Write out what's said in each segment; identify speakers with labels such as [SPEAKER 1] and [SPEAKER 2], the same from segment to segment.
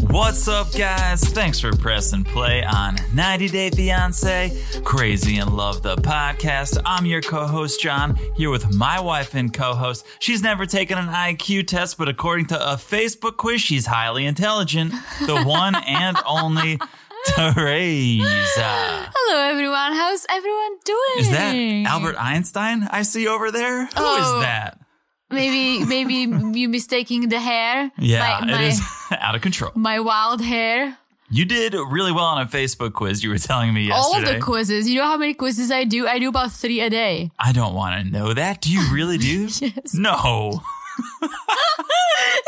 [SPEAKER 1] What's up, guys? Thanks for pressing play on 90 Day Fiance, Crazy in Love, the podcast. I'm your co host, John, here with my wife and co host. She's never taken an IQ test, but according to a Facebook quiz, she's highly intelligent. The one and only Teresa.
[SPEAKER 2] Hello, everyone. How's everyone doing?
[SPEAKER 1] Is that Albert Einstein I see over there? Who is
[SPEAKER 2] Oh.
[SPEAKER 1] that?
[SPEAKER 2] Maybe, maybe you mistaking the hair.
[SPEAKER 1] Yeah,
[SPEAKER 2] my, my,
[SPEAKER 1] it is out of control.
[SPEAKER 2] my wild hair.
[SPEAKER 1] You did really well on a Facebook quiz you were telling me
[SPEAKER 2] All
[SPEAKER 1] yesterday.
[SPEAKER 2] the quizzes. You know how many quizzes I do? I do about three a day.
[SPEAKER 1] I don't want to know that. Do you really do?
[SPEAKER 2] Yes.
[SPEAKER 1] No.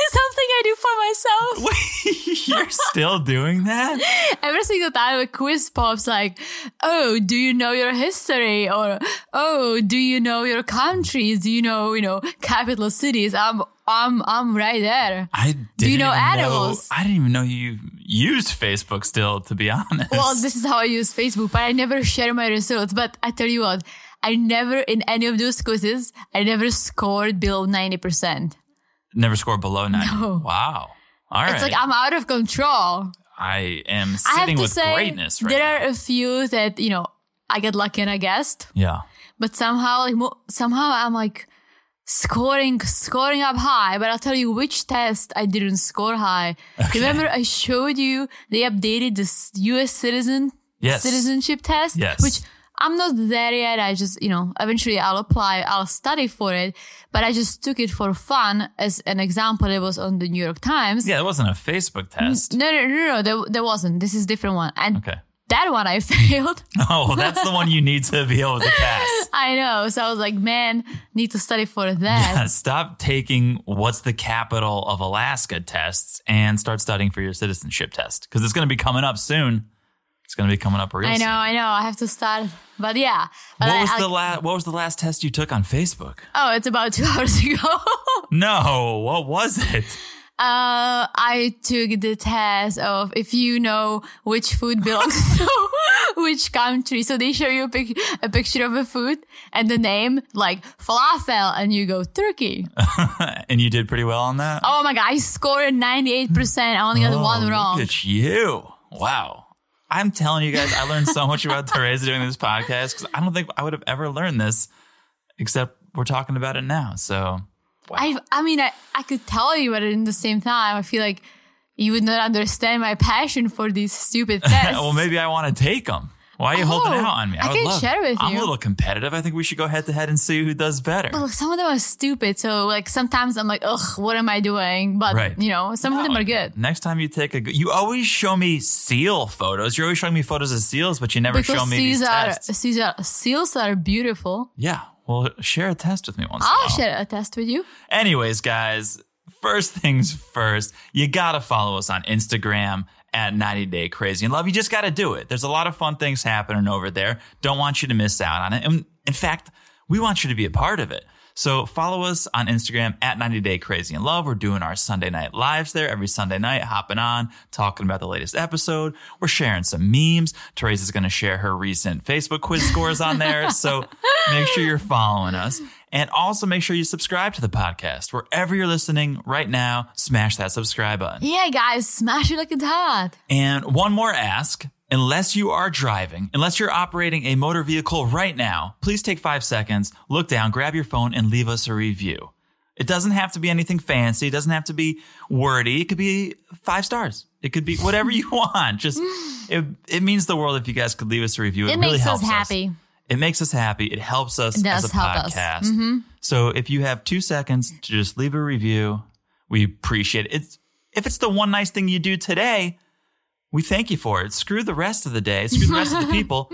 [SPEAKER 2] It's something I do for myself.
[SPEAKER 1] Wait, you're still doing that?
[SPEAKER 2] Every single time a quiz pops, like, oh, do you know your history? Or oh, do you know your countries? Do you know, you know, capital cities? I'm, I'm, I'm right there.
[SPEAKER 1] I didn't
[SPEAKER 2] you know
[SPEAKER 1] even
[SPEAKER 2] animals?
[SPEAKER 1] I didn't even know you used Facebook still, to be honest.
[SPEAKER 2] Well, this is how I use Facebook, but I never share my results. But I tell you what, I never in any of those quizzes, I never scored below 90%.
[SPEAKER 1] Never scored below 90.
[SPEAKER 2] No.
[SPEAKER 1] Wow. All right.
[SPEAKER 2] It's like I'm out of control.
[SPEAKER 1] I am
[SPEAKER 2] I have
[SPEAKER 1] sitting
[SPEAKER 2] to
[SPEAKER 1] with
[SPEAKER 2] say,
[SPEAKER 1] greatness right
[SPEAKER 2] there
[SPEAKER 1] now.
[SPEAKER 2] are a few that, you know, I get lucky and I guessed,
[SPEAKER 1] yeah.
[SPEAKER 2] but somehow, like, mo- somehow I'm like scoring, scoring up high. But I'll tell you which test I didn't score high. Remember, I showed you they updated this U.S. citizen
[SPEAKER 1] Yes.
[SPEAKER 2] citizenship test,
[SPEAKER 1] Yes.
[SPEAKER 2] which I'm not there yet. I just, you know, eventually I'll apply, I'll study for it, but I just took it for fun as an example. It was on the New York Times.
[SPEAKER 1] Yeah, it wasn't a Facebook test.
[SPEAKER 2] No, no, no, no, there, there wasn't. This is different one. And
[SPEAKER 1] Okay.
[SPEAKER 2] that one I failed.
[SPEAKER 1] Oh, that's the one you need to be able to pass.
[SPEAKER 2] I know. So I was like, man, need to study for that.
[SPEAKER 1] Yeah, stop taking what's the capital of Alaska tests and start studying for your citizenship test because it's going to be coming up soon. It's going to be coming up real
[SPEAKER 2] I know,
[SPEAKER 1] soon.
[SPEAKER 2] I know. I have to start. But yeah. But
[SPEAKER 1] What
[SPEAKER 2] I-
[SPEAKER 1] was
[SPEAKER 2] I-
[SPEAKER 1] the last? What was the last test you took on Facebook?
[SPEAKER 2] oh, it's about two hours ago.
[SPEAKER 1] No, what was it?
[SPEAKER 2] Uh, I took the test of if you know which food belongs to which country. So they show you a, pic- a picture of a food and the name, like falafel, and you go Turkey.
[SPEAKER 1] and you did pretty well on that.
[SPEAKER 2] Oh my god, I scored ninety eight percent. I only got
[SPEAKER 1] Oh,
[SPEAKER 2] one wrong.
[SPEAKER 1] Look at you! Wow, I'm telling you guys, I learned so much about Teresa doing this podcast because I don't think I would have ever learned this, except we're talking about it now. So
[SPEAKER 2] I, I mean, I, I could tell you, but in the same time, I feel like you would not understand my passion for these stupid tests.
[SPEAKER 1] well, maybe I want to take them. Why are you holding
[SPEAKER 2] Oh,
[SPEAKER 1] out on me?
[SPEAKER 2] I
[SPEAKER 1] would
[SPEAKER 2] can share with
[SPEAKER 1] I'm a
[SPEAKER 2] you.
[SPEAKER 1] little competitive. I think we should go head to head and see who does better.
[SPEAKER 2] Well, some of them are stupid. So like sometimes I'm like, ugh, what am I doing? But
[SPEAKER 1] Right.
[SPEAKER 2] you know, some of them
[SPEAKER 1] No,
[SPEAKER 2] are good.
[SPEAKER 1] Oh, Next time you take a, g- you always show me seal photos. You're always showing me photos of seals, but you never show me these
[SPEAKER 2] seals are
[SPEAKER 1] tests.
[SPEAKER 2] seals are seals are beautiful.
[SPEAKER 1] Yeah, well, share a test with me once. in a
[SPEAKER 2] I'll
[SPEAKER 1] while.
[SPEAKER 2] share a test with you.
[SPEAKER 1] Anyways, guys, first things first, you gotta follow us on Instagram at 90 Day Crazy and Love. You just gotta do it. There's a lot of fun things happening over there. Don't want you to miss out on it. And in fact, we want you to be a part of it. So follow us on Instagram at 90 Day Crazy in Love. We're doing our Sunday night lives there every Sunday night, hopping on, talking about the latest episode. We're sharing some memes. Teresa's going to share her recent Facebook quiz scores on there. So make sure you're following us. And also make sure you subscribe to the podcast. Wherever you're listening right now, smash that subscribe button.
[SPEAKER 2] Yeah, guys, smash it like it's hot.
[SPEAKER 1] And one more ask. Unless you are driving, unless you're operating a motor vehicle right now, please take five seconds, look down, grab your phone, and leave us a review. It doesn't have to be anything fancy. It doesn't have to be wordy. It could be five stars. It could be whatever you want. Just it, it means the world if you guys could leave us a review. It,
[SPEAKER 2] It
[SPEAKER 1] really
[SPEAKER 2] makes us
[SPEAKER 1] helps
[SPEAKER 2] happy.
[SPEAKER 1] It makes us happy. It helps us
[SPEAKER 2] It does
[SPEAKER 1] as a
[SPEAKER 2] help us. Mm-hmm.
[SPEAKER 1] podcast. So if you have two seconds to just leave a review, we appreciate it. It's, if it's the one nice thing you do today, we thank you for it. Screw the rest of the day. Screw the rest of the people.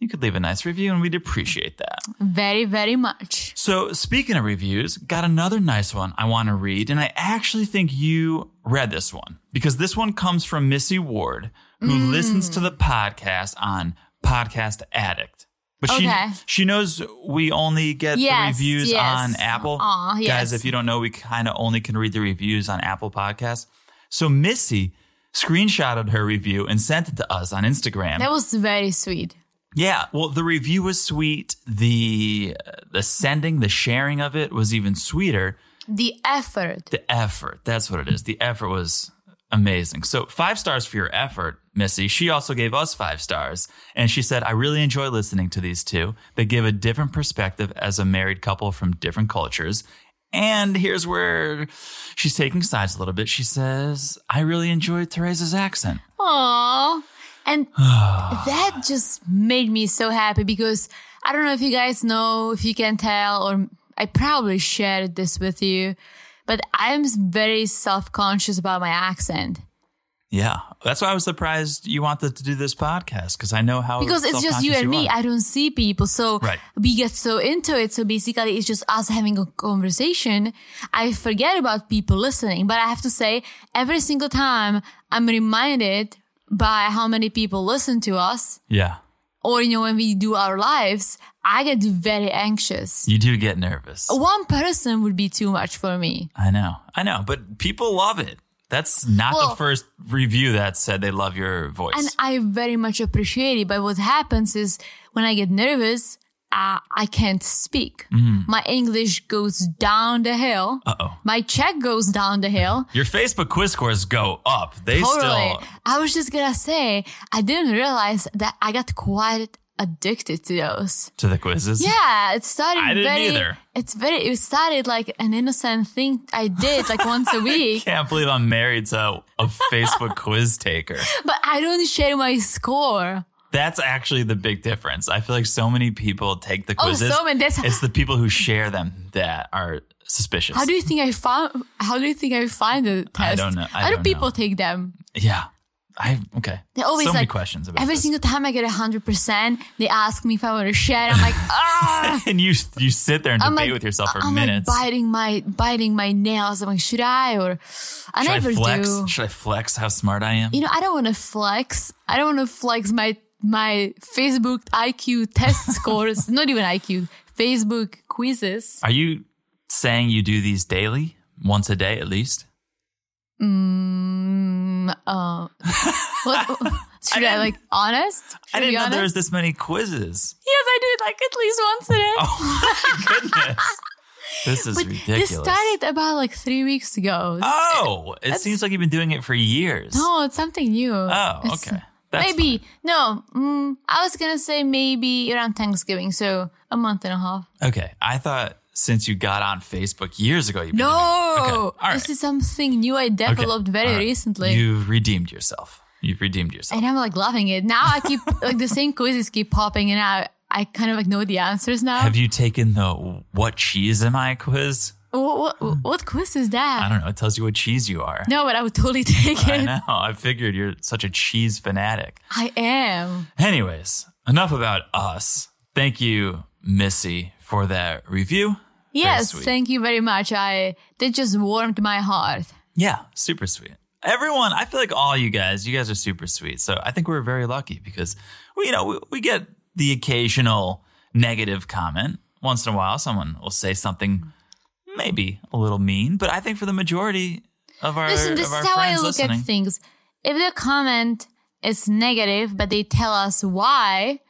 [SPEAKER 1] You could leave a nice review and we'd appreciate that.
[SPEAKER 2] Very, very much.
[SPEAKER 1] So, speaking of reviews, got another nice one I want to read. And I actually think you read this one because this one comes from Missy Ward, who
[SPEAKER 2] Mm.
[SPEAKER 1] listens to the podcast on Podcast Addict. But
[SPEAKER 2] Okay.
[SPEAKER 1] she, she knows we only get
[SPEAKER 2] Yes,
[SPEAKER 1] the reviews
[SPEAKER 2] yes.
[SPEAKER 1] on Apple.
[SPEAKER 2] Aw,
[SPEAKER 1] Guys,
[SPEAKER 2] yes.
[SPEAKER 1] if you don't know, we kind of only can read the reviews on Apple Podcasts. So, Missy screenshotted her review and sent it to us on Instagram.
[SPEAKER 2] That was very sweet.
[SPEAKER 1] Yeah, well, the review was sweet. The the sending, the sharing of it was even sweeter.
[SPEAKER 2] The effort.
[SPEAKER 1] The effort, that's what it is. The effort was Amazing. So, five stars for your effort, Missy. She also gave us five stars. And she said, I really enjoy listening to these two. They give a different perspective as a married couple from different cultures. And here's where she's taking sides a little bit. She says, I really enjoyed Therese's accent.
[SPEAKER 2] Aww. And that just made me so happy because I don't know if you guys know, if you can tell, or I probably shared this with you, but I'm very self conscious about my accent
[SPEAKER 1] Yeah. That's why I was surprised you wanted to do this podcast because I know how.
[SPEAKER 2] because it's just you
[SPEAKER 1] Oh, self-conscious
[SPEAKER 2] and me.
[SPEAKER 1] are.
[SPEAKER 2] I don't see people. So
[SPEAKER 1] Right.
[SPEAKER 2] we get so into it. So basically, it's just us having a conversation. I forget about people listening, but I have to say, every single time I'm reminded by how many people listen to us.
[SPEAKER 1] yeah.
[SPEAKER 2] or you know when we do our lives i get very anxious
[SPEAKER 1] You do get nervous.
[SPEAKER 2] one person would be too much for me
[SPEAKER 1] I know. I know. But people love it. That's not the
[SPEAKER 2] Well-
[SPEAKER 1] first review that said they love your voice.
[SPEAKER 2] and i very much appreciate it but what happens is when i get nervous uh, i can't speak
[SPEAKER 1] Mm-hmm.
[SPEAKER 2] my english goes down the hill
[SPEAKER 1] Uh-oh.
[SPEAKER 2] my czech goes down the hill
[SPEAKER 1] Your Facebook quiz scores go up. They
[SPEAKER 2] totally
[SPEAKER 1] still.
[SPEAKER 2] i was just gonna say i didn't realize that i got quite addicted to those
[SPEAKER 1] To the quizzes?
[SPEAKER 2] Yeah, it started.
[SPEAKER 1] I didn't
[SPEAKER 2] very,
[SPEAKER 1] either.
[SPEAKER 2] It's very. It started like an innocent thing I did like once a week,
[SPEAKER 1] Can't believe I'm married to a Facebook quiz taker.
[SPEAKER 2] but I don't share my score.
[SPEAKER 1] That's actually the big difference. I feel like so many people take the
[SPEAKER 2] Oh,
[SPEAKER 1] quizzes.
[SPEAKER 2] so many. That's
[SPEAKER 1] It's the people who share them that are suspicious.
[SPEAKER 2] how do you think I found? How do you think I find the
[SPEAKER 1] I
[SPEAKER 2] test?
[SPEAKER 1] don't know. I
[SPEAKER 2] how
[SPEAKER 1] don't
[SPEAKER 2] do people
[SPEAKER 1] know.
[SPEAKER 2] take them?
[SPEAKER 1] yeah. I okay.
[SPEAKER 2] They always
[SPEAKER 1] so many
[SPEAKER 2] like,
[SPEAKER 1] questions about
[SPEAKER 2] Every
[SPEAKER 1] this.
[SPEAKER 2] single time I get hundred percent, they ask me if I want to share. I'm like, ah.
[SPEAKER 1] and you you sit there and
[SPEAKER 2] I'm
[SPEAKER 1] debate
[SPEAKER 2] like-
[SPEAKER 1] with yourself for
[SPEAKER 2] I'm
[SPEAKER 1] minutes.
[SPEAKER 2] like biting my biting my nails. I'm like, should I or I
[SPEAKER 1] Should I
[SPEAKER 2] never
[SPEAKER 1] flex?
[SPEAKER 2] do.
[SPEAKER 1] Should I flex how smart I am?
[SPEAKER 2] you know, I don't want to flex. I don't want to flex my my Facebook IQ test scores. Not even IQ. Facebook quizzes.
[SPEAKER 1] Are you saying you do these daily, once a day at least?
[SPEAKER 2] Mm, uh, what, should I, like honest? Should
[SPEAKER 1] I didn't
[SPEAKER 2] be
[SPEAKER 1] know
[SPEAKER 2] honest?
[SPEAKER 1] there was this many quizzes.
[SPEAKER 2] yes, I do it like at least once a day.
[SPEAKER 1] Oh my goodness! this is
[SPEAKER 2] but
[SPEAKER 1] ridiculous.
[SPEAKER 2] this started about like three weeks ago.
[SPEAKER 1] oh, it seems like you've been doing it for years.
[SPEAKER 2] No, it's something new.
[SPEAKER 1] oh,
[SPEAKER 2] It's-
[SPEAKER 1] okay. That's
[SPEAKER 2] maybe no. Mm, I was gonna say maybe around Thanksgiving, so a month and a half.
[SPEAKER 1] fine. okay. I thought since you got on Facebook years ago, you've been
[SPEAKER 2] No,
[SPEAKER 1] doing it. Okay. All right.
[SPEAKER 2] this is something new I
[SPEAKER 1] Okay.
[SPEAKER 2] developed very
[SPEAKER 1] All right.
[SPEAKER 2] recently,
[SPEAKER 1] You've redeemed yourself. You've redeemed yourself.
[SPEAKER 2] and I'm like loving it. Now I keep like the same quizzes keep popping, and I I kind of like know the answers now.
[SPEAKER 1] Have you taken the "What cheese am I?" quiz?
[SPEAKER 2] what, what, what quiz is that?
[SPEAKER 1] Hmm. I don't know. It tells you what cheese you are.
[SPEAKER 2] no, but I would totally take
[SPEAKER 1] I
[SPEAKER 2] it.
[SPEAKER 1] know. I figured you're such a cheese fanatic.
[SPEAKER 2] I am.
[SPEAKER 1] Anyways, enough about us. Thank you, Missy, for that review.
[SPEAKER 2] Yes,
[SPEAKER 1] sweet.
[SPEAKER 2] thank you very much. I that just warmed my heart.
[SPEAKER 1] Yeah, super sweet. Everyone, I feel like all you guys, you guys are super sweet. So I think we're very lucky because we, you know, we, we get the occasional negative comment once in a while. Someone will say something maybe a little mean, but I think for the majority of our,
[SPEAKER 2] Listen, this
[SPEAKER 1] of our
[SPEAKER 2] is how I
[SPEAKER 1] friends
[SPEAKER 2] look
[SPEAKER 1] listening,
[SPEAKER 2] at things. If the comment is negative, but they tell us why,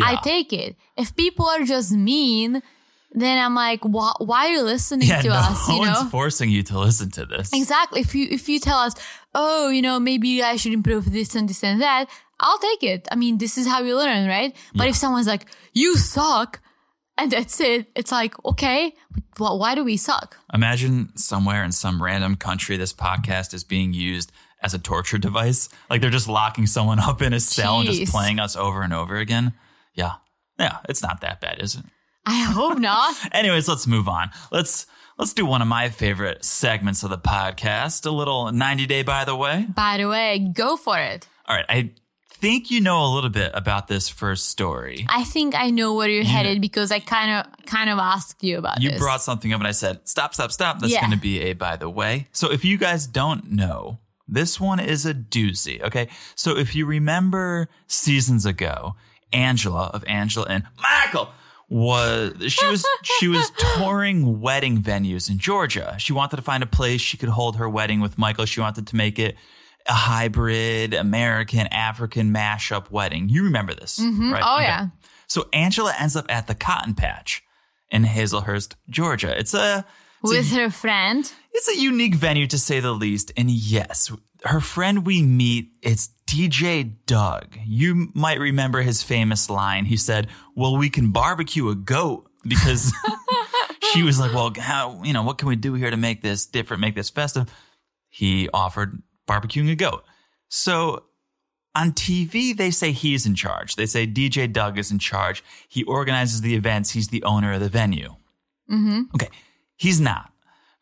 [SPEAKER 2] I
[SPEAKER 1] Yeah.
[SPEAKER 2] take it. If people are just mean, then I'm like, why, why are you listening
[SPEAKER 1] yeah,
[SPEAKER 2] to
[SPEAKER 1] no
[SPEAKER 2] us? You
[SPEAKER 1] one's
[SPEAKER 2] know.
[SPEAKER 1] forcing you to listen to this.
[SPEAKER 2] Exactly. If you if you tell us, oh, you know, maybe you guys should improve this and this and that, I'll take it. I mean, this is how you learn, right? But if someone's like, you suck, and that's it, it's like, okay, wh- why do we suck?
[SPEAKER 1] Imagine somewhere in some random country this podcast is being used as a torture device. Like they're just locking someone up in a cell and
[SPEAKER 2] Jeez.
[SPEAKER 1] just playing us over and over again. Yeah. Yeah, it's not that bad, is it?
[SPEAKER 2] I hope not.
[SPEAKER 1] Anyways, let's move on. Let's let's do one of my favorite segments of the podcast, a little 90 day by the way.
[SPEAKER 2] By the way, go for it.
[SPEAKER 1] All right, I think you know a little bit about this first story.
[SPEAKER 2] I think I know where you're headed because I kind of kind of asked you about
[SPEAKER 1] You
[SPEAKER 2] this.
[SPEAKER 1] brought something up and I said, stop, stop, stop. That's
[SPEAKER 2] Yeah.
[SPEAKER 1] going to be a by the way. So if you guys don't know, this one is a doozy. Okay. So if you remember seasons ago, Angela of Angela and Michael was she was she was touring wedding venues in Georgia. She wanted to find a place she could hold her wedding with Michael. She wanted to make it a hybrid American African mashup wedding. You remember this, right?
[SPEAKER 2] Oh
[SPEAKER 1] Okay.
[SPEAKER 2] yeah.
[SPEAKER 1] So Angela ends up at the Cotton Patch in Hazelhurst, Georgia. It's a
[SPEAKER 2] With her friend.
[SPEAKER 1] it's a unique venue to say the least. And yes, her friend we meet, it's DJ Doug. You might remember his famous line. He said, Well, we can barbecue a goat because she was like, Well, how, you know, what can we do here to make this different, make this festive? He offered barbecuing a goat. So on TV, they say he's in charge. They say DJ Doug is in charge. He organizes the events, he's the owner of the venue.
[SPEAKER 2] Mm-hmm.
[SPEAKER 1] Okay, he's not.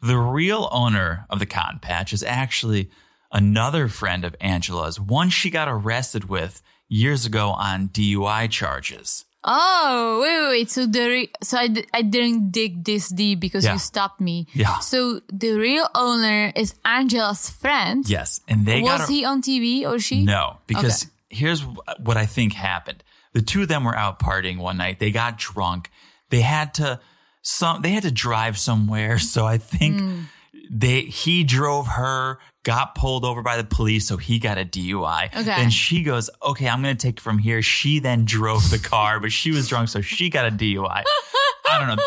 [SPEAKER 1] The real owner of the cotton patch is actually another friend of Angela's, one she got arrested with years ago on DUI charges.
[SPEAKER 2] Oh, wait, wait, wait. So the re- so I, d- I didn't dig this deep because
[SPEAKER 1] Yeah.
[SPEAKER 2] you stopped me.
[SPEAKER 1] Yeah.
[SPEAKER 2] So the real owner is Angela's friend.
[SPEAKER 1] Yes, and they
[SPEAKER 2] Was
[SPEAKER 1] got a-
[SPEAKER 2] he on TV or she?
[SPEAKER 1] No, because here's wh- what I think happened. The two of them were out partying one night. They got drunk. They had to some they had to drive somewhere, so I think they he drove her, got pulled over by the police, so he got a DUI.
[SPEAKER 2] Okay.
[SPEAKER 1] Then she goes, "Okay, I'm going to take from here." She then drove the car, but she was drunk, so she got a DUI. I don't know.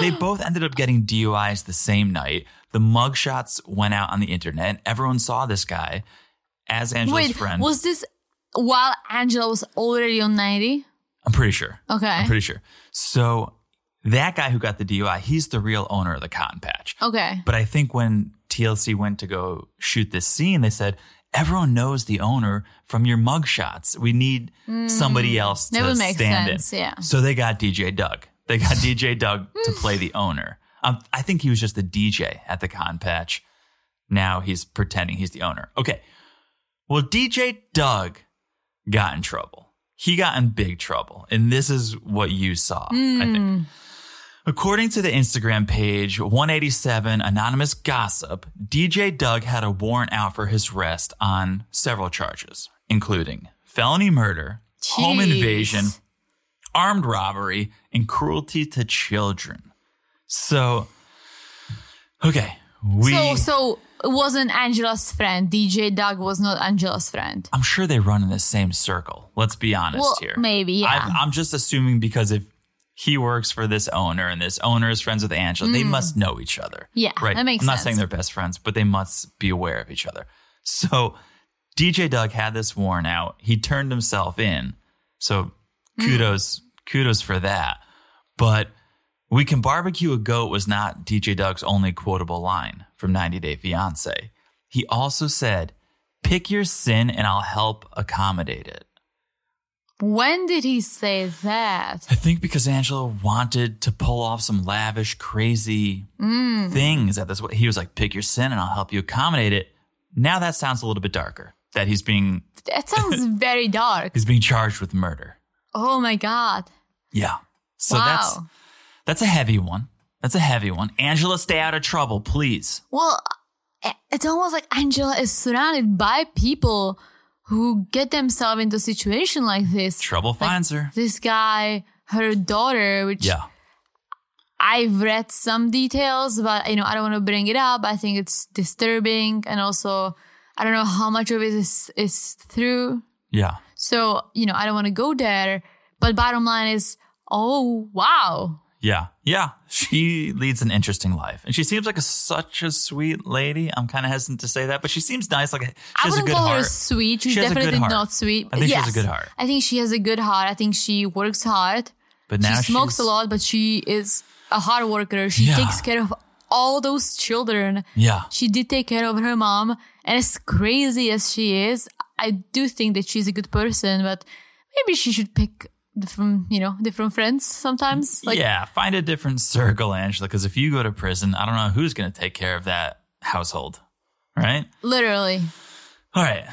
[SPEAKER 1] They both ended up getting DUIs the same night. The mugshots went out on the internet. Everyone saw this guy as Angela's
[SPEAKER 2] Wait,
[SPEAKER 1] friend.
[SPEAKER 2] was this while Angela was already on 90?
[SPEAKER 1] I'm pretty sure.
[SPEAKER 2] Okay.
[SPEAKER 1] I'm pretty sure. So that guy who got the DUI, he's the real owner of the cotton patch.
[SPEAKER 2] okay.
[SPEAKER 1] But I think when TLC went to go shoot this scene, they said, everyone knows the owner from your mugshots. We need somebody else
[SPEAKER 2] Hmm. That
[SPEAKER 1] to
[SPEAKER 2] would make
[SPEAKER 1] stand
[SPEAKER 2] sense,
[SPEAKER 1] in.
[SPEAKER 2] yeah.
[SPEAKER 1] So they got DJ Doug. They got DJ Doug to play the owner. Um, I think he was just the DJ at the cotton patch. Now he's pretending he's the owner. Okay. Well, DJ Doug got in trouble. He got in big trouble. And this is what you saw, I think.
[SPEAKER 2] Hmm.
[SPEAKER 1] According to the Instagram page 187 Anonymous Gossip, DJ Doug had a warrant out for his arrest on several charges, including felony murder, home
[SPEAKER 2] Jeez.
[SPEAKER 1] invasion, armed robbery, and cruelty to children. So, okay, we.
[SPEAKER 2] so, so it wasn't Angela's friend. DJ Doug was not Angela's friend.
[SPEAKER 1] I'm sure they run in the same circle. Let's be honest
[SPEAKER 2] Well,
[SPEAKER 1] here.
[SPEAKER 2] maybe, yeah.
[SPEAKER 1] I, I'm just assuming because if he works for this owner and this owner is friends with Angela, they must know each other.
[SPEAKER 2] Mm. Yeah,
[SPEAKER 1] right.
[SPEAKER 2] that makes
[SPEAKER 1] I'm not
[SPEAKER 2] sense.
[SPEAKER 1] saying they're best friends, but they must be aware of each other. So DJ Doug had this warrant out. He turned himself in. So
[SPEAKER 2] Mm.
[SPEAKER 1] kudos, kudos for that. But we can barbecue a goat was not DJ Doug's only quotable line from 90 Day Fiance. He also said, "Pick your sin and I'll help accommodate it."
[SPEAKER 2] When did he say that?
[SPEAKER 1] I think because Angela wanted to pull off some lavish, crazy
[SPEAKER 2] Mm.
[SPEAKER 1] things at this. He was like, "Pick your sin, and I'll help you accommodate it." Now that sounds a little bit darker. That he's being
[SPEAKER 2] That sounds very dark.
[SPEAKER 1] he's being charged with murder.
[SPEAKER 2] Oh my God.
[SPEAKER 1] Yeah. So
[SPEAKER 2] wow.
[SPEAKER 1] that's that's a heavy one. That's a heavy one. Angela, stay out of trouble, please.
[SPEAKER 2] Well, i- it's almost like Angela is surrounded by people who get themselves into a situation like this.
[SPEAKER 1] Trouble finds her.
[SPEAKER 2] This guy, her daughter, which
[SPEAKER 1] Yeah.
[SPEAKER 2] I've read some details, but you know, I don't want to bring it up. I think it's disturbing and also I don't know how much of it is is through.
[SPEAKER 1] Yeah.
[SPEAKER 2] So, you know, I don't want to go there. But bottom line is, oh wow.
[SPEAKER 1] Yeah. Yeah. She leads an interesting life. And she seems like a, such a sweet lady. I'm kind of hesitant to say that, but she seems nice. Like she
[SPEAKER 2] I
[SPEAKER 1] has a
[SPEAKER 2] wouldn't
[SPEAKER 1] good
[SPEAKER 2] call
[SPEAKER 1] heart.
[SPEAKER 2] her sweet. She's
[SPEAKER 1] She has a good
[SPEAKER 2] definitely
[SPEAKER 1] heart.
[SPEAKER 2] not sweet.
[SPEAKER 1] I think she
[SPEAKER 2] yes.
[SPEAKER 1] has a good heart.
[SPEAKER 2] I think she has a good heart. I think she works hard.
[SPEAKER 1] but now
[SPEAKER 2] she smokes
[SPEAKER 1] she's-
[SPEAKER 2] a lot, but she is a hard worker. She
[SPEAKER 1] Yeah.
[SPEAKER 2] takes care of all those children.
[SPEAKER 1] Yeah.
[SPEAKER 2] She did take care of her mom. And as crazy as she is, I do think that she's a good person, but maybe she should pick from, you know, different friends sometimes. Like,
[SPEAKER 1] Mm, yeah, find a different circle, Angela, because if you go to prison, I don't know who's going to take care of that household, right?
[SPEAKER 2] literally.
[SPEAKER 1] All right.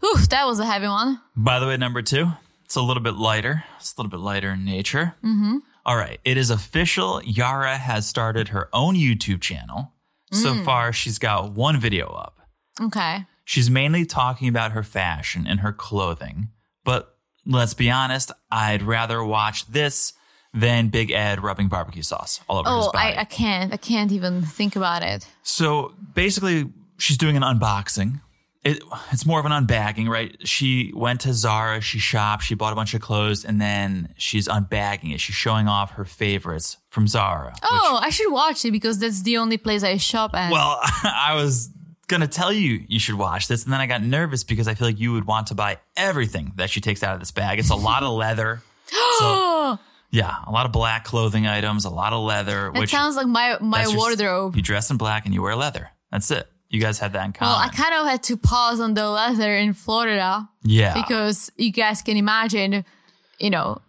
[SPEAKER 2] Whew, that was a heavy one.
[SPEAKER 1] By the way, number two, it's a little bit lighter. It's a little bit lighter in nature. Mm-hmm. right. It is official. Yara has started her own YouTube channel. So
[SPEAKER 2] Mm.
[SPEAKER 1] far, she's got one video up.
[SPEAKER 2] Okay.
[SPEAKER 1] She's mainly talking about her fashion and her clothing. But let's be honest, I'd rather watch this than Big Ed rubbing barbecue sauce all over his
[SPEAKER 2] Oh,
[SPEAKER 1] body.
[SPEAKER 2] I, I can't. I can't even think about it.
[SPEAKER 1] So basically, she's doing an unboxing. It, it's more of an unbagging, right? She went to Zara, she shopped, she bought a bunch of clothes, and then she's unbagging it. She's showing off her favorites from Zara.
[SPEAKER 2] Oh, I should watch it because that's the only place I shop at.
[SPEAKER 1] Well, I was gonna tell you you should watch this, and then I got nervous because I feel like you would want to buy everything that she takes out of this bag. It's a lot of leather. So- Yeah, a lot of black clothing items, a lot of leather.
[SPEAKER 2] that
[SPEAKER 1] which
[SPEAKER 2] sounds like my my
[SPEAKER 1] that's your-
[SPEAKER 2] wardrobe.
[SPEAKER 1] You dress in black and you wear leather. That's it. You guys had that in common.
[SPEAKER 2] well, I kind of had to pause on the leather in
[SPEAKER 1] Ah.
[SPEAKER 2] Florida
[SPEAKER 1] yeah.
[SPEAKER 2] because you guys can imagine, you know,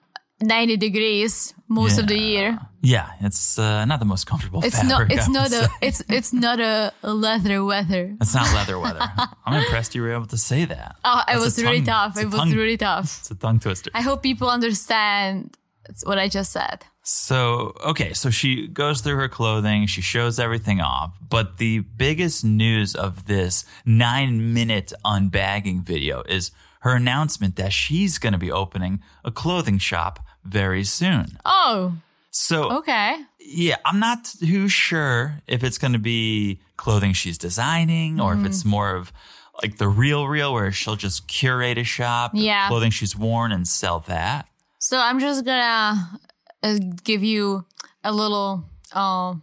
[SPEAKER 2] 90 degrees most of the year.
[SPEAKER 1] yeah, it's uh, not the most comfortable
[SPEAKER 2] It's
[SPEAKER 1] fabric.
[SPEAKER 2] not.
[SPEAKER 1] I
[SPEAKER 2] It's
[SPEAKER 1] would
[SPEAKER 2] not
[SPEAKER 1] say.
[SPEAKER 2] a. It's it's not a leather weather.
[SPEAKER 1] It's not leather weather. I'm impressed you were able to say that.
[SPEAKER 2] Oh, it
[SPEAKER 1] That's a
[SPEAKER 2] was really
[SPEAKER 1] tongue-
[SPEAKER 2] tough.
[SPEAKER 1] it's a
[SPEAKER 2] It was
[SPEAKER 1] tongue-
[SPEAKER 2] really tough.
[SPEAKER 1] It's a tongue twister.
[SPEAKER 2] I hope people understand what I just said.
[SPEAKER 1] So, okay, so she goes through her clothing, she shows everything off. But the biggest news of this nine minute unbagging video is her announcement that she's going to be opening a clothing shop very soon.
[SPEAKER 2] Oh,
[SPEAKER 1] So,
[SPEAKER 2] okay.
[SPEAKER 1] yeah, I'm not too sure if it's going to be clothing she's designing or if
[SPEAKER 2] Mm-hmm.
[SPEAKER 1] it's more of like the real, real, where she'll just curate a shop,
[SPEAKER 2] Yeah.
[SPEAKER 1] clothing she's worn and sell that.
[SPEAKER 2] So I'm just gonna uh, give you a little um,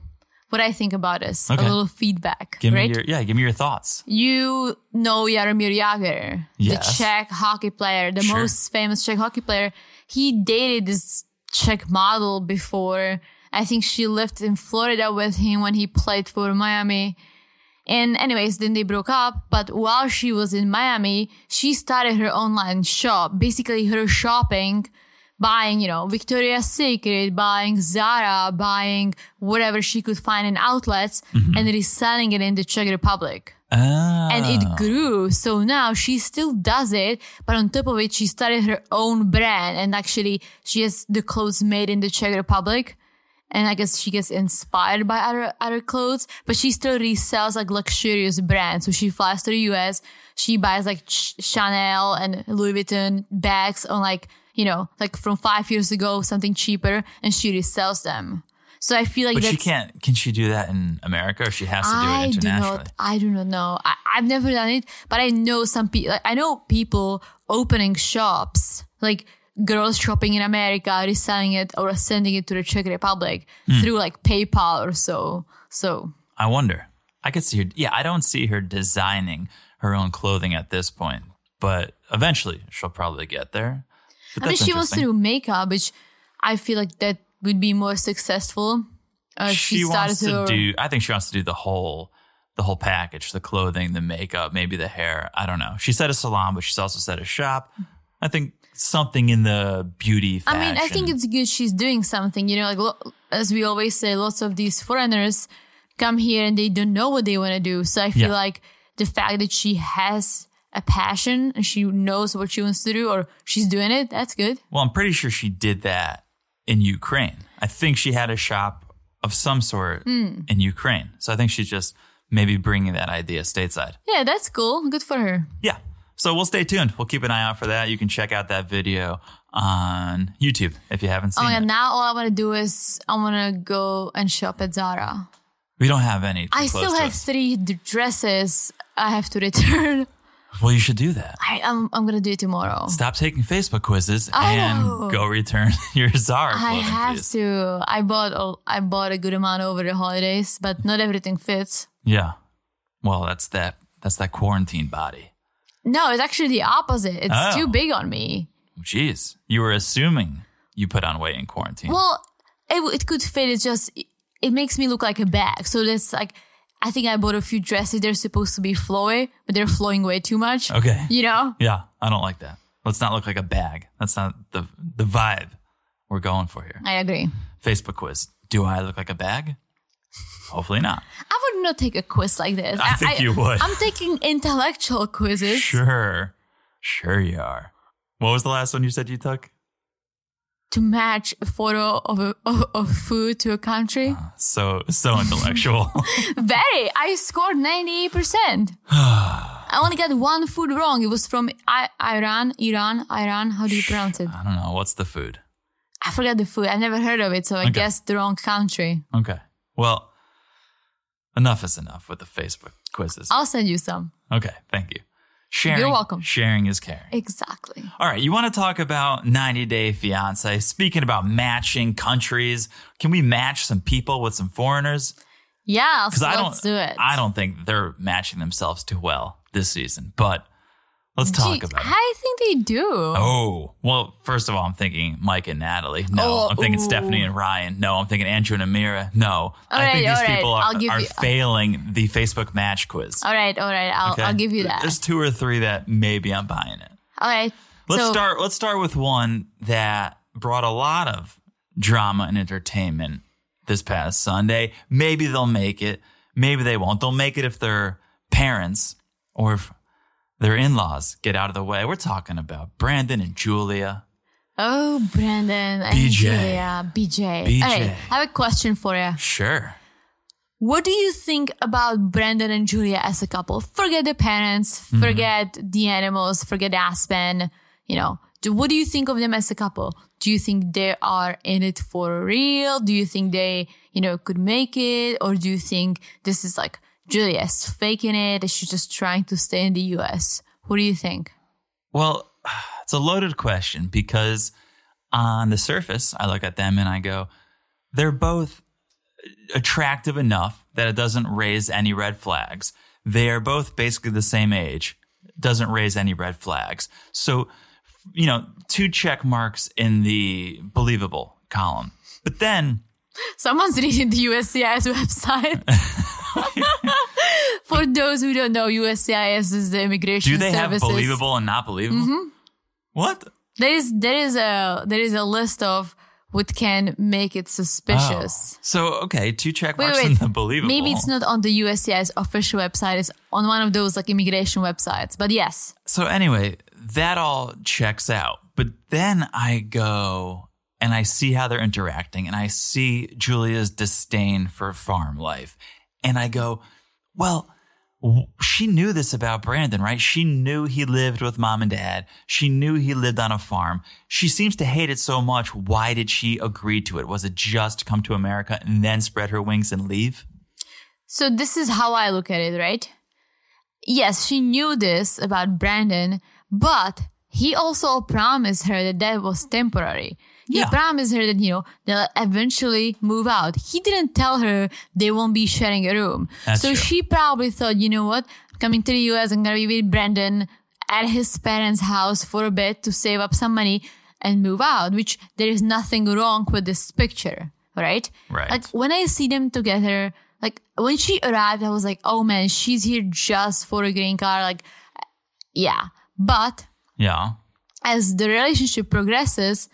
[SPEAKER 2] what I think about this,
[SPEAKER 1] Okay.
[SPEAKER 2] a little feedback,
[SPEAKER 1] Give
[SPEAKER 2] right?
[SPEAKER 1] me your, yeah, give me your thoughts.
[SPEAKER 2] you know Jaromir Jagr,
[SPEAKER 1] Yes.
[SPEAKER 2] the Czech hockey player, the
[SPEAKER 1] Sure.
[SPEAKER 2] most famous Czech hockey player. He dated this Czech model before. I think she lived in Florida with him when he played for Miami. And anyways, then they broke up. But while she was in Miami, she started her online shop, basically her shopping, buying, you know, Victoria's Secret, buying Zara, buying whatever she could find in outlets
[SPEAKER 1] Mm-hmm.
[SPEAKER 2] and reselling it in the Czech Republic
[SPEAKER 1] Ah,
[SPEAKER 2] and it grew. So now she still does it, but on top of it, she started her own brand, and actually, she has the clothes made in the Czech Republic. And I guess she gets inspired by other other clothes, but she still resells like luxurious brands. So she flies to the US, she buys like Ch- Chanel and Louis Vuitton bags on like you know like from five years ago something cheaper, and she resells them. So I feel like
[SPEAKER 1] but
[SPEAKER 2] that's
[SPEAKER 1] she can't. Can she do that in America, or she has to do it
[SPEAKER 2] I do
[SPEAKER 1] internationally?
[SPEAKER 2] not. I do not know. I, I've never done it, but I know some people. I know people opening shops, like girls shopping in America, reselling it or sending it to the Czech Republic
[SPEAKER 1] Hmm.
[SPEAKER 2] through like PayPal or so. So
[SPEAKER 1] I wonder. I could see her. Yeah, I don't see her designing her own clothing at this point, but eventually she'll probably get there. But
[SPEAKER 2] I mean,
[SPEAKER 1] that's
[SPEAKER 2] she wants to
[SPEAKER 1] interesting.
[SPEAKER 2] do makeup, which I feel like that would be more successful. Uh,
[SPEAKER 1] she wants to
[SPEAKER 2] her-
[SPEAKER 1] do i think she wants to do the whole the whole package the clothing the makeup maybe the hair i don't know she said a salon but she's also said a shop i think something in the beauty
[SPEAKER 2] I
[SPEAKER 1] fashion.
[SPEAKER 2] mean, I think it's good she's doing something. You know, like lo- as we always say, lots of these foreigners come here and they don't know what they want to do. So I feel
[SPEAKER 1] Yeah.
[SPEAKER 2] like the fact that she has a passion and she knows what she wants to do or she's doing it, that's good.
[SPEAKER 1] well i'm pretty sure she did that in ukraine i think she had a shop of some sort
[SPEAKER 2] Hmm.
[SPEAKER 1] in ukraine so i think she's just maybe bringing that idea stateside
[SPEAKER 2] Yeah, that's cool. Good for her.
[SPEAKER 1] yeah so we'll stay tuned we'll keep an eye out for that you can check out that video on youtube if you haven't
[SPEAKER 2] Oh
[SPEAKER 1] seen
[SPEAKER 2] my
[SPEAKER 1] it
[SPEAKER 2] god, now all I want to do is I want to go and shop at Zara.
[SPEAKER 1] we don't have any too
[SPEAKER 2] I
[SPEAKER 1] close
[SPEAKER 2] still
[SPEAKER 1] to
[SPEAKER 2] have
[SPEAKER 1] us.
[SPEAKER 2] three d- dresses I have to return.
[SPEAKER 1] well you should do that
[SPEAKER 2] I, I'm, I'm going to do it tomorrow.
[SPEAKER 1] Stop taking Facebook quizzes
[SPEAKER 2] I
[SPEAKER 1] and
[SPEAKER 2] know.
[SPEAKER 1] go return your Zara
[SPEAKER 2] Oh. I
[SPEAKER 1] clothing,
[SPEAKER 2] have
[SPEAKER 1] please.
[SPEAKER 2] to. I bought a, I bought a good amount over the holidays, but not everything fits.
[SPEAKER 1] Yeah. Well, that's that. That's that quarantine body.
[SPEAKER 2] No, it's actually the opposite. It's
[SPEAKER 1] Oh.
[SPEAKER 2] too big on me.
[SPEAKER 1] Jeez, you were assuming you put on weight in quarantine.
[SPEAKER 2] Well, it, w- it could fit. It's just it makes me look like a bag. So that's like, I think I bought a few dresses. They're supposed to be flowy, but they're flowing way too much.
[SPEAKER 1] okay.
[SPEAKER 2] You know?
[SPEAKER 1] Yeah, I don't like that. Let's not look like a bag. That's not the the vibe we're going for here.
[SPEAKER 2] I agree.
[SPEAKER 1] Facebook quiz. Do I look like a bag? Hopefully not.
[SPEAKER 2] I would not take a quiz like this.
[SPEAKER 1] I think you would.
[SPEAKER 2] I'm taking intellectual quizzes.
[SPEAKER 1] Sure. Sure you are. What was the last one you said you took?
[SPEAKER 2] To match a photo of, a, of, of food to a country.
[SPEAKER 1] So so intellectual.
[SPEAKER 2] Very. I scored 98%. I only got one food wrong. It was from I- Iran, Iran, Iran. How do you pronounce it?
[SPEAKER 1] I don't know. What's the food?
[SPEAKER 2] I forgot the food. I never heard of it, so I
[SPEAKER 1] Okay.
[SPEAKER 2] guessed the wrong country.
[SPEAKER 1] Okay. Well, enough is enough with the Facebook quizzes.
[SPEAKER 2] I'll send you some.
[SPEAKER 1] okay. Thank you. Sharing,
[SPEAKER 2] You're welcome.
[SPEAKER 1] Sharing is caring.
[SPEAKER 2] Exactly.
[SPEAKER 1] All right. You want to talk about 90 Day Fiance? Speaking about matching countries, can we match some people with some foreigners?
[SPEAKER 2] Yeah,
[SPEAKER 1] Because
[SPEAKER 2] so
[SPEAKER 1] I don't,
[SPEAKER 2] let's do it.
[SPEAKER 1] I don't think they're matching themselves too well this season. But let's talk
[SPEAKER 2] Gee,
[SPEAKER 1] about it.
[SPEAKER 2] I think they do.
[SPEAKER 1] Oh, well, first of all, I'm thinking Mike and Natalie. No,
[SPEAKER 2] Oh,
[SPEAKER 1] I'm thinking
[SPEAKER 2] ooh.
[SPEAKER 1] Stephanie and Ryan. No, I'm thinking Andrew and Amira. No, I
[SPEAKER 2] right,
[SPEAKER 1] think these
[SPEAKER 2] all right.
[SPEAKER 1] people
[SPEAKER 2] I'll give
[SPEAKER 1] are, are
[SPEAKER 2] you-
[SPEAKER 1] failing the Facebook match quiz.
[SPEAKER 2] All right, all right. I'll,
[SPEAKER 1] okay?
[SPEAKER 2] I'll give you that.
[SPEAKER 1] There's two or three that maybe I'm buying it.
[SPEAKER 2] all right.
[SPEAKER 1] Let's
[SPEAKER 2] so,
[SPEAKER 1] start. Let's start with one that brought a lot of drama and entertainment this past Sunday. Maybe they'll make it. Maybe they won't. They'll make it if their parents or if their in-laws get out of the way. We're talking about Brandon and Julia.
[SPEAKER 2] Oh, Brandon. and
[SPEAKER 1] BJ.
[SPEAKER 2] Julia, BJ.
[SPEAKER 1] BJ.
[SPEAKER 2] All right. I have a question for you.
[SPEAKER 1] Sure.
[SPEAKER 2] What do you think about Brandon and Julia as a couple? Forget the parents,
[SPEAKER 1] Mm-hmm.
[SPEAKER 2] forget the animals, forget Aspen. You know, do, what do you think of them as a couple? Do you think they are in it for real? Do you think they, you know, could make it? Or do you think this is like Julia's faking it? She's just trying to stay in the US. What do you think?
[SPEAKER 1] Well, it's a loaded question because on the surface, I look at them and I go, they're both attractive enough that it doesn't raise any red flags. They are both basically the same age, doesn't raise any red flags. So, you know, two check marks in the believable column. But then,
[SPEAKER 2] Someone's reading the USCIS website. For those who don't know, USCIS is the immigration
[SPEAKER 1] do they have
[SPEAKER 2] services. Mm-hmm.
[SPEAKER 1] believable and not believable? What?
[SPEAKER 2] There is there is a there is a list of what can make it suspicious.
[SPEAKER 1] Oh. So, okay, two check marks
[SPEAKER 2] wait.
[SPEAKER 1] in the believable.
[SPEAKER 2] Maybe it's not on the USCIS official website. It's on one of those like immigration websites. But yes,
[SPEAKER 1] So anyway, that all checks out. But then I go and I see how they're interacting and I see Julia's disdain for farm life. And I go, well, w- she knew this about Brandon, right? She knew he lived with mom and dad. She knew he lived on a farm. She seems to hate it so much. Why did she agree to it? Was it just come to America and then spread her wings and leave?
[SPEAKER 2] so this is how I look at it, right? Yes, she knew this about Brandon, but he also promised her that that was temporary. He
[SPEAKER 1] Yeah.
[SPEAKER 2] promised her that you know they'll eventually move out. He didn't tell her they won't be sharing a room.
[SPEAKER 1] That's
[SPEAKER 2] so
[SPEAKER 1] true.
[SPEAKER 2] she probably thought, you know what, coming to the US, I'm gonna be with Brandon at his parents' house for a bit to save up some money and move out. Which there is nothing wrong with this picture, right?
[SPEAKER 1] Right.
[SPEAKER 2] Like when I see them together, like when she arrived, I was like, oh man, she's here just for a green card. Like, yeah, but
[SPEAKER 1] Yeah.
[SPEAKER 2] as the relationship progresses,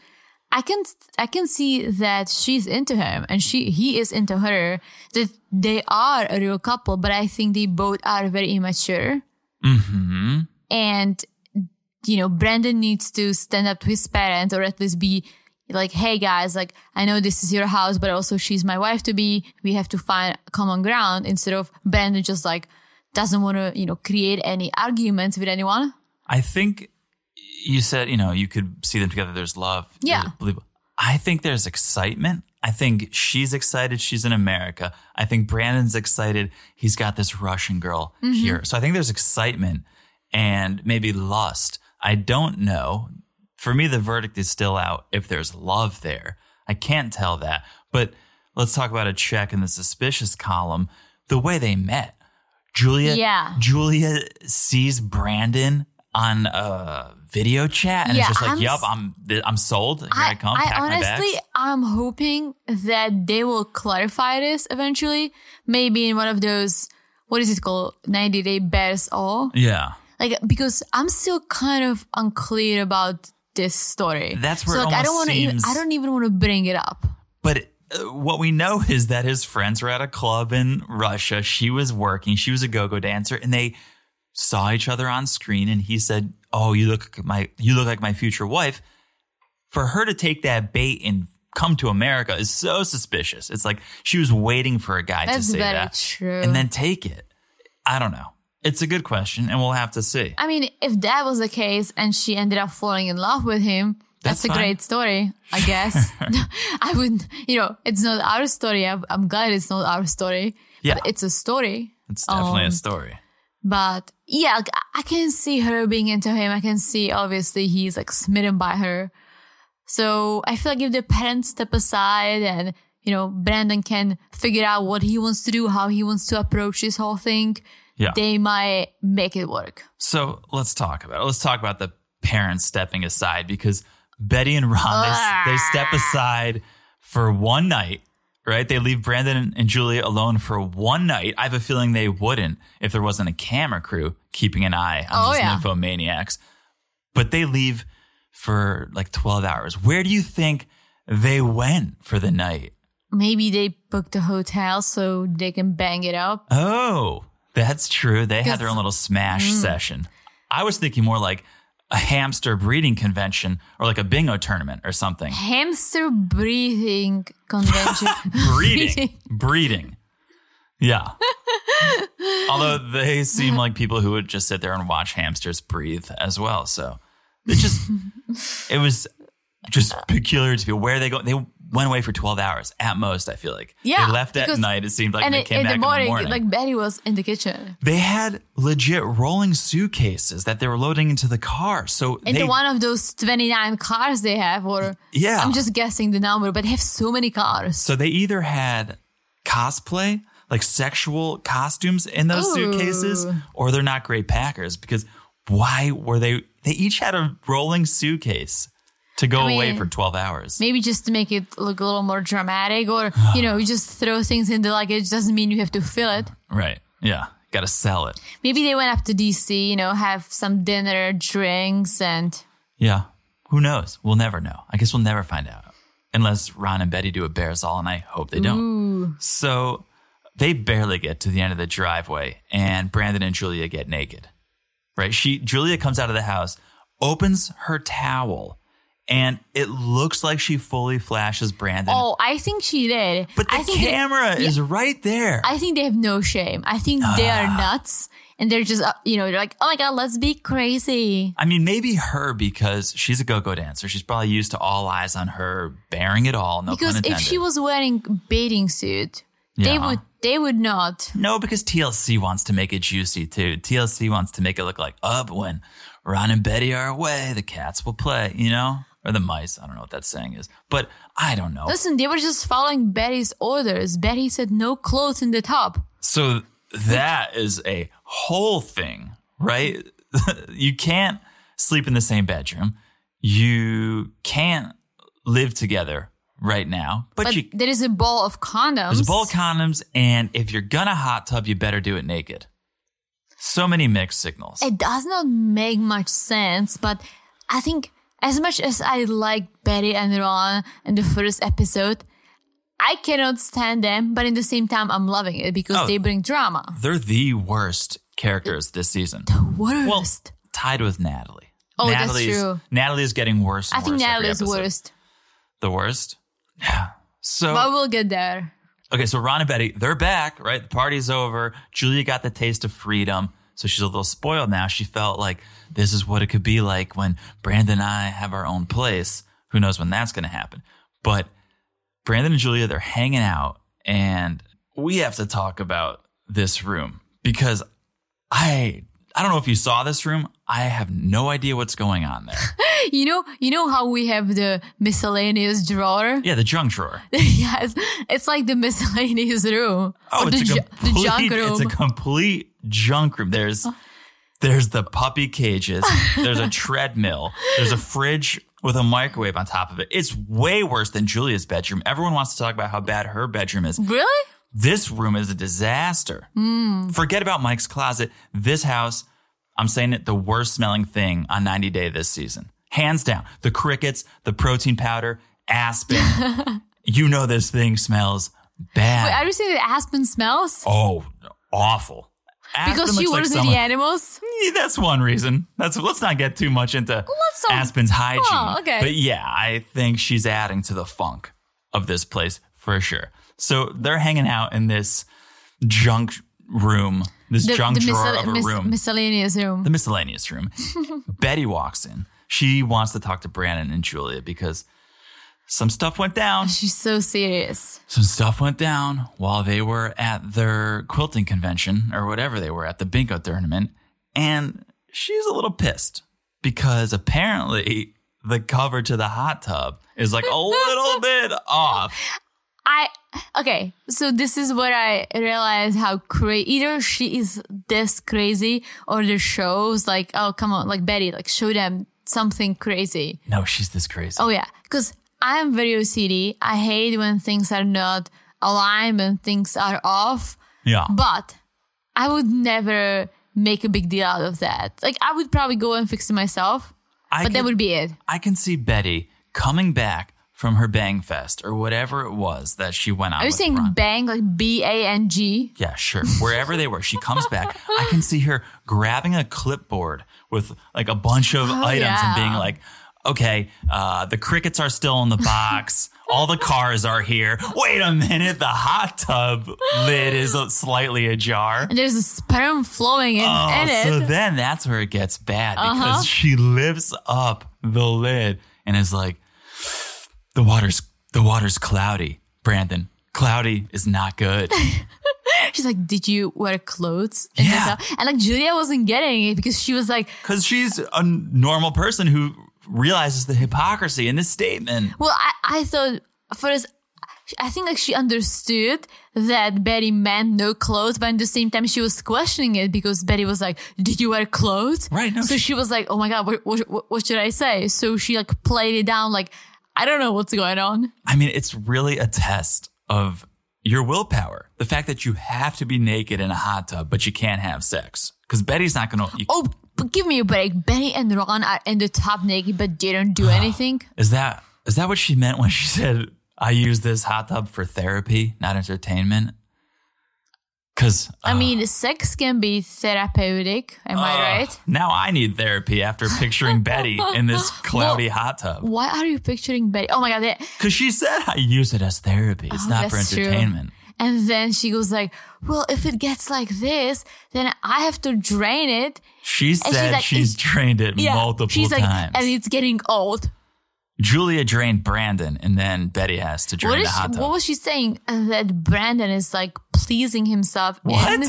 [SPEAKER 2] I can I can see that she's into him and she he is into her. That they are a real couple, but I think they both are very immature.
[SPEAKER 1] Mm-hmm.
[SPEAKER 2] And you know, Brandon needs to stand up to his parents or at least be like, hey guys, like I know this is your house, but also she's my wife to be. We have to find common ground instead of Brandon just like doesn't want to, you know, create any arguments with anyone.
[SPEAKER 1] I think you said, you know, you could see them together. There's love.
[SPEAKER 2] Yeah.
[SPEAKER 1] There's believe- I think there's excitement. I think she's excited. She's in America. I think Brandon's excited. He's got this Russian girl here. So I think there's excitement and maybe lust. I don't know. For me, the verdict is still out if there's love there. I can't tell that. But let's talk about a check in the suspicious column. The way they met. Julia
[SPEAKER 2] Yeah.
[SPEAKER 1] Julia sees Brandon on a video chat and
[SPEAKER 2] Yeah,
[SPEAKER 1] it's just like,
[SPEAKER 2] I'm
[SPEAKER 1] "Yep,
[SPEAKER 2] s-
[SPEAKER 1] I'm th- I'm sold. Here I, come. pack my bags."
[SPEAKER 2] honestly, I'm hoping that they will clarify this eventually. Maybe in one of those, what is it called? 90 day bears all.
[SPEAKER 1] yeah,
[SPEAKER 2] Like, because I'm still kind of unclear about this story.
[SPEAKER 1] That's where it
[SPEAKER 2] so, like, I don't
[SPEAKER 1] almost
[SPEAKER 2] wanna
[SPEAKER 1] seems-
[SPEAKER 2] even, I don't even want to bring it up.
[SPEAKER 1] but uh, what we know is that his friends were at a club in Russia. She was working. She was a go-go dancer, and they saw each other on screen. And he said, "Oh, you look like my you look like my future wife." For her to take that bait and come to America is so suspicious. It's like she was waiting for a guy to
[SPEAKER 2] That's
[SPEAKER 1] say
[SPEAKER 2] very
[SPEAKER 1] that.
[SPEAKER 2] true.
[SPEAKER 1] and then take it? I don't know. It's a good question, and we'll have to see.
[SPEAKER 2] I mean, if that was the case and she ended up falling in love with him,
[SPEAKER 1] That's
[SPEAKER 2] that's, a
[SPEAKER 1] fine.
[SPEAKER 2] great story, I guess. I would, you know, it's not our story. I'm, I'm glad it's not our story.
[SPEAKER 1] Yeah.
[SPEAKER 2] But it's a story.
[SPEAKER 1] It's definitely a
[SPEAKER 2] um,
[SPEAKER 1] story.
[SPEAKER 2] But yeah, like, I- I can see her being into him. I can see obviously he's like smitten by her. So I feel like if the parents step aside and you know, Brandon can figure out what he wants to do, how he wants to approach this whole thing,
[SPEAKER 1] Yeah.
[SPEAKER 2] they might make it work.
[SPEAKER 1] So let's talk about it. Let's talk about the parents stepping aside because Betty and Ron, they, they step
[SPEAKER 2] Ah.
[SPEAKER 1] aside for one night, right? They leave Brandon and Julia alone for one night. I have a feeling they wouldn't if there wasn't a camera crew keeping an eye on
[SPEAKER 2] Oh,
[SPEAKER 1] these
[SPEAKER 2] yeah.
[SPEAKER 1] nymphomaniacs. But they leave for like 12 hours. Where do you think they went for the night?
[SPEAKER 2] Maybe they booked a hotel so they can bang it up.
[SPEAKER 1] Oh, that's true. They had their
[SPEAKER 2] Because-
[SPEAKER 1] own little smash
[SPEAKER 2] mm.
[SPEAKER 1] session. I was thinking more like a hamster breeding convention or like a bingo tournament or something.
[SPEAKER 2] Hamster breathing convention.
[SPEAKER 1] Breeding. breeding. Yeah. Although they seem like people who would just sit there and watch hamsters breathe as well. So it just it was just peculiar to me where they go. They went away for 12 hours at most, I feel like.
[SPEAKER 2] Yeah,
[SPEAKER 1] They left at
[SPEAKER 2] because-
[SPEAKER 1] night. It seemed like
[SPEAKER 2] and
[SPEAKER 1] they
[SPEAKER 2] it,
[SPEAKER 1] came
[SPEAKER 2] in
[SPEAKER 1] back
[SPEAKER 2] the morning,
[SPEAKER 1] in the morning.
[SPEAKER 2] like Betty was in the kitchen.
[SPEAKER 1] they had legit rolling suitcases that they were loading into the car. So
[SPEAKER 2] Into
[SPEAKER 1] they,
[SPEAKER 2] one of those 29 cars they have, or
[SPEAKER 1] Yeah.
[SPEAKER 2] I'm just guessing the number, but they have so many cars.
[SPEAKER 1] so they either had cosplay, like sexual costumes in those
[SPEAKER 2] Ooh.
[SPEAKER 1] suitcases, or they're not great packers because why were they they each had a rolling suitcase to go
[SPEAKER 2] I
[SPEAKER 1] away
[SPEAKER 2] mean-
[SPEAKER 1] for 12 hours.
[SPEAKER 2] Maybe just to make it look a little more dramatic, or you know, you just throw things in the luggage, doesn't mean you have to fill it.
[SPEAKER 1] Right. Yeah. Got to sell it.
[SPEAKER 2] Maybe they went up to DC, you know, have some dinner, drinks, and
[SPEAKER 1] Yeah. Who knows? We'll never know. I guess we'll never find out. Unless Ron and Betty do a bear's all, and I hope they don't. So they barely get to the end of the driveway, and Brandon and Julia get naked. Right? She Julia comes out of the house, opens her towel, and it looks like she fully flashes Brandon.
[SPEAKER 2] oh, I think she did.
[SPEAKER 1] but the
[SPEAKER 2] I think they-
[SPEAKER 1] camera is right there.
[SPEAKER 2] I think they have no shame. I think they are
[SPEAKER 1] Ah.
[SPEAKER 2] nuts, and they're just uh, you know, they're like, oh my god, let's be crazy.
[SPEAKER 1] I mean, maybe her because she's a go-go dancer. She's probably used to all eyes on her, bearing it all. No
[SPEAKER 2] Because
[SPEAKER 1] pun
[SPEAKER 2] if
[SPEAKER 1] intended.
[SPEAKER 2] she was wearing bathing suit, they
[SPEAKER 1] Yeah.
[SPEAKER 2] would they would not.
[SPEAKER 1] No, because TLC wants to make it juicy too. TLC wants to make it look like up when Ron and Betty are away, the cats will play, you know? Or the mice. I don't know what that saying is. But I don't know.
[SPEAKER 2] Listen, they were just following Betty's orders. Betty said no clothes in the top.
[SPEAKER 1] So that is a whole thing, right? you can't sleep in the same bedroom. You can't live together right now. But,
[SPEAKER 2] But
[SPEAKER 1] you
[SPEAKER 2] there is a ball of condoms.
[SPEAKER 1] there's bowl condoms, and if you're gonna hot tub, you better do it naked. So many mixed signals.
[SPEAKER 2] it does not make much sense, but I think as much as I like Betty and Ron in the first episode, I cannot stand them, but in the same time, I'm loving it because
[SPEAKER 1] Oh.
[SPEAKER 2] they bring drama.
[SPEAKER 1] They're the worst characters this season. Well,
[SPEAKER 2] Worst.
[SPEAKER 1] tied with Natalie.
[SPEAKER 2] Oh, that's
[SPEAKER 1] Natalie's,
[SPEAKER 2] true.
[SPEAKER 1] Natalie is getting worse. And
[SPEAKER 2] I think
[SPEAKER 1] worse every
[SPEAKER 2] Natalie's
[SPEAKER 1] episode.
[SPEAKER 2] worst,
[SPEAKER 1] The worst. So
[SPEAKER 2] but we'll get there.
[SPEAKER 1] okay, so Ron and Betty, they're back, right? The party's over. Julia got the taste of freedom, so she's a little spoiled now. She felt like this is what it could be like when Brandon and I have our own place. Who knows when that's going to happen? But Brandon and Julia, they're hanging out, and we have to talk about this room because I I don't know if you saw this room. I have no idea what's going on there.
[SPEAKER 2] You know, you know how we have the miscellaneous drawer.
[SPEAKER 1] Yeah, the junk drawer.
[SPEAKER 2] yes, it's like the miscellaneous room
[SPEAKER 1] Oh,
[SPEAKER 2] or
[SPEAKER 1] it's
[SPEAKER 2] the,
[SPEAKER 1] a
[SPEAKER 2] ju-
[SPEAKER 1] complete,
[SPEAKER 2] the junk room. Oh.
[SPEAKER 1] It's a complete junk room. There's there's the puppy cages. There's a treadmill. There's a fridge with a microwave on top of it. It's way worse than Julia's bedroom. Everyone wants to talk about how bad her bedroom is.
[SPEAKER 2] really?
[SPEAKER 1] This room is a disaster.
[SPEAKER 2] Hmm.
[SPEAKER 1] Forget about Mike's closet. This house, I'm saying it, the worst smelling thing on 90 Day this season. Hands down. The crickets, the protein powder, aspen. you know this thing smells bad.
[SPEAKER 2] Wait, are you saying that Aspen smells?
[SPEAKER 1] Oh, awful. Aspen
[SPEAKER 2] because she
[SPEAKER 1] looks like
[SPEAKER 2] works with
[SPEAKER 1] someone-
[SPEAKER 2] the animals.
[SPEAKER 1] Yeah, That's one reason. That's let's not get too much into
[SPEAKER 2] Let's not-
[SPEAKER 1] Aspen's hygiene.
[SPEAKER 2] Oh, okay.
[SPEAKER 1] But yeah, I think she's adding to the funk of this place for sure. So they're hanging out in this junk room, this junk drawer
[SPEAKER 2] miscell-
[SPEAKER 1] of a
[SPEAKER 2] mis-
[SPEAKER 1] room,
[SPEAKER 2] miscellaneous room.
[SPEAKER 1] the miscellaneous room. Betty walks in. She wants to talk to Brandon and Julia because some stuff went down.
[SPEAKER 2] She's so serious.
[SPEAKER 1] some stuff went down while they were at their quilting convention or whatever they were at the bingo tournament and she's a little pissed because apparently the cover to the hot tub is like a little bit off
[SPEAKER 2] I okay. So this is what I realized how crazy either she is this crazy or the shows like oh come on like Betty like show them something crazy.
[SPEAKER 1] No, she's this crazy.
[SPEAKER 2] Oh yeah, because I am very OCD. I hate when things are not aligned when things are off.
[SPEAKER 1] yeah.
[SPEAKER 2] But I would never make a big deal out of that. Like I would probably go and fix it myself,
[SPEAKER 1] I
[SPEAKER 2] but
[SPEAKER 1] can,
[SPEAKER 2] that would be it.
[SPEAKER 1] I can see Betty coming back from her bang fest or whatever it was that she went out.
[SPEAKER 2] Are you
[SPEAKER 1] with
[SPEAKER 2] saying
[SPEAKER 1] Ron.
[SPEAKER 2] bang like B A N G?
[SPEAKER 1] Yeah, sure. Wherever they were, she comes back. I can see her grabbing a clipboard with like a bunch of items and
[SPEAKER 2] Oh, yeah.
[SPEAKER 1] being like, okay, uh, the crickets are still in the box. All the cars are here. Wait a minute. The hot tub lid is slightly ajar.
[SPEAKER 2] And there's a sperm flowing in,
[SPEAKER 1] Oh,
[SPEAKER 2] in it.
[SPEAKER 1] so then that's where it gets bad because
[SPEAKER 2] Uh-huh.
[SPEAKER 1] she lifts up the lid and is like, the water's, the water's cloudy, Brandon. Cloudy is not good.
[SPEAKER 2] She's like, "Did you wear clothes?" And,
[SPEAKER 1] Yeah.
[SPEAKER 2] stuff. and like Julia wasn't getting it because she was like,
[SPEAKER 1] Because she's a normal person who realizes the hypocrisy in this statement.
[SPEAKER 2] "Well, I, I thought first, I think like she understood that Betty meant no clothes, but at the same time she was questioning it because Betty was like, "Did you wear clothes?"
[SPEAKER 1] Right, no,
[SPEAKER 2] so
[SPEAKER 1] she-
[SPEAKER 2] she, was like, "Oh my god, what, what- what what should I say?" So she like played it down like. I don't know what's going on.
[SPEAKER 1] I mean, it's really a test of your willpower. The fact that you have to be naked in a hot tub, but you can't have sex. Because Betty's not going to.
[SPEAKER 2] Oh, but give me a break. Benny and Ron are in the top naked, but they don't do anything.
[SPEAKER 1] Is that is that what she meant when she said, "I use this hot tub for therapy, not entertainment"? Because
[SPEAKER 2] I mean, sex can be therapeutic. Am I right?
[SPEAKER 1] uh, now I need therapy after picturing Betty in this cloudy hot tub.
[SPEAKER 2] Why are you picturing Betty? Oh my god! that-
[SPEAKER 1] Because she said, "I use it as therapy. It's
[SPEAKER 2] Oh,
[SPEAKER 1] not for
[SPEAKER 2] that's true.
[SPEAKER 1] entertainment."
[SPEAKER 2] And then she goes like, "Well, if it gets like this, then I have to drain it."
[SPEAKER 1] She said
[SPEAKER 2] she's
[SPEAKER 1] she's,
[SPEAKER 2] like, "It's-
[SPEAKER 1] drained it multiple
[SPEAKER 2] she's like,
[SPEAKER 1] times.
[SPEAKER 2] and it's getting old.
[SPEAKER 1] Julia drained Brandon, and then Betty has to
[SPEAKER 2] What
[SPEAKER 1] drain the
[SPEAKER 2] is she,
[SPEAKER 1] hot tub.
[SPEAKER 2] what was she saying? Uh, That Brandon is like pleasing himself.
[SPEAKER 1] What?
[SPEAKER 2] in-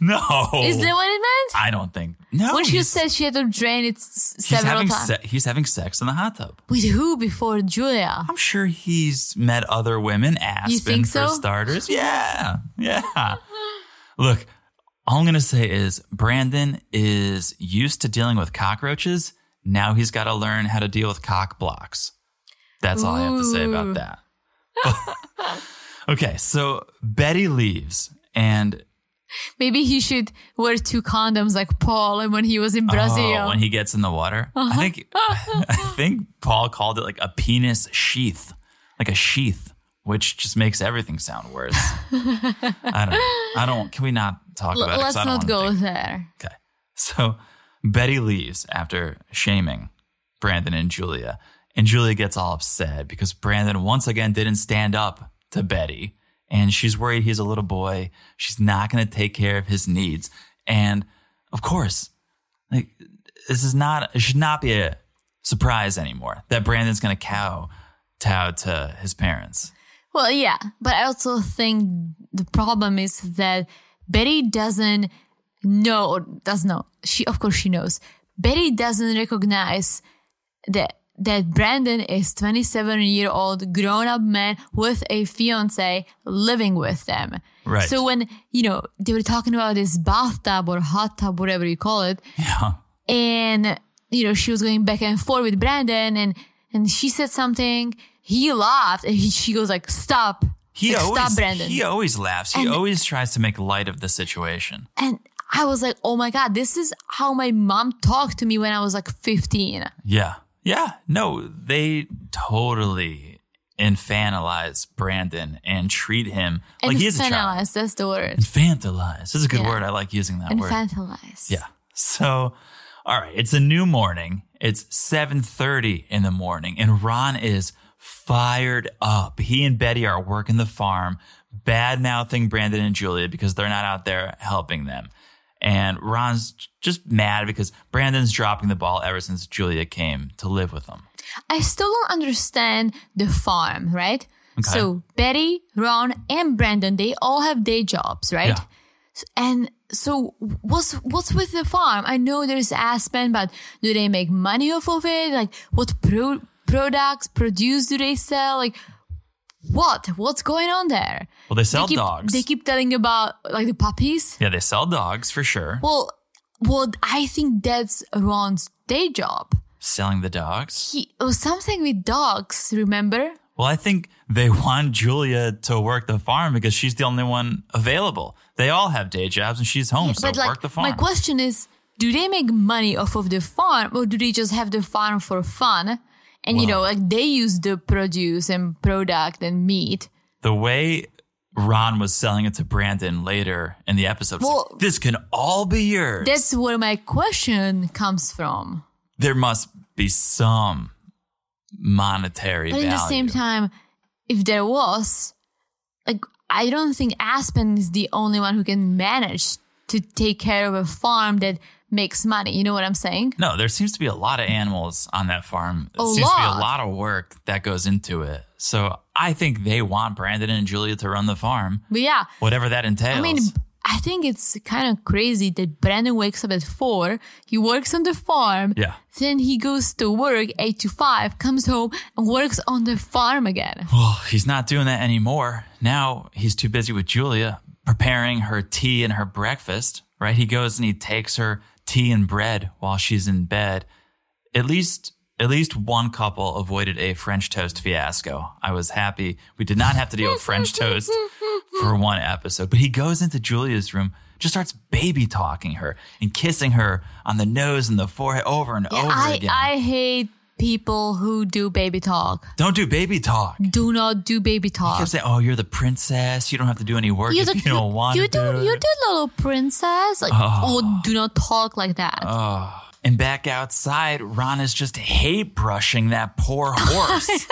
[SPEAKER 1] No.
[SPEAKER 2] Is that what it meant?
[SPEAKER 1] I don't think. No.
[SPEAKER 2] When she
[SPEAKER 1] he's-
[SPEAKER 2] said she had to drain it s-
[SPEAKER 1] he's
[SPEAKER 2] several
[SPEAKER 1] having
[SPEAKER 2] times.
[SPEAKER 1] se- he's having sex in the hot tub.
[SPEAKER 2] With who before Julia?
[SPEAKER 1] I'm sure he's met other women, Aspen
[SPEAKER 2] think
[SPEAKER 1] for
[SPEAKER 2] so?
[SPEAKER 1] starters. Yeah. Yeah. Look, all I'm going to say is Brandon is used to dealing with cockroaches. Now he's got to learn how to deal with cock blocks. That's all I have to say about
[SPEAKER 2] Ooh.
[SPEAKER 1] that. okay, so Betty leaves and
[SPEAKER 2] Maybe he should wear two condoms like Paul when he was in Brazil.
[SPEAKER 1] Oh, when he gets in the water.
[SPEAKER 2] Uh-huh.
[SPEAKER 1] I think I think Paul called it like a penis sheath, like a sheath, which just makes everything sound worse. I don't. know. I don't. Can we not talk
[SPEAKER 2] L-
[SPEAKER 1] about it? 'Cause
[SPEAKER 2] let's
[SPEAKER 1] I don't
[SPEAKER 2] not
[SPEAKER 1] wanna
[SPEAKER 2] go
[SPEAKER 1] think-
[SPEAKER 2] there.
[SPEAKER 1] Okay. So Betty leaves after shaming Brandon and Julia, and Julia gets all upset because Brandon once again didn't stand up to Betty, and she's worried he's a little boy. She's not going to take care of his needs, and of course, like this is not it should not be a surprise anymore that Brandon's going to cow tow to his parents.
[SPEAKER 2] Well, yeah, but I also think the problem is that Betty doesn't know or does know. She, of course, she knows. Betty doesn't recognize that that Brandon is 27 year old grown up man with a fiance living with them.
[SPEAKER 1] Right.
[SPEAKER 2] So when you know they were talking about this bathtub or hot tub, whatever you call it,
[SPEAKER 1] Yeah.
[SPEAKER 2] and you know she was going back and forth with Brandon, and and she said something. He laughed, and he, she goes like, "Stop,
[SPEAKER 1] He
[SPEAKER 2] Like,
[SPEAKER 1] always
[SPEAKER 2] stop, Brandon."
[SPEAKER 1] he always laughs. He
[SPEAKER 2] And-
[SPEAKER 1] always tries to make light of the situation.
[SPEAKER 2] and I was like, "Oh my god, this is how my mom talked to me when I was like 15."
[SPEAKER 1] Yeah. Yeah. No, they totally infantilize Brandon and treat him like he is a child.
[SPEAKER 2] Infantilize, that's the word.
[SPEAKER 1] Infantilize. This is a good
[SPEAKER 2] Yeah.
[SPEAKER 1] word. I like using that word.
[SPEAKER 2] Infantilize.
[SPEAKER 1] Yeah. So, all right, it's a new morning. It's 7:30 in the morning and Ron is fired up. He and Betty are working the farm, bad-mouthing Brandon and Julia because they're not out there helping them. And Ron's just mad because Brandon's dropping the ball ever since Julia came to live with them.
[SPEAKER 2] I still don't understand the farm, right?
[SPEAKER 1] Okay.
[SPEAKER 2] So Betty, Ron, and Brandon, they all have day jobs, right?
[SPEAKER 1] Yeah.
[SPEAKER 2] S- And so what's what's with the farm? I know there's Aspen, but do they make money off of it? Like what pro- products, produce do they sell? Like what? What's going on there?
[SPEAKER 1] Well, they sell
[SPEAKER 2] they keep,
[SPEAKER 1] dogs.
[SPEAKER 2] They keep telling about like the puppies.
[SPEAKER 1] yeah, they sell dogs for sure.
[SPEAKER 2] Well, well, I think that's Ron's day job.
[SPEAKER 1] Selling the dogs.
[SPEAKER 2] He it was something with dogs. Remember?
[SPEAKER 1] Well, I think they want Julia to work the farm because she's the only one available. They all have day jobs and she's home, so
[SPEAKER 2] but like,
[SPEAKER 1] work the farm.
[SPEAKER 2] my question is, do they make money off of the farm, or do they just have the farm for fun? And you
[SPEAKER 1] Well-
[SPEAKER 2] know, like they use the produce and product and meat.
[SPEAKER 1] the way Ron was selling it to Brandon later in the episode, was
[SPEAKER 2] Well-
[SPEAKER 1] like, this can all be yours.
[SPEAKER 2] That's where my question comes from.
[SPEAKER 1] there must be some monetary
[SPEAKER 2] But at
[SPEAKER 1] value.
[SPEAKER 2] the same time, if there was, like, I don't think Aspen is the only one who can manage to take care of a farm that makes money. You know what I'm saying?
[SPEAKER 1] no, there seems to be a lot of animals on that farm. It
[SPEAKER 2] A
[SPEAKER 1] seems to be
[SPEAKER 2] lot.
[SPEAKER 1] a lot of work that goes into it. So I think they want Brandon and Julia to run the farm,
[SPEAKER 2] But yeah,
[SPEAKER 1] whatever that entails.
[SPEAKER 2] I mean, I think it's kind of crazy that Brandon wakes up at four, he works on the farm,
[SPEAKER 1] yeah.
[SPEAKER 2] then he goes to work eight to five, comes home and works on the farm again.
[SPEAKER 1] Well, he's not doing that anymore. Now he's too busy with Julia preparing her tea and her breakfast, right? He goes and he takes her tea and bread while she's in bed. At least at least one couple avoided a French toast fiasco. I was happy we did not have to deal with French toast for one episode. But he goes into Julia's room, just starts baby talking her and kissing her on the nose and the forehead over and over
[SPEAKER 2] I,
[SPEAKER 1] again.
[SPEAKER 2] I hate people who do baby talk.
[SPEAKER 1] Don't do baby talk.
[SPEAKER 2] Do not do baby
[SPEAKER 1] He
[SPEAKER 2] talk.
[SPEAKER 1] kept saying, "Oh, you're the princess. You don't have to do any work
[SPEAKER 2] You're
[SPEAKER 1] if
[SPEAKER 2] the
[SPEAKER 1] you don't
[SPEAKER 2] cute-
[SPEAKER 1] want to
[SPEAKER 2] you
[SPEAKER 1] do, it."
[SPEAKER 2] you do little princess. Like, oh. do not talk like that.
[SPEAKER 1] Oh, and back outside, Ron is just hate brushing that poor horse.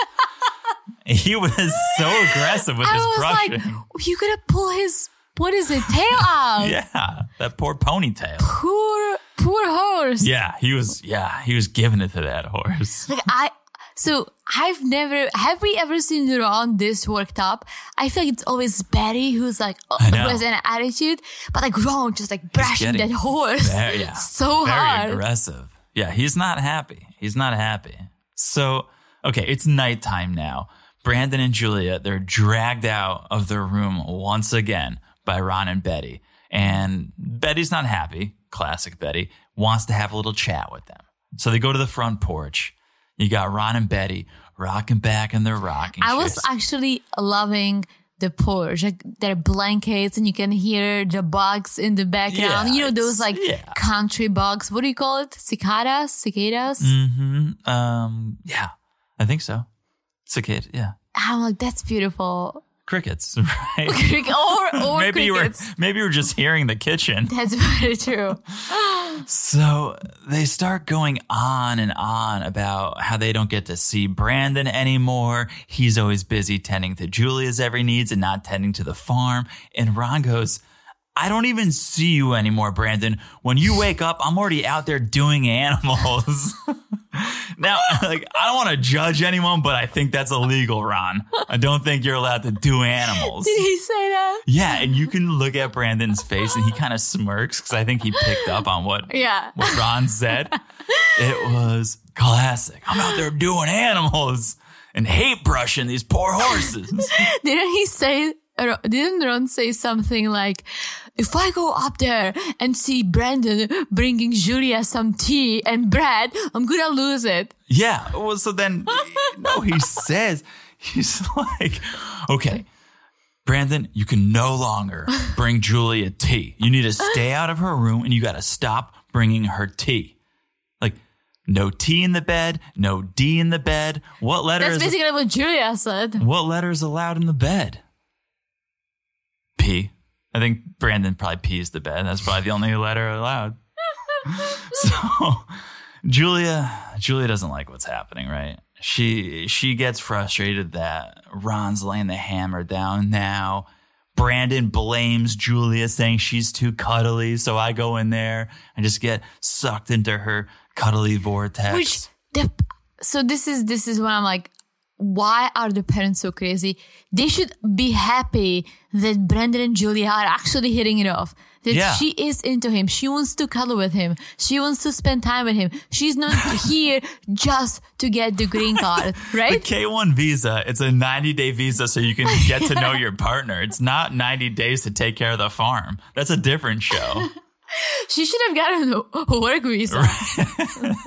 [SPEAKER 1] he was so aggressive with
[SPEAKER 2] I
[SPEAKER 1] his
[SPEAKER 2] was
[SPEAKER 1] brushing.
[SPEAKER 2] like, you gotta pull his what is it tail out?
[SPEAKER 1] yeah, that poor ponytail.
[SPEAKER 2] Poor poor horse.
[SPEAKER 1] Yeah, he was. Yeah, he was giving it to that horse.
[SPEAKER 2] Like I so I've never have we ever seen Ron this worked up? I feel like it's always Betty who's like oh, who
[SPEAKER 1] know.
[SPEAKER 2] has an attitude, but like Ron just like brushing that
[SPEAKER 1] getting
[SPEAKER 2] horse
[SPEAKER 1] Very, yeah.
[SPEAKER 2] so
[SPEAKER 1] very
[SPEAKER 2] hard.
[SPEAKER 1] aggressive. Yeah, he's not happy. He's not happy. So, okay, it's nighttime now. Brandon and Julia, they're dragged out of their room once again by Ron and Betty. And Betty's not happy, classic Betty, wants to have a little chat with them. So they go to the front porch. You got Ron and Betty rocking back in their rocking
[SPEAKER 2] I was
[SPEAKER 1] chairs.
[SPEAKER 2] actually loving the porch, like their blankets, and you can hear the bugs in the background.
[SPEAKER 1] Yeah,
[SPEAKER 2] you know those
[SPEAKER 1] it's-
[SPEAKER 2] like
[SPEAKER 1] yeah.
[SPEAKER 2] country bugs. What do you call it? Cicadas, cicadas.
[SPEAKER 1] Mhm. um, yeah, I think so. Cicada, yeah.
[SPEAKER 2] I'm like, that's beautiful.
[SPEAKER 1] Crickets, right?
[SPEAKER 2] Crick- or or
[SPEAKER 1] maybe you were
[SPEAKER 2] crickets.
[SPEAKER 1] maybe you were just hearing the kitchen.
[SPEAKER 2] That's very true.
[SPEAKER 1] So they start going on and on about how they don't get to see Brandon anymore. He's always busy tending to Julia's every needs and not tending to the farm. And Ron goes, I don't even see you anymore, Brandon. When you wake up, I'm already out there doing animals. now, like, I don't want to judge anyone, but I think that's illegal, Ron. I don't think you're allowed to do animals.
[SPEAKER 2] Did he say that?
[SPEAKER 1] Yeah, and you can look at Brandon's face and he kind of smirks because I think he picked up on what,
[SPEAKER 2] Yeah.
[SPEAKER 1] what Ron said. It was classic. I'm out there doing animals and hate brushing these poor horses.
[SPEAKER 2] Didn't he say? Ro- Didn't Ron say something like, "If I go up there and see Brandon bringing Julia some tea and bread, I'm gonna lose it."
[SPEAKER 1] Yeah. Well, so then, no, he says, he's like, okay, Brandon, you can no longer bring Julia tea. You need to stay out of her room and you got to stop bringing her tea. Like, no T in the bed, no D in the bed. What letter
[SPEAKER 2] That's
[SPEAKER 1] is
[SPEAKER 2] basically what Julia said.
[SPEAKER 1] What letter is allowed in the bed? P. I think Brandon probably pees the bed. That's probably the only letter allowed. so Julia, Julia doesn't like what's happening, right? She she gets frustrated that Ron's laying the hammer down now. Brandon blames Julia, saying she's too cuddly. So I go in there and just get sucked into her cuddly vortex.
[SPEAKER 2] Which the, so this is this is when I'm like, why are the parents so crazy? They should be happy that Brandon and Julia are actually hitting it off. That
[SPEAKER 1] Yeah.
[SPEAKER 2] she is into him. She wants to cuddle with him. She wants to spend time with him. She's not here just to get the green card,
[SPEAKER 1] The
[SPEAKER 2] right?
[SPEAKER 1] K1 visa, it's a 90 day visa so you can get to know your partner. It's not 90 days to take care of the farm. That's a different show.
[SPEAKER 2] She should have gotten a work visa.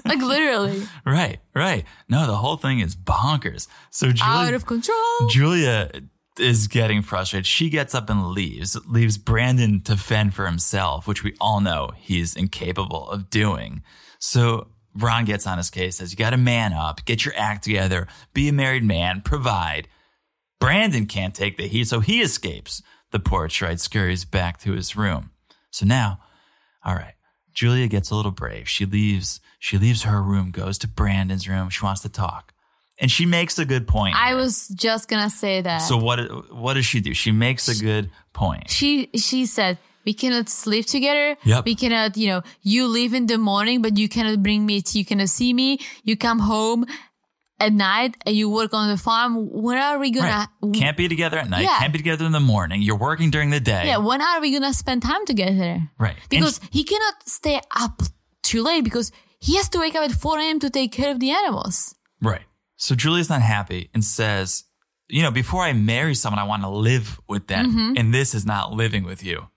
[SPEAKER 2] like literally
[SPEAKER 1] right, right. No, the whole thing is bonkers. So Julie,
[SPEAKER 2] out of control.
[SPEAKER 1] Julia is getting frustrated. She gets up and leaves, leaves Brandon to fend for himself, which we all know he's incapable of doing. So Ron gets on his case, says, You got to man up, get your act together, be a married man, provide. Brandon can't take the heat, so he escapes. The poor trite scurries back to his room. So now, all right, Julia gets a little brave. She leaves. She leaves her room, goes to Brandon's room. She wants to talk, and she makes a good point.
[SPEAKER 2] I
[SPEAKER 1] here.
[SPEAKER 2] was just gonna say that.
[SPEAKER 1] So what what does she do? She makes a good point.
[SPEAKER 2] she she said we cannot sleep together.
[SPEAKER 1] Yep.
[SPEAKER 2] We cannot, you know, you leave in the morning, but you cannot bring me tea. You cannot see me. You come home at night and you work on the farm. When are we
[SPEAKER 1] Right.
[SPEAKER 2] gonna?
[SPEAKER 1] Can't be together at night.
[SPEAKER 2] Yeah.
[SPEAKER 1] Can't be together in the morning. You're working during the day.
[SPEAKER 2] yeah. When are we gonna spend time together?
[SPEAKER 1] Right. And
[SPEAKER 2] Because he cannot stay up too late because he has to wake up at four a.m. to take care of the animals.
[SPEAKER 1] Right. So Julia's not happy and says, you know, before I marry someone, I want to live with them.
[SPEAKER 2] Mm-hmm.
[SPEAKER 1] And this is not living with you.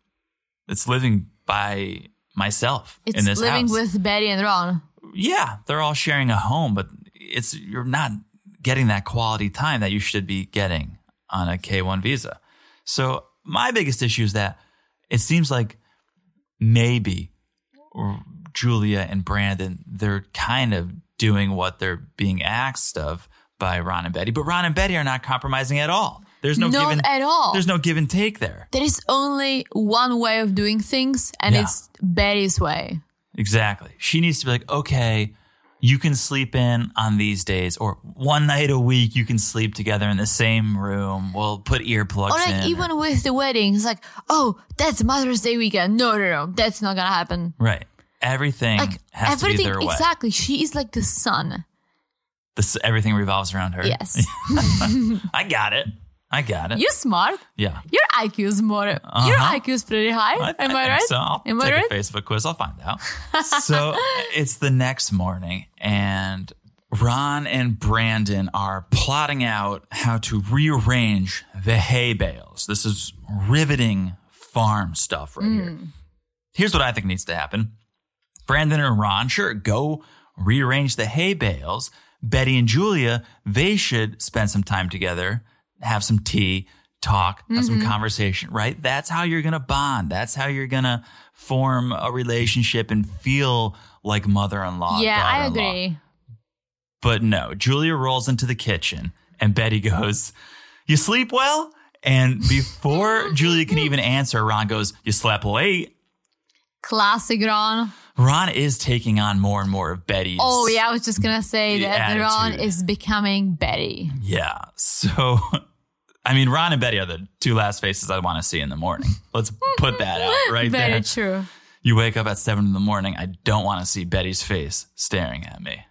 [SPEAKER 1] It's living by myself
[SPEAKER 2] It's
[SPEAKER 1] in this
[SPEAKER 2] living
[SPEAKER 1] house.
[SPEAKER 2] with Betty and Ron.
[SPEAKER 1] yeah, they're all sharing a home, but it's you're not getting that quality time that you should be getting on a K1 visa. So my biggest issue is that it seems like maybe Julia and Brandon they're kind of doing what they're being asked of by Ron and Betty, but Ron and Betty are not compromising at all. There's no
[SPEAKER 2] Not
[SPEAKER 1] give and,
[SPEAKER 2] at all.
[SPEAKER 1] There's no give and take there.
[SPEAKER 2] There is only one way of doing things, and
[SPEAKER 1] Yeah.
[SPEAKER 2] it's Betty's way.
[SPEAKER 1] Exactly. She needs to be like, okay, you can sleep in on these days, or one night a week you can sleep together in the same room. We'll put earplugs
[SPEAKER 2] Or like
[SPEAKER 1] in.
[SPEAKER 2] even with the wedding, it's like, oh, that's Mother's Day weekend. No, no, no, that's not gonna happen.
[SPEAKER 1] right. Everything
[SPEAKER 2] Like
[SPEAKER 1] Mm, has to be
[SPEAKER 2] everything,
[SPEAKER 1] their way.
[SPEAKER 2] exactly. She is like the sun.
[SPEAKER 1] This, everything revolves around her.
[SPEAKER 2] Yes,
[SPEAKER 1] I got it. I got it.
[SPEAKER 2] you're smart.
[SPEAKER 1] yeah.
[SPEAKER 2] Your IQ is more. Your
[SPEAKER 1] Uh-huh.
[SPEAKER 2] IQ is pretty high. Am I
[SPEAKER 1] think
[SPEAKER 2] right?
[SPEAKER 1] So I'll
[SPEAKER 2] Am I
[SPEAKER 1] take
[SPEAKER 2] right?
[SPEAKER 1] a Facebook quiz. I'll find out. so it's the next morning, and Ron and Brandon are plotting out how to rearrange the hay bales. This is riveting farm stuff right here.
[SPEAKER 2] Mm.
[SPEAKER 1] Here's what I think needs to happen. Brandon and Ron, sure, go rearrange the hay bales. Betty and Julia, they should spend some time together, have some tea, talk, have some
[SPEAKER 2] Mm-hmm.
[SPEAKER 1] conversation, right? That's how you're going to bond. That's how you're going to form a relationship and feel like mother in law.
[SPEAKER 2] yeah, I agree.
[SPEAKER 1] But no, Julia rolls into the kitchen and Betty goes, You sleep well? And before Julia can even answer, Ron goes, You slept late.
[SPEAKER 2] Classic Ron.
[SPEAKER 1] Ron is taking on more and more of Betty's.
[SPEAKER 2] Oh yeah, I was just gonna say
[SPEAKER 1] The
[SPEAKER 2] that Ron
[SPEAKER 1] attitude.
[SPEAKER 2] is becoming Betty.
[SPEAKER 1] Yeah. So, I mean, Ron and Betty are the two last faces I want to see in the morning. Let's put that out right
[SPEAKER 2] Very
[SPEAKER 1] there.
[SPEAKER 2] true.
[SPEAKER 1] You wake up at seven in the morning. I don't want to see Betty's face staring at me.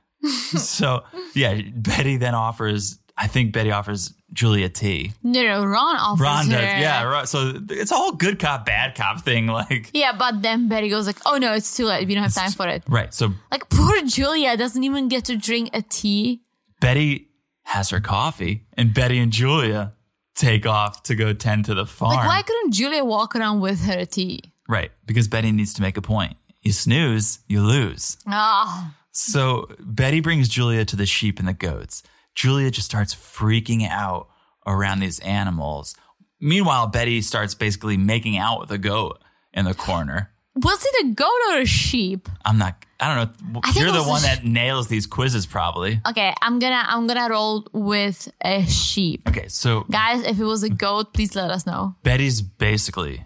[SPEAKER 1] so, yeah, Betty then offers, I think Betty offers Julia tea.
[SPEAKER 2] No, no, Ron offers
[SPEAKER 1] Ron does.
[SPEAKER 2] her.
[SPEAKER 1] Yeah. Right. So it's a whole good cop, bad cop thing. Like,
[SPEAKER 2] Yeah, but then Betty goes like, "Oh no, it's too late. We don't have time for it."
[SPEAKER 1] right. So
[SPEAKER 2] Like poor Julia doesn't even get to drink a tea.
[SPEAKER 1] Betty has her coffee and Betty and Julia take off to go tend to the farm.
[SPEAKER 2] Like why couldn't Julia walk around with her tea?
[SPEAKER 1] Right, because Betty needs to make a point. You snooze, you lose.
[SPEAKER 2] Ah,
[SPEAKER 1] So Betty brings Julia to the sheep and the goats. Julia just starts freaking out around these animals. Meanwhile, Betty starts basically making out with a goat in the corner.
[SPEAKER 2] was it a goat or a sheep?
[SPEAKER 1] I'm not, I don't know.
[SPEAKER 2] I think
[SPEAKER 1] You're
[SPEAKER 2] it
[SPEAKER 1] the
[SPEAKER 2] was a
[SPEAKER 1] one
[SPEAKER 2] sh-
[SPEAKER 1] that nails these quizzes, probably.
[SPEAKER 2] Okay, I'm gonna I'm gonna roll with a sheep.
[SPEAKER 1] Okay, so
[SPEAKER 2] Guys, if it was a goat, please let us know.
[SPEAKER 1] Betty's basically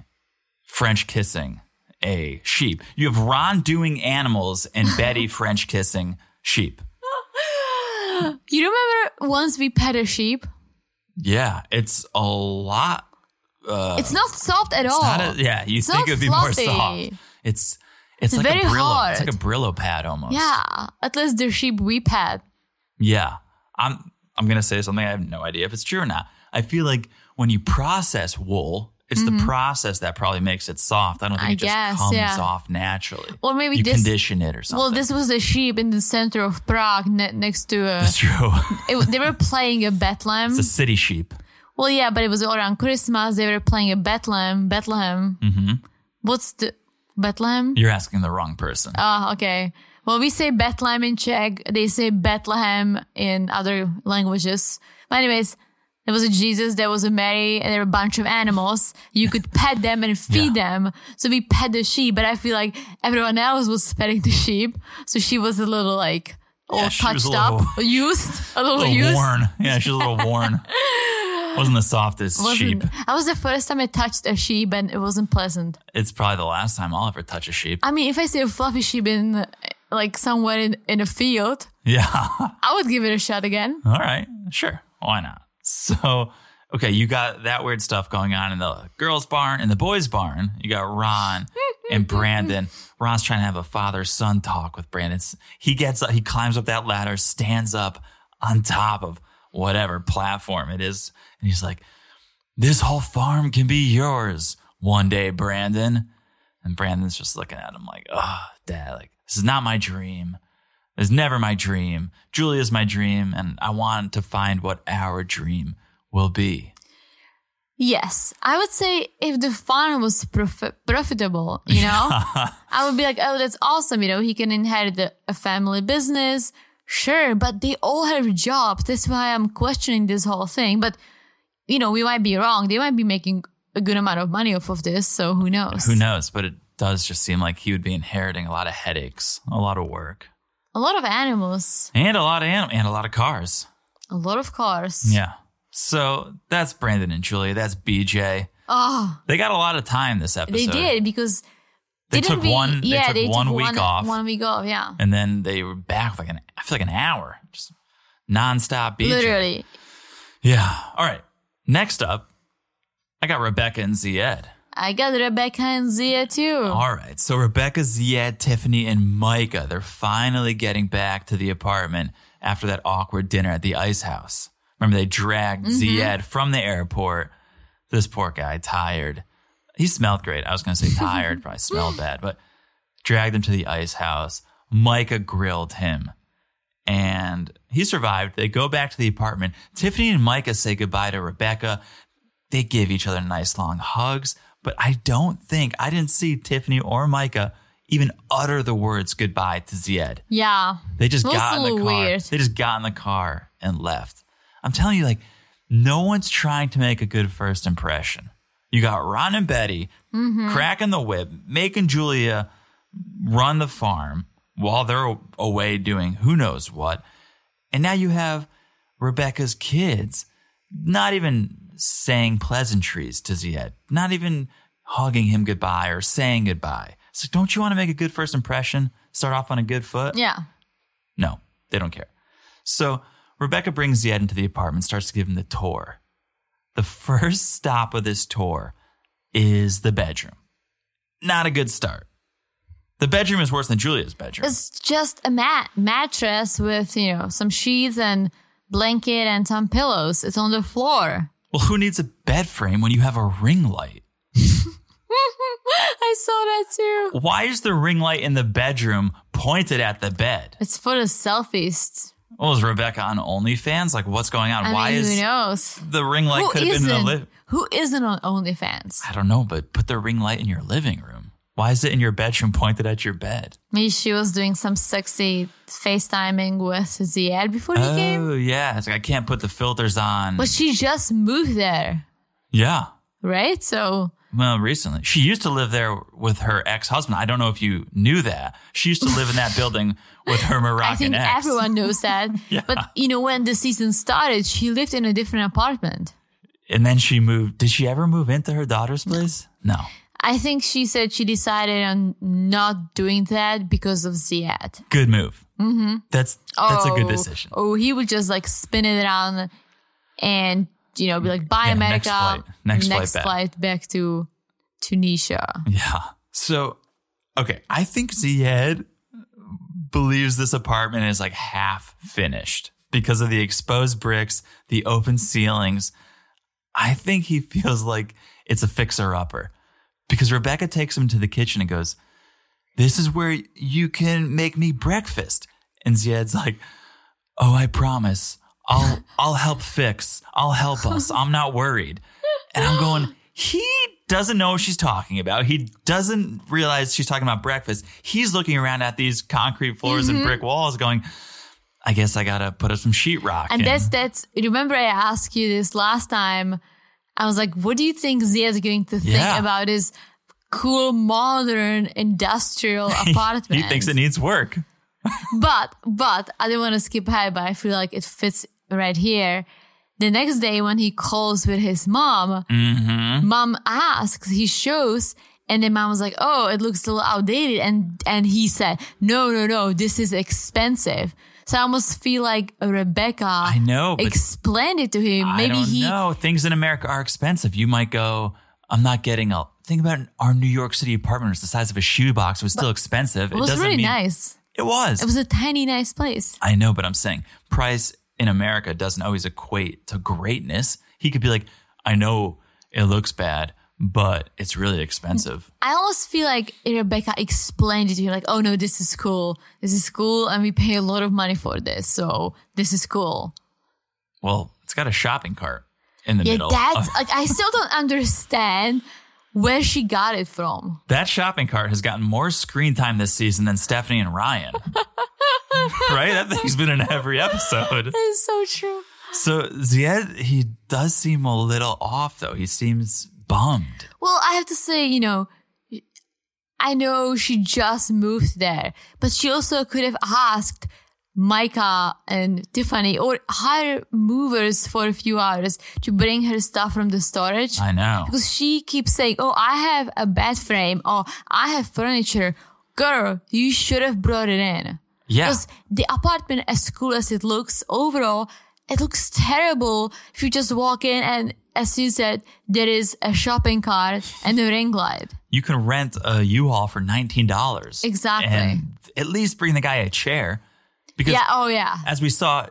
[SPEAKER 1] French kissing a sheep. You have Ron doing animals and Betty French kissing sheep.
[SPEAKER 2] You remember once we pet a sheep?
[SPEAKER 1] Yeah, it's a lot
[SPEAKER 2] it's not soft at all.
[SPEAKER 1] Uh, It's not a- yeah, you
[SPEAKER 2] Oh, It's
[SPEAKER 1] think
[SPEAKER 2] not
[SPEAKER 1] it'd be
[SPEAKER 2] fluffy.
[SPEAKER 1] more soft. It's it's, like
[SPEAKER 2] very
[SPEAKER 1] a Brillo.
[SPEAKER 2] hard.
[SPEAKER 1] It's like a Brillo pad almost.
[SPEAKER 2] yeah, at least the sheep we pet.
[SPEAKER 1] Yeah. I'm I'm going to say something I have no idea if it's true or not. I feel like when you process wool, it's the process that probably makes it soft. I don't think
[SPEAKER 2] Mm-hmm. I
[SPEAKER 1] it just
[SPEAKER 2] guess,
[SPEAKER 1] comes
[SPEAKER 2] yeah.
[SPEAKER 1] off naturally.
[SPEAKER 2] Or maybe
[SPEAKER 1] you
[SPEAKER 2] this-
[SPEAKER 1] condition it or something.
[SPEAKER 2] Well, this was a sheep in the center of Prague, ne- next to a.
[SPEAKER 1] That's true.
[SPEAKER 2] It, they were playing a Bethlehem.
[SPEAKER 1] it's a city sheep.
[SPEAKER 2] Well, yeah, but it was around Christmas. They were playing a Bethlehem. Bethlehem. Mm-hmm. What's the Bethlehem?
[SPEAKER 1] You're asking the wrong person.
[SPEAKER 2] Ah, okay. Well, we say Bethlehem in Czech. They say Bethlehem in other languages. But anyways, there was a Jesus, there was a Mary, and there were a bunch of animals. You could pet them and feed them. So we pet the sheep, but I feel like everyone else was petting the sheep. So she was a little like all
[SPEAKER 1] Yeah, she was
[SPEAKER 2] touched
[SPEAKER 1] a
[SPEAKER 2] up,
[SPEAKER 1] little-
[SPEAKER 2] used,
[SPEAKER 1] a
[SPEAKER 2] a little,
[SPEAKER 1] little
[SPEAKER 2] used.
[SPEAKER 1] worn. Yeah, she's a little worn. Wasn't the softest sheep.
[SPEAKER 2] Wasn't, that was the first time I touched a sheep, and it wasn't pleasant.
[SPEAKER 1] It's probably the last time I'll ever touch a sheep.
[SPEAKER 2] I mean, if I see a fluffy sheep in like somewhere in, in a field,
[SPEAKER 1] Yeah.
[SPEAKER 2] I would give it a shot again.
[SPEAKER 1] All right. Sure. Why not? So, okay, you got that weird stuff going on in the girls' barn and the boys' barn. You got Ron and Brandon. Ron's trying to have a father son talk with Brandon. He gets up, he climbs up that ladder, stands up on top of whatever platform it is. And he's like, This whole farm can be yours one day, Brandon. And Brandon's just looking at him like, oh, dad, like, this is not my dream. This is never my dream. Julia's my dream, and I want to find what our dream will be.
[SPEAKER 2] Yes, I would say if the farm was profi- profitable, you know, I would be like, oh, that's awesome. You know, he can inherit a, a family business. Sure, but they all have jobs. That's why I'm questioning this whole thing. But, you know, we might be wrong. They might be making a good amount of money off of this. So who knows?
[SPEAKER 1] Who knows? But it does just seem like he would be inheriting a lot of headaches, a lot of work,
[SPEAKER 2] A lot of animals,
[SPEAKER 1] and a lot of anim- and a lot of cars.
[SPEAKER 2] a lot of cars.
[SPEAKER 1] Yeah. So that's Brandon and Julia. That's BJ.
[SPEAKER 2] Oh,
[SPEAKER 1] They got a lot of time this episode.
[SPEAKER 2] They did because
[SPEAKER 1] They
[SPEAKER 2] didn't
[SPEAKER 1] took
[SPEAKER 2] we,
[SPEAKER 1] one.
[SPEAKER 2] Yeah,
[SPEAKER 1] they took one week off,
[SPEAKER 2] One week off. Yeah,
[SPEAKER 1] and then they were back with like an. I feel like an hour, just nonstop BJ.
[SPEAKER 2] literally.
[SPEAKER 1] Yeah. All right. Next up, I got Rebecca and Zied.
[SPEAKER 2] I got Rebecca and Zia too.
[SPEAKER 1] All right. So Rebecca, Ziad, Tiffany, and Micah, they're finally getting back to the apartment after that awkward dinner at the ice house. Remember, they dragged Ziad from the airport. This poor guy, tired. He smelled great. I was going to say tired, probably smelled bad, but dragged him to the ice house. Micah grilled him and he survived. They go back to the apartment. Tiffany and Micah say goodbye to Rebecca. They give each other nice long hugs, but I don't think I didn't see Tiffany or Micah even utter the words goodbye to Zied.
[SPEAKER 2] Yeah,
[SPEAKER 1] They just
[SPEAKER 2] Well, it's
[SPEAKER 1] got
[SPEAKER 2] a
[SPEAKER 1] in the
[SPEAKER 2] little
[SPEAKER 1] car.
[SPEAKER 2] weird.
[SPEAKER 1] They just got in the car and left. I'm telling you, like, no one's trying to make a good first impression. You got Ron and Betty
[SPEAKER 2] Mm-hmm.
[SPEAKER 1] cracking the whip, making Julia run the farm while they're away doing who knows what. And now you have Rebecca's kids not even saying pleasantries to Ziad, not even hugging him goodbye or saying goodbye. It's like, don't you want to make a good first impression? Start off on a good foot?
[SPEAKER 2] yeah.
[SPEAKER 1] No, they don't care. So Rebecca brings Ziad into the apartment, starts to give him the tour. The first stop of this tour is the bedroom. Not a good start. The bedroom is worse than Julia's bedroom.
[SPEAKER 2] It's just a mat mattress with you know some sheets and blanket and some pillows. It's on the floor.
[SPEAKER 1] well, who needs a bed frame when you have a ring light?
[SPEAKER 2] I saw that too.
[SPEAKER 1] Why is the ring light in the bedroom pointed at the bed?
[SPEAKER 2] It's for the selfies.
[SPEAKER 1] Well, is Rebecca on OnlyFans? Like, what's going on?
[SPEAKER 2] I
[SPEAKER 1] Why
[SPEAKER 2] mean,
[SPEAKER 1] is
[SPEAKER 2] who knows?
[SPEAKER 1] the ring light
[SPEAKER 2] Who
[SPEAKER 1] could have been in the
[SPEAKER 2] isn't?
[SPEAKER 1] live?
[SPEAKER 2] who isn't on OnlyFans?
[SPEAKER 1] I don't know, but put the ring light in your living room. Why is it in your bedroom pointed at your bed?
[SPEAKER 2] Maybe she was doing some sexy FaceTiming with Ziad before he came.
[SPEAKER 1] Oh yeah, it's like I can't put the filters on.
[SPEAKER 2] But she just moved there,
[SPEAKER 1] yeah,
[SPEAKER 2] right? So
[SPEAKER 1] well, recently she used to live there with her ex husband. I don't know if you knew that she used to live in that building with her Moroccan
[SPEAKER 2] I think
[SPEAKER 1] ex.
[SPEAKER 2] everyone knows that.
[SPEAKER 1] Yeah.
[SPEAKER 2] But you know, when the season started, she lived in a different apartment.
[SPEAKER 1] and then she moved. Did she ever move into her daughter's place? No.
[SPEAKER 2] I think she said she decided on not doing that because of Ziad.
[SPEAKER 1] Good move. Mm-hmm. That's that's a good
[SPEAKER 2] Oh,
[SPEAKER 1] decision.
[SPEAKER 2] Oh, he would just like spin it around and you know be like, "Bye,
[SPEAKER 1] Yeah, next
[SPEAKER 2] America."
[SPEAKER 1] flight. Next flight back.
[SPEAKER 2] flight back to Tunisia.
[SPEAKER 1] Yeah. So, okay, I think Ziad believes this apartment is like half finished. because of the exposed bricks, the open ceilings. I think he feels like it's a fixer upper because Rebecca takes him to the kitchen and goes, This is where you can make me breakfast. And Ziad's like, Oh, I promise. I'll I'll help fix. I'll help us. I'm not worried. And I'm going, he doesn't know what she's talking about. He doesn't realize she's talking about breakfast. He's looking around at these concrete floors and brick walls going, I guess I gotta put up some sheetrock.
[SPEAKER 2] And that's that's. Remember, I asked you this last time. I was like, "What do you think Zia is going to think
[SPEAKER 1] Yeah.
[SPEAKER 2] about his cool modern industrial apartment?"
[SPEAKER 1] he thinks it needs work.
[SPEAKER 2] but but I didn't want to skip ahead, but I feel like it fits right here. The next day, when he calls with his mom,
[SPEAKER 1] Mm-hmm.
[SPEAKER 2] mom asks, he shows, and then mom was like, "Oh, it looks a little outdated," and and he said, "No, no, no, this is expensive." So I almost feel like Rebecca.
[SPEAKER 1] I know, but
[SPEAKER 2] explained it to him. Maybe
[SPEAKER 1] I don't
[SPEAKER 2] he
[SPEAKER 1] know. Things in America are expensive. You might go, I'm not getting a think about our New York City apartment was the size of a shoebox. It was still expensive.
[SPEAKER 2] it was
[SPEAKER 1] doesn't
[SPEAKER 2] really
[SPEAKER 1] mean-
[SPEAKER 2] nice.
[SPEAKER 1] It was.
[SPEAKER 2] It was a tiny, nice place.
[SPEAKER 1] I know, but I'm saying price in America doesn't always equate to greatness. He could be like, I know it looks bad, but it's really expensive.
[SPEAKER 2] I almost feel like Rebecca explained it to him, like, "Oh no, this is cool. This is cool, and we pay a lot of money for this, so this is cool."
[SPEAKER 1] Well, it's got a shopping cart in the
[SPEAKER 2] Yeah,
[SPEAKER 1] middle.
[SPEAKER 2] that's
[SPEAKER 1] Uh,
[SPEAKER 2] like I still don't understand where she got it from.
[SPEAKER 1] that shopping cart has gotten more screen time this season than Stephanie and Ryan. right? That thing's been in every episode.
[SPEAKER 2] It's so true.
[SPEAKER 1] So Ziad, he does seem a little off though. He seems bummed.
[SPEAKER 2] Well, I have to say, you know, I know she just moved there, but she also could have asked Micah and Tiffany or hire movers for a few hours to bring her stuff from the storage.
[SPEAKER 1] I know.
[SPEAKER 2] because she keeps saying, Oh, I have a bed frame or I have furniture. Girl, you should have brought it in.
[SPEAKER 1] Yeah.
[SPEAKER 2] Because the apartment, as cool as it looks, overall, it looks terrible if you just walk in and, as you said, there is a shopping cart and a ring light.
[SPEAKER 1] You can rent a U-Haul for $19.
[SPEAKER 2] Exactly.
[SPEAKER 1] And at least bring the guy a chair because
[SPEAKER 2] Yeah, oh yeah.
[SPEAKER 1] as we saw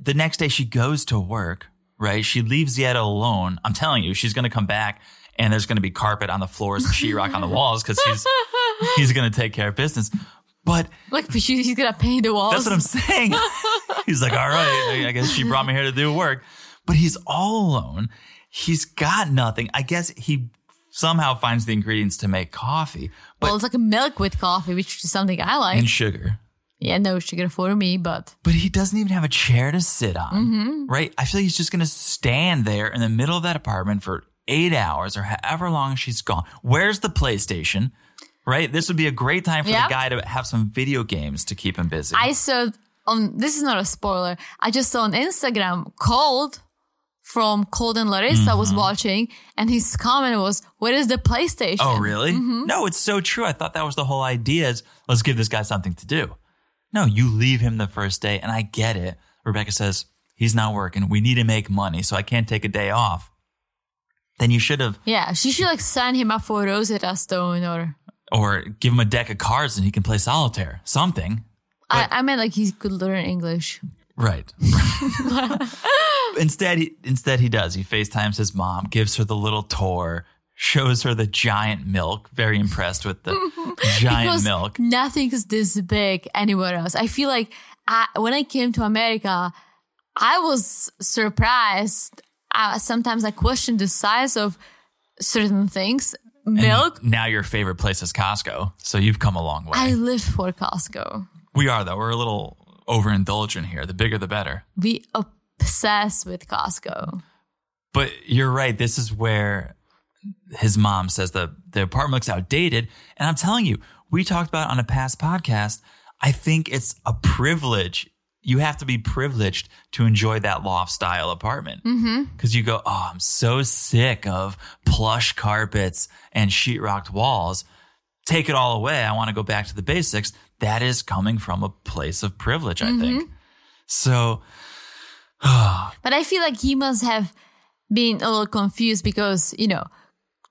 [SPEAKER 1] the next day she goes to work, right? She leaves Yetta alone. I'm telling you, she's going to come back and there's going to be carpet on the floors and sheetrock on the walls cuz he's he's going to take care of business. But
[SPEAKER 2] Like, but she, he's gonna paint the walls.
[SPEAKER 1] That's what I'm saying. he's like, all right, I guess she brought me here to do work. But he's all alone. He's got nothing. I guess he somehow finds the ingredients to make coffee, but
[SPEAKER 2] well, it's like a milk with coffee, which is something I like.
[SPEAKER 1] and sugar.
[SPEAKER 2] yeah, no sugar for me, but
[SPEAKER 1] But he doesn't even have a chair to sit on,
[SPEAKER 2] Mm-hmm.
[SPEAKER 1] right? I feel like he's just going to stand there in the middle of that apartment for eight hours or however long she's gone. Where's the PlayStation? Right? This would be a great time for
[SPEAKER 2] Yep.
[SPEAKER 1] the guy to have some video games to keep him busy.
[SPEAKER 2] I saw on this is not a spoiler. I just saw on Instagram Cold from Cold and Larissa was
[SPEAKER 1] Mm-hmm.
[SPEAKER 2] watching, and his comment was, "Where is the PlayStation?"
[SPEAKER 1] Oh, really? No, it's so true. I thought that was the whole idea is let's give this guy something to do. No, you leave him the first day, and I get it. Rebecca says, he's not working. We need to make money, so I can't take a day off. Then you should have,
[SPEAKER 2] Yeah, she should like sign him up for Rosetta Stone or
[SPEAKER 1] or give him a deck of cards and he can play solitaire, something.
[SPEAKER 2] I, I meant like he could learn English.
[SPEAKER 1] Right. instead, he, instead he does. He FaceTimes his mom, gives her the little tour, shows her the giant milk. Very impressed with the giant
[SPEAKER 2] Because
[SPEAKER 1] milk.
[SPEAKER 2] Nothing's this big anywhere else. I feel like I, when I came to America, I was surprised. I, sometimes I questioned the size of certain things.
[SPEAKER 1] And
[SPEAKER 2] Milk.
[SPEAKER 1] Now your favorite place is Costco, so you've come a long way.
[SPEAKER 2] I live for Costco.
[SPEAKER 1] we are though. We're a little overindulgent here. The bigger, the better.
[SPEAKER 2] We obsess with Costco.
[SPEAKER 1] But you're right. This is where his mom says the the apartment looks outdated, and I'm telling you, we talked about it on a past podcast. I think it's a privilege. You have to be privileged to enjoy that loft style apartment because you go, oh, I'm so sick of plush carpets and sheetrocked walls. Take it all away. I want to go back to the basics. That is coming from a place of privilege, I think. So
[SPEAKER 2] But I feel like he must have been a little confused because, you know,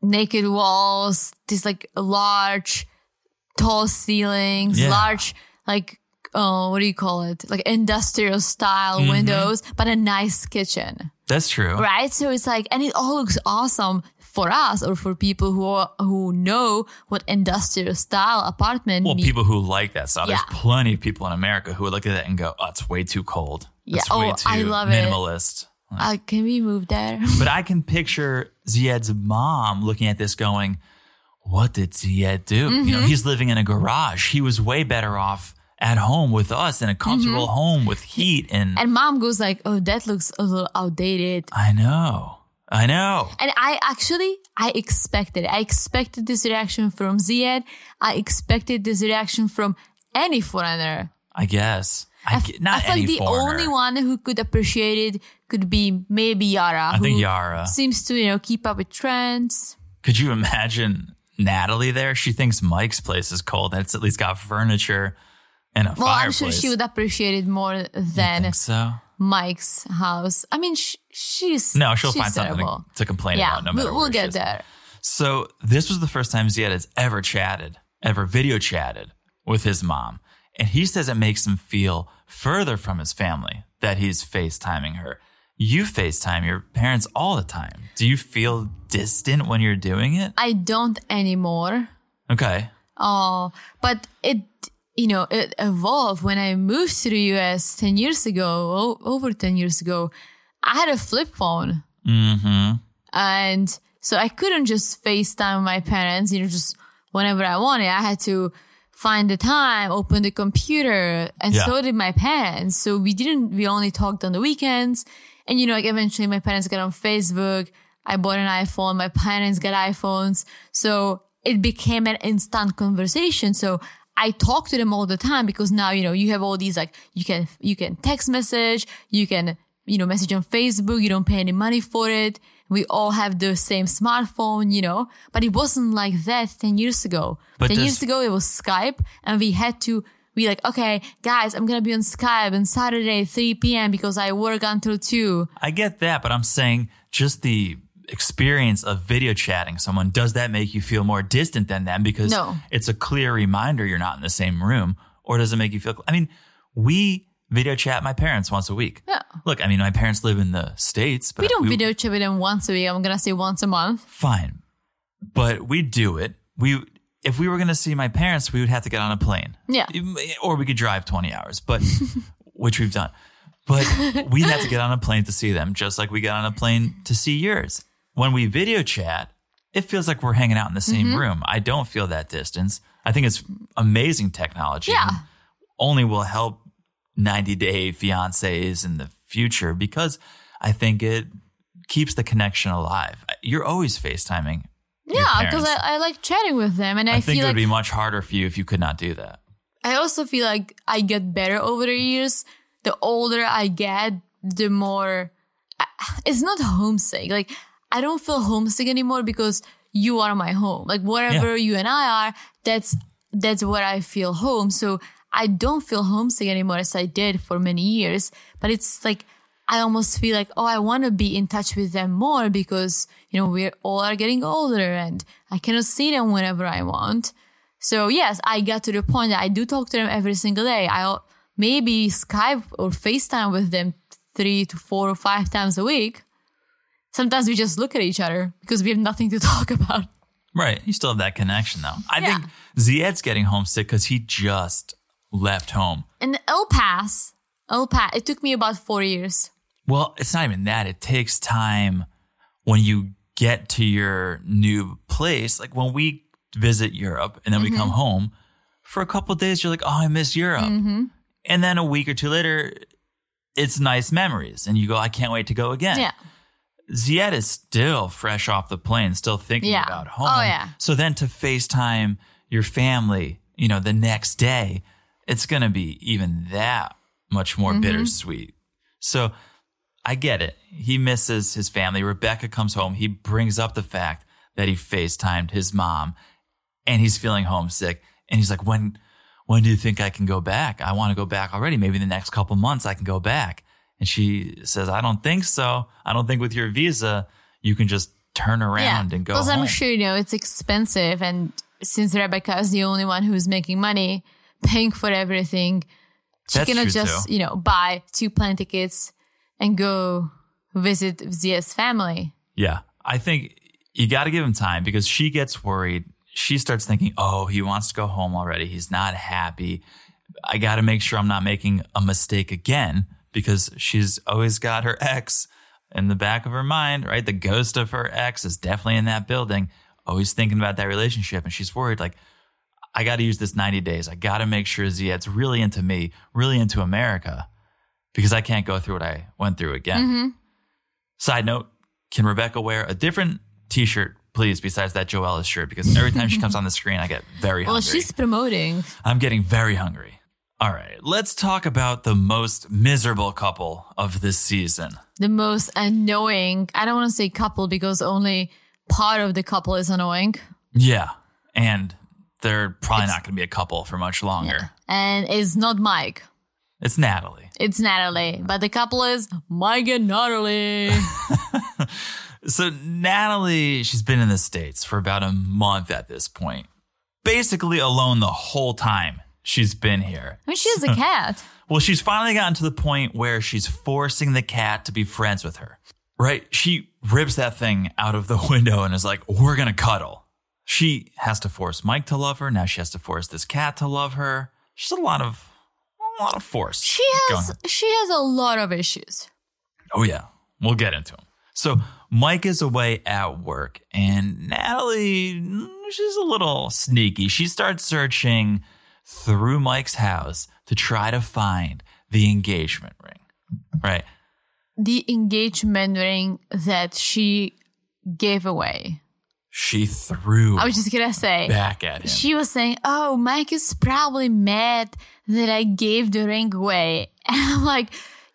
[SPEAKER 2] naked walls, these like large, tall ceilings,
[SPEAKER 1] Yeah.
[SPEAKER 2] large, like uh, what do you call it? Like industrial style
[SPEAKER 1] Mhm.
[SPEAKER 2] windows, but a nice kitchen,
[SPEAKER 1] That's true.
[SPEAKER 2] right? So it's like, and it all looks awesome for us or for people who are, who know what industrial style apartment
[SPEAKER 1] Well,
[SPEAKER 2] means.
[SPEAKER 1] people who like that style.
[SPEAKER 2] Yeah.
[SPEAKER 1] There's plenty of people in America who would look at that and go, "Oh, it's way too cold.
[SPEAKER 2] Yeah.
[SPEAKER 1] It's
[SPEAKER 2] Oh,
[SPEAKER 1] way too
[SPEAKER 2] I love it.
[SPEAKER 1] minimalist."
[SPEAKER 2] Uh, can we move there?
[SPEAKER 1] But I can picture Ziad's mom looking at this going, What did Ziad do? You
[SPEAKER 2] Mm-hmm.
[SPEAKER 1] know, he's living in a garage. He was way better off at home with us in a comfortable home with heat and,
[SPEAKER 2] Mm-hmm. and mom goes like, "Oh, that looks a little outdated."
[SPEAKER 1] I know. I know.
[SPEAKER 2] And I actually, I expected. it. I expected this reaction from Ziad. I expected this reaction from any foreigner.
[SPEAKER 1] I guess. I,
[SPEAKER 2] f-
[SPEAKER 1] ge- not
[SPEAKER 2] I feel
[SPEAKER 1] any
[SPEAKER 2] like the
[SPEAKER 1] foreigner.
[SPEAKER 2] only one who could appreciate it could be maybe Yara.
[SPEAKER 1] I think
[SPEAKER 2] who
[SPEAKER 1] Yara.
[SPEAKER 2] seems to you know keep up with trends.
[SPEAKER 1] Could you imagine Natalie there? She thinks Mike's place is cold. and It's at least got furniture and a
[SPEAKER 2] Well,
[SPEAKER 1] fireplace.
[SPEAKER 2] I'm sure she would appreciate it more
[SPEAKER 1] You
[SPEAKER 2] than
[SPEAKER 1] think so.
[SPEAKER 2] Mike's house. I mean, sh- she's
[SPEAKER 1] No, she'll
[SPEAKER 2] she's
[SPEAKER 1] find something to,
[SPEAKER 2] terrible.
[SPEAKER 1] to complain
[SPEAKER 2] Yeah,
[SPEAKER 1] about. No matter
[SPEAKER 2] we'll, we'll
[SPEAKER 1] where she
[SPEAKER 2] get
[SPEAKER 1] is.
[SPEAKER 2] there.
[SPEAKER 1] So this was the first time Ziad has ever chatted, ever video chatted with his mom. And he says it makes him feel further from his family that he's FaceTiming her. You FaceTime your parents all the time. Do you feel distant when you're doing it?
[SPEAKER 2] I don't anymore.
[SPEAKER 1] Okay.
[SPEAKER 2] Oh, but it, you know, it evolved when I moved to the US 10 years ago, o- over 10 years ago. I had a flip phone.
[SPEAKER 1] Mm-hmm.
[SPEAKER 2] And so I couldn't just FaceTime my parents, you know, just whenever I wanted. I had to find the time, open the computer, and
[SPEAKER 1] Yeah.
[SPEAKER 2] so did my parents. So we didn't, we only talked on the weekends. And, you know, like eventually my parents got on Facebook. I bought an iPhone. My parents got iPhones. So it became an instant conversation. So I talk to them all the time because now, you know, you have all these like, you can, you can text message, you can, you know, message on Facebook. You don't pay any money for it. We all have the same smartphone, you know, but it wasn't like that 10 years ago.
[SPEAKER 1] But
[SPEAKER 2] 10
[SPEAKER 1] does-
[SPEAKER 2] years ago, it was Skype and we had to be like, okay, guys, I'm going to be on Skype on Saturday, 3 p.m. because I work until 2.
[SPEAKER 1] I get that, but I'm saying just the experience of video chatting someone does that make you feel more distant than them because
[SPEAKER 2] No.
[SPEAKER 1] it's a clear reminder you're not in the same room or does it make you feel I mean, we video chat my parents once a week.
[SPEAKER 2] Yeah.
[SPEAKER 1] Look, I mean, my parents live in the states, but
[SPEAKER 2] We don't video chat with them once a week. I'm going to say once a month.
[SPEAKER 1] fine. But we do it. We if we were going to see my parents, we would have to get on a plane.
[SPEAKER 2] Yeah.
[SPEAKER 1] Or we could drive 20 hours, but which we've done. But we have to get on a plane to see them, just like we get on a plane to see yours. When we video chat, it feels like we're hanging out in the same
[SPEAKER 2] Mm-hmm.
[SPEAKER 1] room. I don't feel that distance. I think it's amazing technology.
[SPEAKER 2] Yeah.
[SPEAKER 1] and Only will help 90 day fiancés in the future because I think it keeps the connection alive. You're always FaceTiming. your
[SPEAKER 2] Yeah, because
[SPEAKER 1] parents.
[SPEAKER 2] I, I like chatting with them. And I,
[SPEAKER 1] I think
[SPEAKER 2] feel
[SPEAKER 1] it would be
[SPEAKER 2] like
[SPEAKER 1] much harder for you if you could not do that.
[SPEAKER 2] I also feel like I get better over the years. The older I get, the more it's not homesick. Like I don't feel homesick anymore because you are my home. Like wherever you and I are, that's that's where I feel home. So I don't feel homesick anymore as I did for many years. But it's like I almost feel like, oh, I want to be in touch with them more because, you know, we're all are getting older and I cannot see them whenever I want. So yes, I got to the point that I do talk to them every single day. I maybe Skype or FaceTime with them three to four or five times a week. Sometimes we just look at each other because we have nothing to talk about.
[SPEAKER 1] Right. You still have that connection, though. I
[SPEAKER 2] Yeah.
[SPEAKER 1] think Ziad's getting homesick because he just left home.
[SPEAKER 2] And El Pass, El Pass, it took me about four years.
[SPEAKER 1] Well, it's not even that. It takes time when you get to your new place. Like when we visit Europe and then we come home for a couple of days, you're like, oh, I miss Europe. And then a week or two later, it's nice memories. And you go, I can't wait to go again.
[SPEAKER 2] Yeah.
[SPEAKER 1] Ziad is still fresh off the plane, still thinking
[SPEAKER 2] Yeah.
[SPEAKER 1] about home.
[SPEAKER 2] Oh, yeah.
[SPEAKER 1] So then to FaceTime your family, you know, the next day, it's going to be even that much
[SPEAKER 2] Mm-hmm.
[SPEAKER 1] more bittersweet. So I get it. He misses his family. Rebecca comes home. He brings up the fact that he FaceTimed his mom and he's feeling homesick. And he's like, when, when do you think I can go back? I want to go back already. Maybe in the next couple months I can go back. And she says, I don't think so. I don't think with your visa, you can just turn around
[SPEAKER 2] yeah.
[SPEAKER 1] and go
[SPEAKER 2] Plus,
[SPEAKER 1] home.
[SPEAKER 2] I'm sure you know it's expensive, and since Rebecca is the only one who's making money, paying for everything, She
[SPEAKER 1] That's
[SPEAKER 2] cannot
[SPEAKER 1] true,
[SPEAKER 2] just,
[SPEAKER 1] too.
[SPEAKER 2] you know, buy two plane tickets and go visit Zia's family.
[SPEAKER 1] Yeah. I think you got to give him time because she gets worried. She starts thinking, oh, he wants to go home already. He's not happy. I got to make sure I'm not making a mistake again because she's always got her ex in the back of her mind, right? The ghost of her ex is definitely in that building, always thinking about that relationship. And she's worried, like, I got to use this 90 days. I got to make sure Ziad's really into me, really into America because I can't go through what I went through again.
[SPEAKER 2] hmm
[SPEAKER 1] Side note, can Rebecca wear a different t-shirt, please, besides that Joella's shirt? Because every time she comes on the screen, I get very
[SPEAKER 2] Well,
[SPEAKER 1] hungry.
[SPEAKER 2] she's promoting.
[SPEAKER 1] I'm getting very hungry. All right, let's talk about the most miserable couple of this season.
[SPEAKER 2] the most annoying. I don't want to say couple because only part of the couple is annoying
[SPEAKER 1] Yeah. And they're probably not going to be a couple for much longer.
[SPEAKER 2] and it's not Mike.
[SPEAKER 1] It's Natalie.
[SPEAKER 2] It's Natalie, but the couple is Mike and Natalie.
[SPEAKER 1] So Natalie, she's been in the States for about a month at this point. Basically alone the whole time she's been here.
[SPEAKER 2] I mean, she's a cat.
[SPEAKER 1] Well, she's finally gotten to the point where she's forcing the cat to be friends with her. Right? She rips that thing out of the window and is like, "We're going to cuddle." She has to force Mike to love her. Now she has to force this cat to love her. She's a lot of a lot of force.
[SPEAKER 2] She
[SPEAKER 1] going
[SPEAKER 2] has
[SPEAKER 1] on.
[SPEAKER 2] she has a lot of issues.
[SPEAKER 1] Oh yeah, we'll get into him. So Mike is away at work, and Natalie, mm, she's a little sneaky. She starts searching through Mike's house to try to find the engagement ring. Right?
[SPEAKER 2] The engagement ring that she gave away.
[SPEAKER 1] She threw
[SPEAKER 2] I was just gonna say
[SPEAKER 1] back at him.
[SPEAKER 2] she was saying, "Oh, Mike is probably mad that I gave the ring away." And I'm like,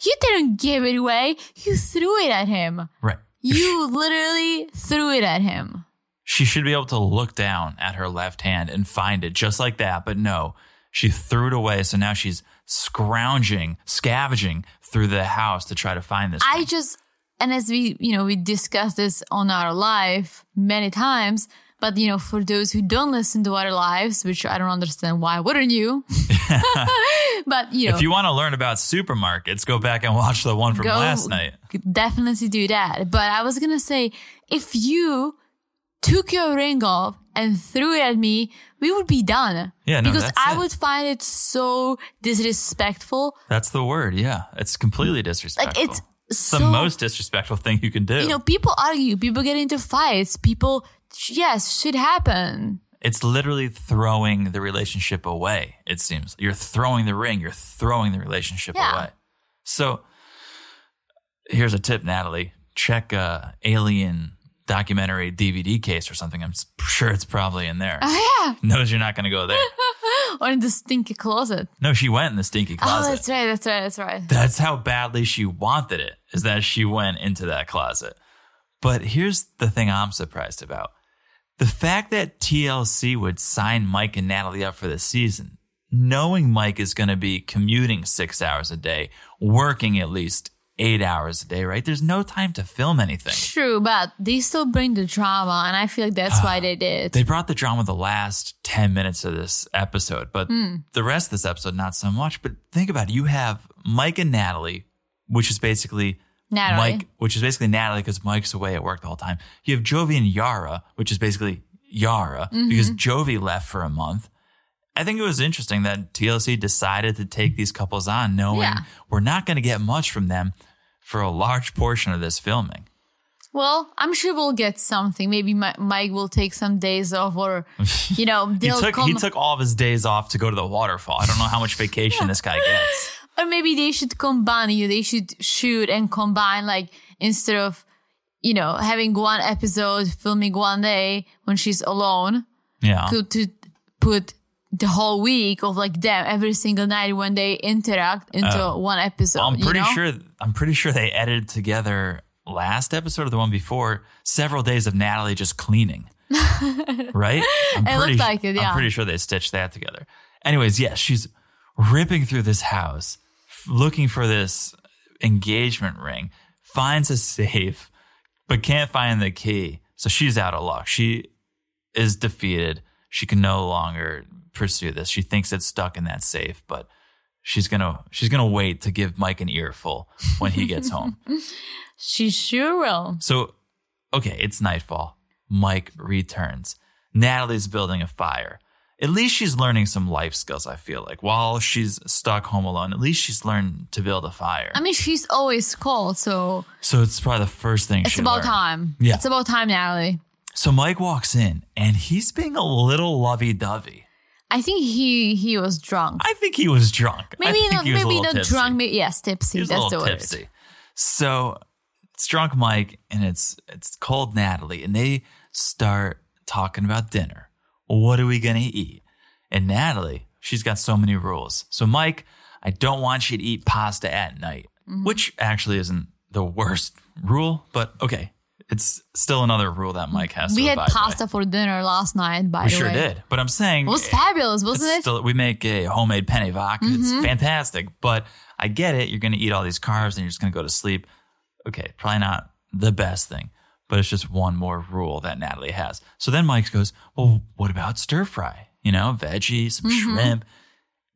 [SPEAKER 2] "You didn't give it away. You threw it at him.
[SPEAKER 1] right?
[SPEAKER 2] You literally threw it at him."
[SPEAKER 1] She should be able to look down at her left hand and find it just like that, but no, she threw it away. So now she's scrounging, scavenging through the house to try to find this.
[SPEAKER 2] I
[SPEAKER 1] ring.
[SPEAKER 2] just and as we, you know, we discussed this on our live many times, but you know, for those who don't listen to our lives, which I don't understand why wouldn't you? but you know,
[SPEAKER 1] If you want to learn about supermarkets, go back and watch the one from
[SPEAKER 2] Go-
[SPEAKER 1] last night.
[SPEAKER 2] could definitely do that. But I was gonna say, if you took your ring off and threw it at me, we would be done.
[SPEAKER 1] Yeah, no,
[SPEAKER 2] because
[SPEAKER 1] that's
[SPEAKER 2] I
[SPEAKER 1] it.
[SPEAKER 2] would find it so disrespectful.
[SPEAKER 1] That's the word. Yeah, it's completely disrespectful.
[SPEAKER 2] Like it's
[SPEAKER 1] It's
[SPEAKER 2] so
[SPEAKER 1] the most disrespectful thing you can do.
[SPEAKER 2] you know, people argue, people get into fights, people, yes, shit happen.
[SPEAKER 1] it's literally throwing the relationship away. It seems you're throwing the ring. You're throwing the relationship
[SPEAKER 2] Yeah.
[SPEAKER 1] away. So here's a tip, Natalie. Check a alien documentary DVD case or something. I'm s- sure it's probably in there.
[SPEAKER 2] Oh,
[SPEAKER 1] Knows you're not going to go there.
[SPEAKER 2] yeah. Or in the stinky closet.
[SPEAKER 1] No, she went in the stinky closet.
[SPEAKER 2] Oh, that's right, that's right, that's right.
[SPEAKER 1] That's how badly she wanted it, is that she went into that closet. But here's the thing I'm surprised about the fact that TLC would sign Mike and Natalie up for the season, knowing Mike is going to be commuting six hours a day, working at least eight hours a day, right? There's no time to film anything.
[SPEAKER 2] True, but they still bring the drama, and I feel like that's why they did.
[SPEAKER 1] They brought the drama the last 10 minutes of this episode, but the rest of this episode, not so much. But think about it. You have Mike and Natalie, which is basically
[SPEAKER 2] Natalie.
[SPEAKER 1] Mike, which is basically Natalie because Mike's away at work the whole time. You have Jovi and Yara, which is basically Yara
[SPEAKER 2] Mm-hmm.
[SPEAKER 1] because Jovi left for a month. I think it was interesting that TLC decided to take these couples on, knowing
[SPEAKER 2] Yeah.
[SPEAKER 1] we're not going to get much from them for a large portion of this filming.
[SPEAKER 2] Well, I'm sure we'll get something. Maybe Mi- Mike will take some days off, or, you know,
[SPEAKER 1] He
[SPEAKER 2] they'll
[SPEAKER 1] took,
[SPEAKER 2] come.
[SPEAKER 1] he took all of his days off to go to the waterfall. I don't know how much vacation this guy gets.
[SPEAKER 2] or maybe they should combine you they should shoot and combine like instead of you know having one episode filming one day when she's alone
[SPEAKER 1] Yeah.
[SPEAKER 2] to, to put the whole week of like them every single night when they interact into one episode
[SPEAKER 1] Uh, I'm
[SPEAKER 2] you
[SPEAKER 1] pretty
[SPEAKER 2] know?
[SPEAKER 1] sure I'm pretty sure they edited together last episode or the one before several days of Natalie just cleaning. right? I'm
[SPEAKER 2] It looked
[SPEAKER 1] pretty,
[SPEAKER 2] like it, yeah.
[SPEAKER 1] I'm pretty sure they stitched that together. Anyways, yes, she's ripping through this house f- looking for this engagement ring, finds a safe, but can't find the key. So she's out of luck. She is defeated. She can no longer pursue this. She thinks it's stuck in that safe, but she's gonna she's gonna wait to give Mike an earful when he gets home.
[SPEAKER 2] She sure will.
[SPEAKER 1] So, okay, it's nightfall. Mike returns. Natalie's building a fire. At least she's learning some life skills, I feel like. While she's stuck home alone, at least she's learned to build a fire.
[SPEAKER 2] I mean, she's always cold, so
[SPEAKER 1] so it's probably the first thing
[SPEAKER 2] it's
[SPEAKER 1] she
[SPEAKER 2] about
[SPEAKER 1] learned.
[SPEAKER 2] time.
[SPEAKER 1] Yeah.
[SPEAKER 2] It's about time, Natalie.
[SPEAKER 1] So Mike walks in and he's being a little lovey dovey.
[SPEAKER 2] I think he he was drunk.
[SPEAKER 1] I think he was drunk. I
[SPEAKER 2] Maybe
[SPEAKER 1] think
[SPEAKER 2] not.
[SPEAKER 1] he was a
[SPEAKER 2] Maybe
[SPEAKER 1] little
[SPEAKER 2] not
[SPEAKER 1] tipsy.
[SPEAKER 2] drunk. Maybe yes, tipsy.
[SPEAKER 1] He was
[SPEAKER 2] that's
[SPEAKER 1] a little
[SPEAKER 2] the word.
[SPEAKER 1] tipsy. So it's drunk Mike and it's it's called Natalie, and they start talking about dinner. What are we gonna eat? And Natalie, she's got so many rules. So Mike, I don't want you to eat pasta at night,
[SPEAKER 2] Mm-hmm.
[SPEAKER 1] which actually isn't the worst rule, but okay, it's still another rule that Mike has.
[SPEAKER 2] We
[SPEAKER 1] to
[SPEAKER 2] had
[SPEAKER 1] abide by.
[SPEAKER 2] pasta for dinner last night. By
[SPEAKER 1] We
[SPEAKER 2] the
[SPEAKER 1] sure
[SPEAKER 2] way,
[SPEAKER 1] did, but I'm saying
[SPEAKER 2] It was fabulous, wasn't
[SPEAKER 1] it's
[SPEAKER 2] it?
[SPEAKER 1] Still, we make a homemade penne vac. It's fantastic. But I get it. You're going to eat all these carbs and you're just going to go to sleep. Okay, probably not the best thing, but it's just one more rule that Natalie has. So then Mike goes, Well, what about stir fry? You know, veggies, some shrimp.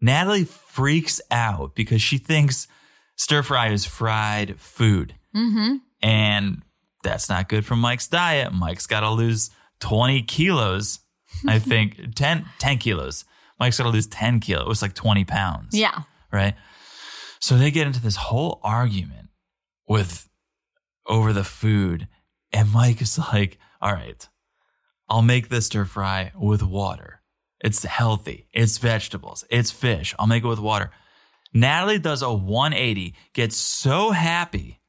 [SPEAKER 1] Natalie freaks out because she thinks stir fry is fried food. And that's not good for Mike's diet. Mike's got to lose 20 kilos, I think, 10, 10 kilos. Mike's got to lose 10 kilos. It was like 20 pounds.
[SPEAKER 2] yeah.
[SPEAKER 1] Right. So they get into this whole argument with over the food. And Mike is like, all right, I'll make this stir fry with water. It's healthy. It's vegetables. It's fish. I'll make it with water. Natalie does a 180, gets so happy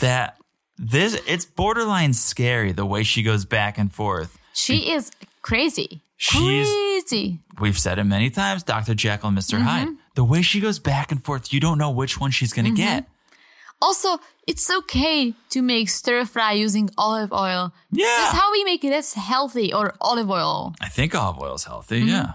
[SPEAKER 1] that this it's borderline scary the way she goes back and forth.
[SPEAKER 2] She is crazy.
[SPEAKER 1] Mm. She's-
[SPEAKER 2] crazy.
[SPEAKER 1] We've said it many times, Dr. Jekyll and mister Hyde. The way she goes back and forth, you don't know which one she's going to get.
[SPEAKER 2] Also, it's okay to make stir fry using olive oil.
[SPEAKER 1] Yeah.
[SPEAKER 2] That's how we make it. That's healthy or olive oil,
[SPEAKER 1] I think olive oil's healthy. Yeah.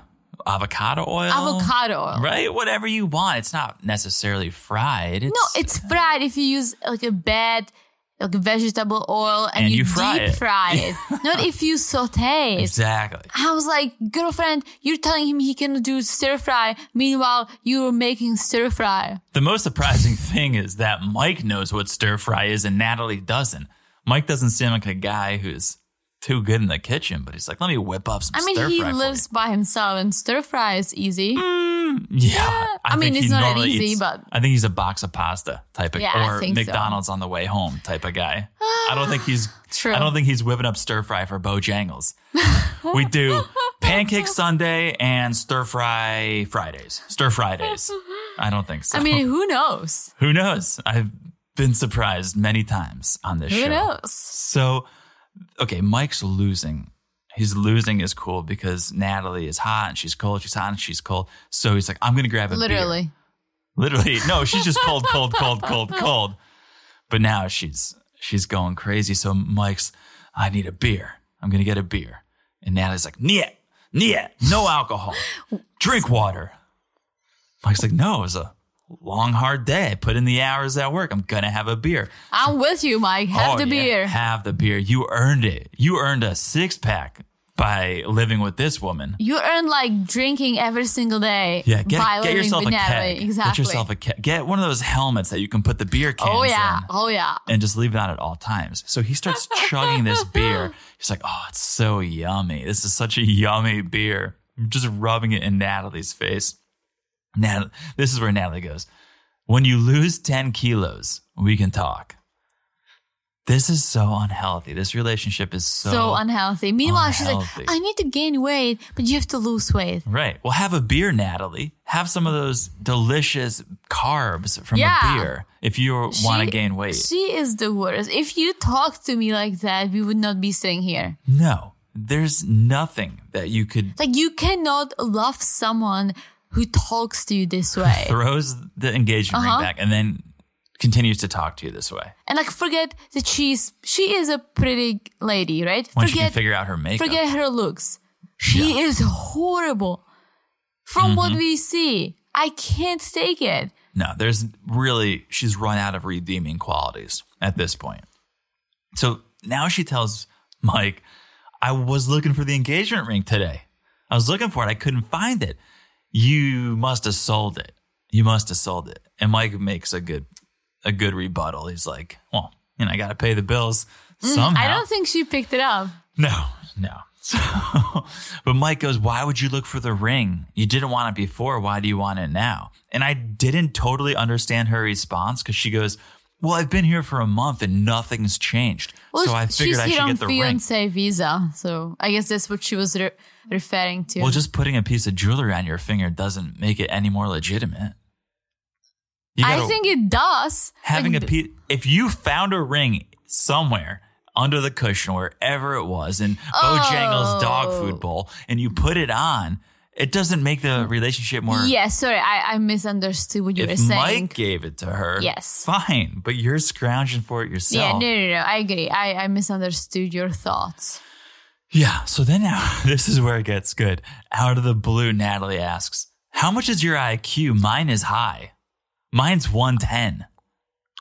[SPEAKER 1] Avocado oil.
[SPEAKER 2] Mm-hmm. avocado oil.
[SPEAKER 1] Right? Whatever you want. It's not necessarily fried. It's,
[SPEAKER 2] No, it's fried if you use like a bad like vegetable oil and,
[SPEAKER 1] And
[SPEAKER 2] you,
[SPEAKER 1] you fry
[SPEAKER 2] deep
[SPEAKER 1] it.
[SPEAKER 2] fry it. Not if you saute it.
[SPEAKER 1] Exactly.
[SPEAKER 2] I was like, girlfriend, you're telling him he can do stir fry. Meanwhile, you're making stir fry.
[SPEAKER 1] The most surprising thing is that Mike knows what stir fry is and Natalie doesn't. Mike doesn't seem like a guy who's too good in the kitchen, but he's like, let me whip up some
[SPEAKER 2] I mean,
[SPEAKER 1] stir
[SPEAKER 2] he
[SPEAKER 1] fry. for
[SPEAKER 2] lives by himself and stir fry is easy.
[SPEAKER 1] you. Yeah.
[SPEAKER 2] I mean,
[SPEAKER 1] think
[SPEAKER 2] it's
[SPEAKER 1] he
[SPEAKER 2] not that
[SPEAKER 1] normally
[SPEAKER 2] easy,
[SPEAKER 1] eats-
[SPEAKER 2] but-
[SPEAKER 1] I think he's a box of pasta type of
[SPEAKER 2] Yeah, I
[SPEAKER 1] or
[SPEAKER 2] think so.
[SPEAKER 1] McDonald's on the way home type of guy. I don't think he's
[SPEAKER 2] True.
[SPEAKER 1] I don't think he's whipping up stir fry for Bojangles. we do pancake Sunday and stir fry Fridays. Stir Fridays. I don't think so.
[SPEAKER 2] I mean, who knows?
[SPEAKER 1] Who knows? I've been surprised many times on this
[SPEAKER 2] Who
[SPEAKER 1] show.
[SPEAKER 2] knows?
[SPEAKER 1] So, okay, Mike's losing. He's losing his cool because Natalie is hot and she's cold. She's hot and she's cold. So he's like, I'm going to grab a beer."
[SPEAKER 2] Literally.
[SPEAKER 1] Literally. No, she's just cold, cold, cold, cold, cold. But now she's she's going crazy. So Mike's, I need a beer. I'm gonna get a beer. And Natalie's like, Nia, Nia, no alcohol. Drink water. Mike's like, no, it was a long, hard day. I put in the hours at work. I'm gonna have a beer.
[SPEAKER 2] I'm with you, Mike. Have
[SPEAKER 1] Oh,
[SPEAKER 2] the
[SPEAKER 1] yeah,
[SPEAKER 2] beer.
[SPEAKER 1] Have the beer. You earned it. You earned a six pack by living with this woman.
[SPEAKER 2] You earn like drinking every single day.
[SPEAKER 1] Yeah, get,
[SPEAKER 2] by
[SPEAKER 1] get
[SPEAKER 2] living
[SPEAKER 1] yourself a
[SPEAKER 2] with
[SPEAKER 1] keg.
[SPEAKER 2] Natalie. Exactly.
[SPEAKER 1] Get yourself a keg. Get one of those helmets that you can put the beer cans
[SPEAKER 2] Oh yeah.
[SPEAKER 1] in.
[SPEAKER 2] Oh yeah.
[SPEAKER 1] and just leave it on at all times. So he starts chugging this beer. He's like, oh, it's so yummy. This is such a yummy beer. Just rubbing it in Natalie's face. Nat- this is where Natalie goes, when you lose 10 kilos, we can talk. This is so unhealthy. This relationship is so,
[SPEAKER 2] So, unhealthy. Meanwhile, she's
[SPEAKER 1] unhealthy.
[SPEAKER 2] like, I need to gain weight, but you have to lose weight.
[SPEAKER 1] Right. Well, have a beer, Natalie. Have some of those delicious carbs from
[SPEAKER 2] Yeah.
[SPEAKER 1] a beer if you want to
[SPEAKER 2] She-
[SPEAKER 1] gain weight.
[SPEAKER 2] She is the worst. If you talk to me like that, we would not be sitting here.
[SPEAKER 1] no, there's nothing that you could
[SPEAKER 2] Like you cannot love someone who talks to you this way.
[SPEAKER 1] throws the engagement
[SPEAKER 2] Uh-huh.
[SPEAKER 1] ring back and then continues to talk to you this way
[SPEAKER 2] And like forget that she's she is a pretty lady, right?
[SPEAKER 1] when she can
[SPEAKER 2] forget
[SPEAKER 1] figure out her makeup.
[SPEAKER 2] forget her looks. She is horrible. From what
[SPEAKER 1] Mm-hmm.
[SPEAKER 2] we see, I can't take it.
[SPEAKER 1] no, there's really, she's run out of redeeming qualities at this point. So now she tells Mike, I was looking for the engagement ring today. I was looking for it. I couldn't find it. You must have sold it. you must have sold it. And Mike makes a good a good rebuttal. He's like, well, you know, I got to pay the bills somehow.
[SPEAKER 2] Mm, I don't think she picked it up.
[SPEAKER 1] No, no. So, but Mike goes, Why would you look for the ring? You didn't want it before. Why do you want it now? And I didn't totally understand her response because she goes, Well, I've been here for a month and nothing's changed.
[SPEAKER 2] Well,
[SPEAKER 1] so I figured
[SPEAKER 2] she's
[SPEAKER 1] I
[SPEAKER 2] here
[SPEAKER 1] should
[SPEAKER 2] on
[SPEAKER 1] get the ring.
[SPEAKER 2] fiance visa, so I guess that's what she was re- referring to.
[SPEAKER 1] Well, just putting a piece of jewelry on your finger doesn't make it any more legitimate. You
[SPEAKER 2] I
[SPEAKER 1] gotta-
[SPEAKER 2] think it does.
[SPEAKER 1] having
[SPEAKER 2] Like,
[SPEAKER 1] a piece, if you found a ring somewhere under the cushion, wherever it was, in Bojangles' dog
[SPEAKER 2] Oh.
[SPEAKER 1] food bowl, and you put it on, it doesn't make the relationship more.
[SPEAKER 2] Yeah, sorry, I, I misunderstood what you were
[SPEAKER 1] if
[SPEAKER 2] saying.
[SPEAKER 1] Mike gave it to her,
[SPEAKER 2] Yes.
[SPEAKER 1] fine, but you're scrounging for it
[SPEAKER 2] yeah, no,
[SPEAKER 1] yourself.
[SPEAKER 2] no, no, I agree. I, I misunderstood your thoughts.
[SPEAKER 1] Yeah, So then now this is where it gets good. Out of the blue, Natalie asks, "How much is your IQ? Mine is high. Mine's 110."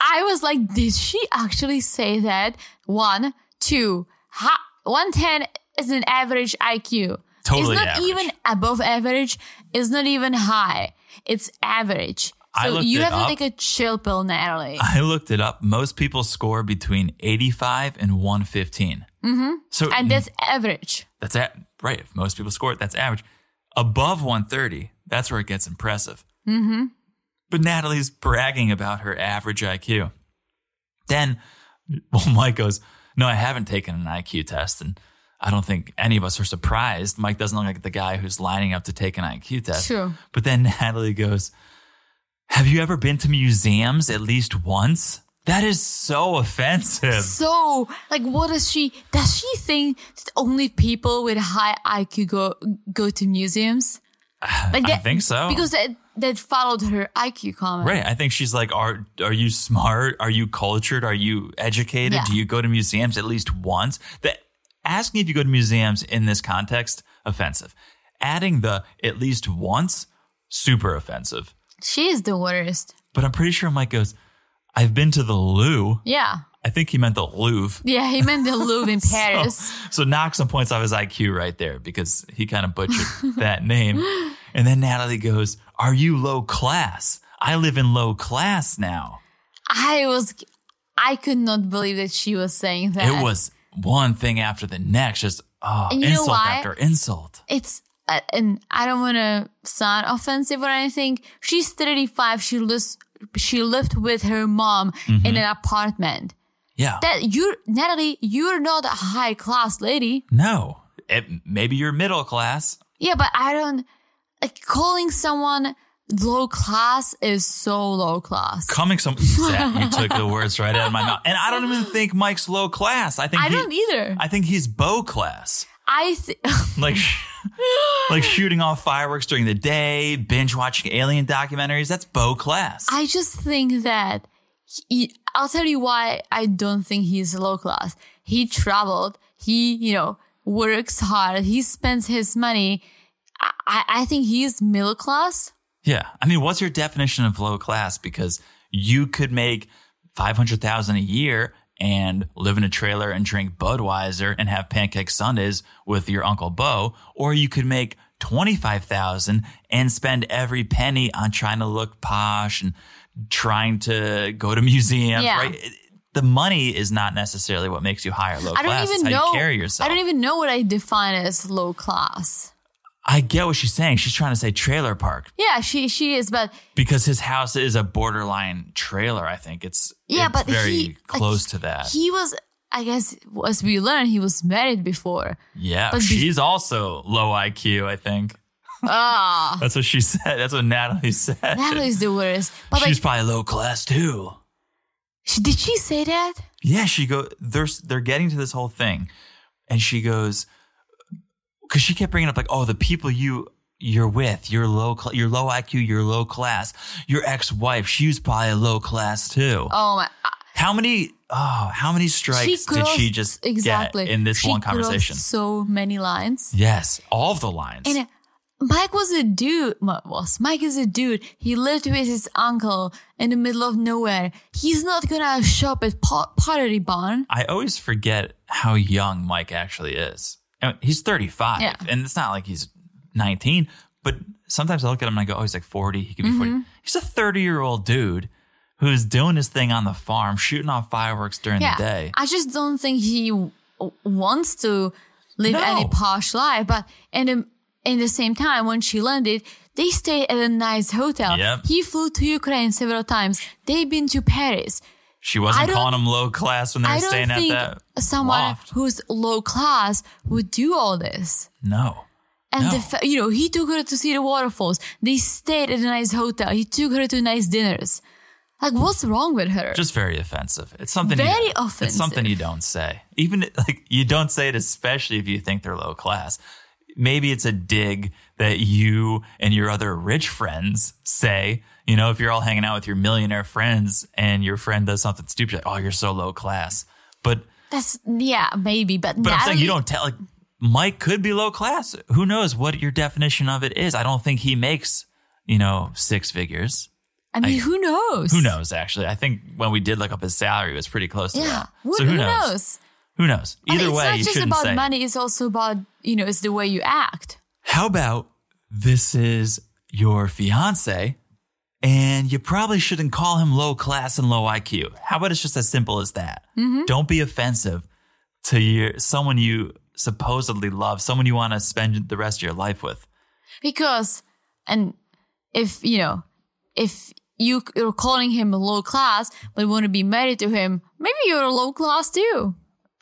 [SPEAKER 2] I was like, did she actually say that? One, two, ha- 110 is an average IQ.
[SPEAKER 1] Totally
[SPEAKER 2] It's not
[SPEAKER 1] average.
[SPEAKER 2] even above average. It's not even high. It's average.
[SPEAKER 1] I
[SPEAKER 2] So
[SPEAKER 1] looked
[SPEAKER 2] you
[SPEAKER 1] it
[SPEAKER 2] have
[SPEAKER 1] up.
[SPEAKER 2] to take a chill pill, Natalie.
[SPEAKER 1] I looked it up. Most people score between 85 and 115. Mm-hmm. So
[SPEAKER 2] and that's average.
[SPEAKER 1] that's at, right. If most people score it, that's average. Above 130, that's where it gets impressive. Mm-hmm. But Natalie's bragging about her average IQ. Then, well, Mike goes, No, I haven't taken an IQ test. And I don't think any of us are surprised. Mike doesn't look like the guy who's lining up to take an IQ test.
[SPEAKER 2] True.
[SPEAKER 1] But then Natalie goes, Have you ever been to museums at least once? That is so offensive.
[SPEAKER 2] So, like, what does she? Does she think that only people with high IQ go go to museums? Like
[SPEAKER 1] I think so.
[SPEAKER 2] because that that followed her IQ comment.
[SPEAKER 1] Right. I think she's like, are are you smart? Are you cultured? Are you educated?
[SPEAKER 2] Yeah.
[SPEAKER 1] Do you go to museums at least once? That asking if you go to museums in this context, offensive. Adding the at least once, super offensive.
[SPEAKER 2] She is the worst.
[SPEAKER 1] But I'm pretty sure Mike goes, I've been to the Lou.
[SPEAKER 2] Yeah,
[SPEAKER 1] I think he meant the Louvre.
[SPEAKER 2] yeah. He meant the Louvre in Paris.
[SPEAKER 1] So knock some points off his IQ right there because he kind of butchered that name. And then Natalie goes, Are you low class? I live in low class now.
[SPEAKER 2] I was, I could not believe that she was saying that.
[SPEAKER 1] It was one thing after the next, just oh,
[SPEAKER 2] And you know
[SPEAKER 1] insult
[SPEAKER 2] why?
[SPEAKER 1] after insult.
[SPEAKER 2] It's, uh, and I don't want to sound offensive or anything. She's 35. She lives, she lived with her mom
[SPEAKER 1] Mm-hmm.
[SPEAKER 2] in an apartment.
[SPEAKER 1] Yeah.
[SPEAKER 2] That you, Natalie, you're not a high class lady.
[SPEAKER 1] no. It, maybe you're middle class.
[SPEAKER 2] Yeah, but I don't, like calling someone low class is so low class.
[SPEAKER 1] Coming some Zach, you took the words right out of my mouth. And I don't even think Mike's low class. I think
[SPEAKER 2] I
[SPEAKER 1] he-
[SPEAKER 2] don't e- either.
[SPEAKER 1] I think he's bow class.
[SPEAKER 2] I th-
[SPEAKER 1] like like shooting off fireworks during the day, binge watching alien documentaries. That's Bo class.
[SPEAKER 2] I just think that he, I'll tell you why I don't think he's low class. He traveled. He, you know, works hard. He spends his money. I, I- I think he's middle class.
[SPEAKER 1] yeah, I mean, what's your definition of low class? Because you could make five hundred thousand a year and live in a trailer and drink Budweiser and have pancake sundaes with your uncle Bo, or you could make twenty five thousand and spend every penny on trying to look posh and trying to go to museums.
[SPEAKER 2] Yeah.
[SPEAKER 1] Right? The money is not necessarily what makes you high or low
[SPEAKER 2] I don't
[SPEAKER 1] class.
[SPEAKER 2] even
[SPEAKER 1] it's how
[SPEAKER 2] know.
[SPEAKER 1] you carry yourself.
[SPEAKER 2] I don't e- even know what I define as low class.
[SPEAKER 1] I get what she's saying. She's trying to say trailer park
[SPEAKER 2] Yeah, she she is, but
[SPEAKER 1] because his house is a borderline trailer. I think it's
[SPEAKER 2] yeah,
[SPEAKER 1] it's
[SPEAKER 2] but
[SPEAKER 1] very
[SPEAKER 2] he,
[SPEAKER 1] close
[SPEAKER 2] like,
[SPEAKER 1] to that.
[SPEAKER 2] He was, I guess, as we learned, he was married before.
[SPEAKER 1] yeah,
[SPEAKER 2] but be-
[SPEAKER 1] she's also low IQ. I think
[SPEAKER 2] Ah,
[SPEAKER 1] that's what she said. That's what Natalie said.
[SPEAKER 2] Natalie's the worst. But
[SPEAKER 1] she's
[SPEAKER 2] like,
[SPEAKER 1] probably low class too.
[SPEAKER 2] she- did she say that?
[SPEAKER 1] Yeah, she go. They're they're getting to this whole thing, and she goes because she kept bringing up like, oh, the people you you're with, you're low, cl- you're low IQ, you're low class. Your ex wife, she's probably low class too.
[SPEAKER 2] Oh my.
[SPEAKER 1] How many? Oh, how many strikes did she
[SPEAKER 2] crossed-
[SPEAKER 1] just
[SPEAKER 2] exactly
[SPEAKER 1] get in this
[SPEAKER 2] She
[SPEAKER 1] one
[SPEAKER 2] crossed
[SPEAKER 1] conversation?
[SPEAKER 2] So many lines.
[SPEAKER 1] Yes, all of the lines.
[SPEAKER 2] And Mike was a dude. Ma- Was Mike is a dude. He lived with his uncle in the middle of nowhere. He's not gonna shop at po- Pottery Barn.
[SPEAKER 1] I always forget how young Mike actually is. I mean, he's 35,
[SPEAKER 2] Yeah.
[SPEAKER 1] and it's not like he's 19, But sometimes I look at him and I go, oh, he's like 40. He could be
[SPEAKER 2] Mm-hmm.
[SPEAKER 1] 40. He's a 30 year old dude who's doing his thing on the farm, shooting off fireworks during
[SPEAKER 2] yeah.
[SPEAKER 1] the day.
[SPEAKER 2] I just don't think he w- wants to live
[SPEAKER 1] No.
[SPEAKER 2] any posh life. But in the, in the same time, when she landed, they stayed at a nice hotel.
[SPEAKER 1] Yep.
[SPEAKER 2] He flew to Ukraine several times. They've been to Paris.
[SPEAKER 1] She
[SPEAKER 2] I
[SPEAKER 1] wasn't
[SPEAKER 2] don't-
[SPEAKER 1] calling him low class when they were
[SPEAKER 2] I don't
[SPEAKER 1] staying
[SPEAKER 2] think
[SPEAKER 1] at that
[SPEAKER 2] someone
[SPEAKER 1] loft.
[SPEAKER 2] who's low class would do all this.
[SPEAKER 1] No.
[SPEAKER 2] And the
[SPEAKER 1] No.
[SPEAKER 2] fa- you know, he took her to see the waterfalls. They stayed at a nice hotel. He took her to nice dinners. Like, what's wrong with her?
[SPEAKER 1] Just very offensive. It's something
[SPEAKER 2] Very
[SPEAKER 1] you, It's something
[SPEAKER 2] offensive.
[SPEAKER 1] you don't say. Even like you don't say it, especially if you think they're low class. Maybe it's a dig that you and your other rich friends say. You know, if you're all hanging out with your millionaire friends and your friend does something stupid, like, oh, you're so low class. But
[SPEAKER 2] That's yeah, maybe, but,
[SPEAKER 1] But I'm
[SPEAKER 2] Natalie,
[SPEAKER 1] saying you don't tell. Like Mike could be low class. Who knows what your definition of it is? I don't think he makes you know six figures.
[SPEAKER 2] I mean, who knows?
[SPEAKER 1] Who knows? Actually, I think when we did look up his salary, it was pretty close to
[SPEAKER 2] Yeah,
[SPEAKER 1] that.
[SPEAKER 2] who,
[SPEAKER 1] so
[SPEAKER 2] who knows?
[SPEAKER 1] Who knows?
[SPEAKER 2] And
[SPEAKER 1] Either
[SPEAKER 2] it's
[SPEAKER 1] way,
[SPEAKER 2] not
[SPEAKER 1] you
[SPEAKER 2] just
[SPEAKER 1] shouldn't
[SPEAKER 2] about
[SPEAKER 1] say.
[SPEAKER 2] money; it's also about you know, it's the way you act.
[SPEAKER 1] How about this is your fiance, and you probably shouldn't call him low class and low IQ. How about it's just as simple as that?
[SPEAKER 2] Mm-hmm.
[SPEAKER 1] Don't be offensive to your someone you supposedly love, someone you want to spend the rest of your life with.
[SPEAKER 2] because and if you know if you you're calling him a low class but want to be married to him maybe you're a low class too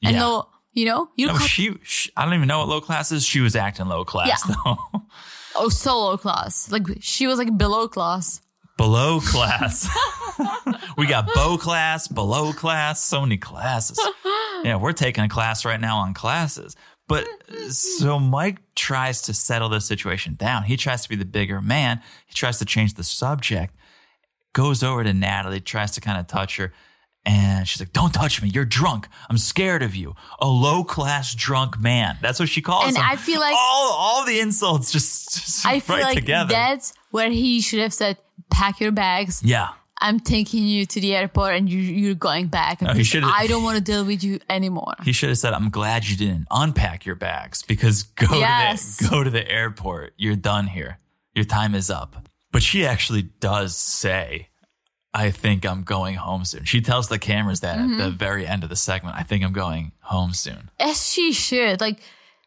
[SPEAKER 2] and
[SPEAKER 1] Yeah.
[SPEAKER 2] low you know you
[SPEAKER 1] No,
[SPEAKER 2] call,
[SPEAKER 1] Oh, she, sh I don't even know what low class is. She was acting low class
[SPEAKER 2] Yeah.
[SPEAKER 1] though.
[SPEAKER 2] oh so low class like she was like below class
[SPEAKER 1] below class. we got bow class, below class, so many classes. Yeah, we're taking a class right now on classes. But uh, so Mike tries to settle the situation down. He tries to be the bigger man. He tries to change the subject. Goes over to Natalie, tries to kind of touch her, and she's like, "Don't touch me. You're drunk. I'm scared of you. A low class drunk man." That's what she calls
[SPEAKER 2] And
[SPEAKER 1] him.
[SPEAKER 2] I feel like-
[SPEAKER 1] all all the insults just, just
[SPEAKER 2] i feel
[SPEAKER 1] right
[SPEAKER 2] like
[SPEAKER 1] together.
[SPEAKER 2] that's where he should have said pack your bags
[SPEAKER 1] yeah.
[SPEAKER 2] i'm taking you to the airport and you, you're going back
[SPEAKER 1] Oh, he
[SPEAKER 2] because
[SPEAKER 1] should've-
[SPEAKER 2] i don't want to deal with you anymore
[SPEAKER 1] He should have said, "I'm glad you didn't unpack your bags because go
[SPEAKER 2] Yes.
[SPEAKER 1] to the, go to the airport. You're done here. Your time is up." But she actually does say, "I think I'm going home soon." She tells the cameras that at the
[SPEAKER 2] Mm-hmm.
[SPEAKER 1] very end of the segment, "I think I'm going home soon."
[SPEAKER 2] as Eh, she should. Like,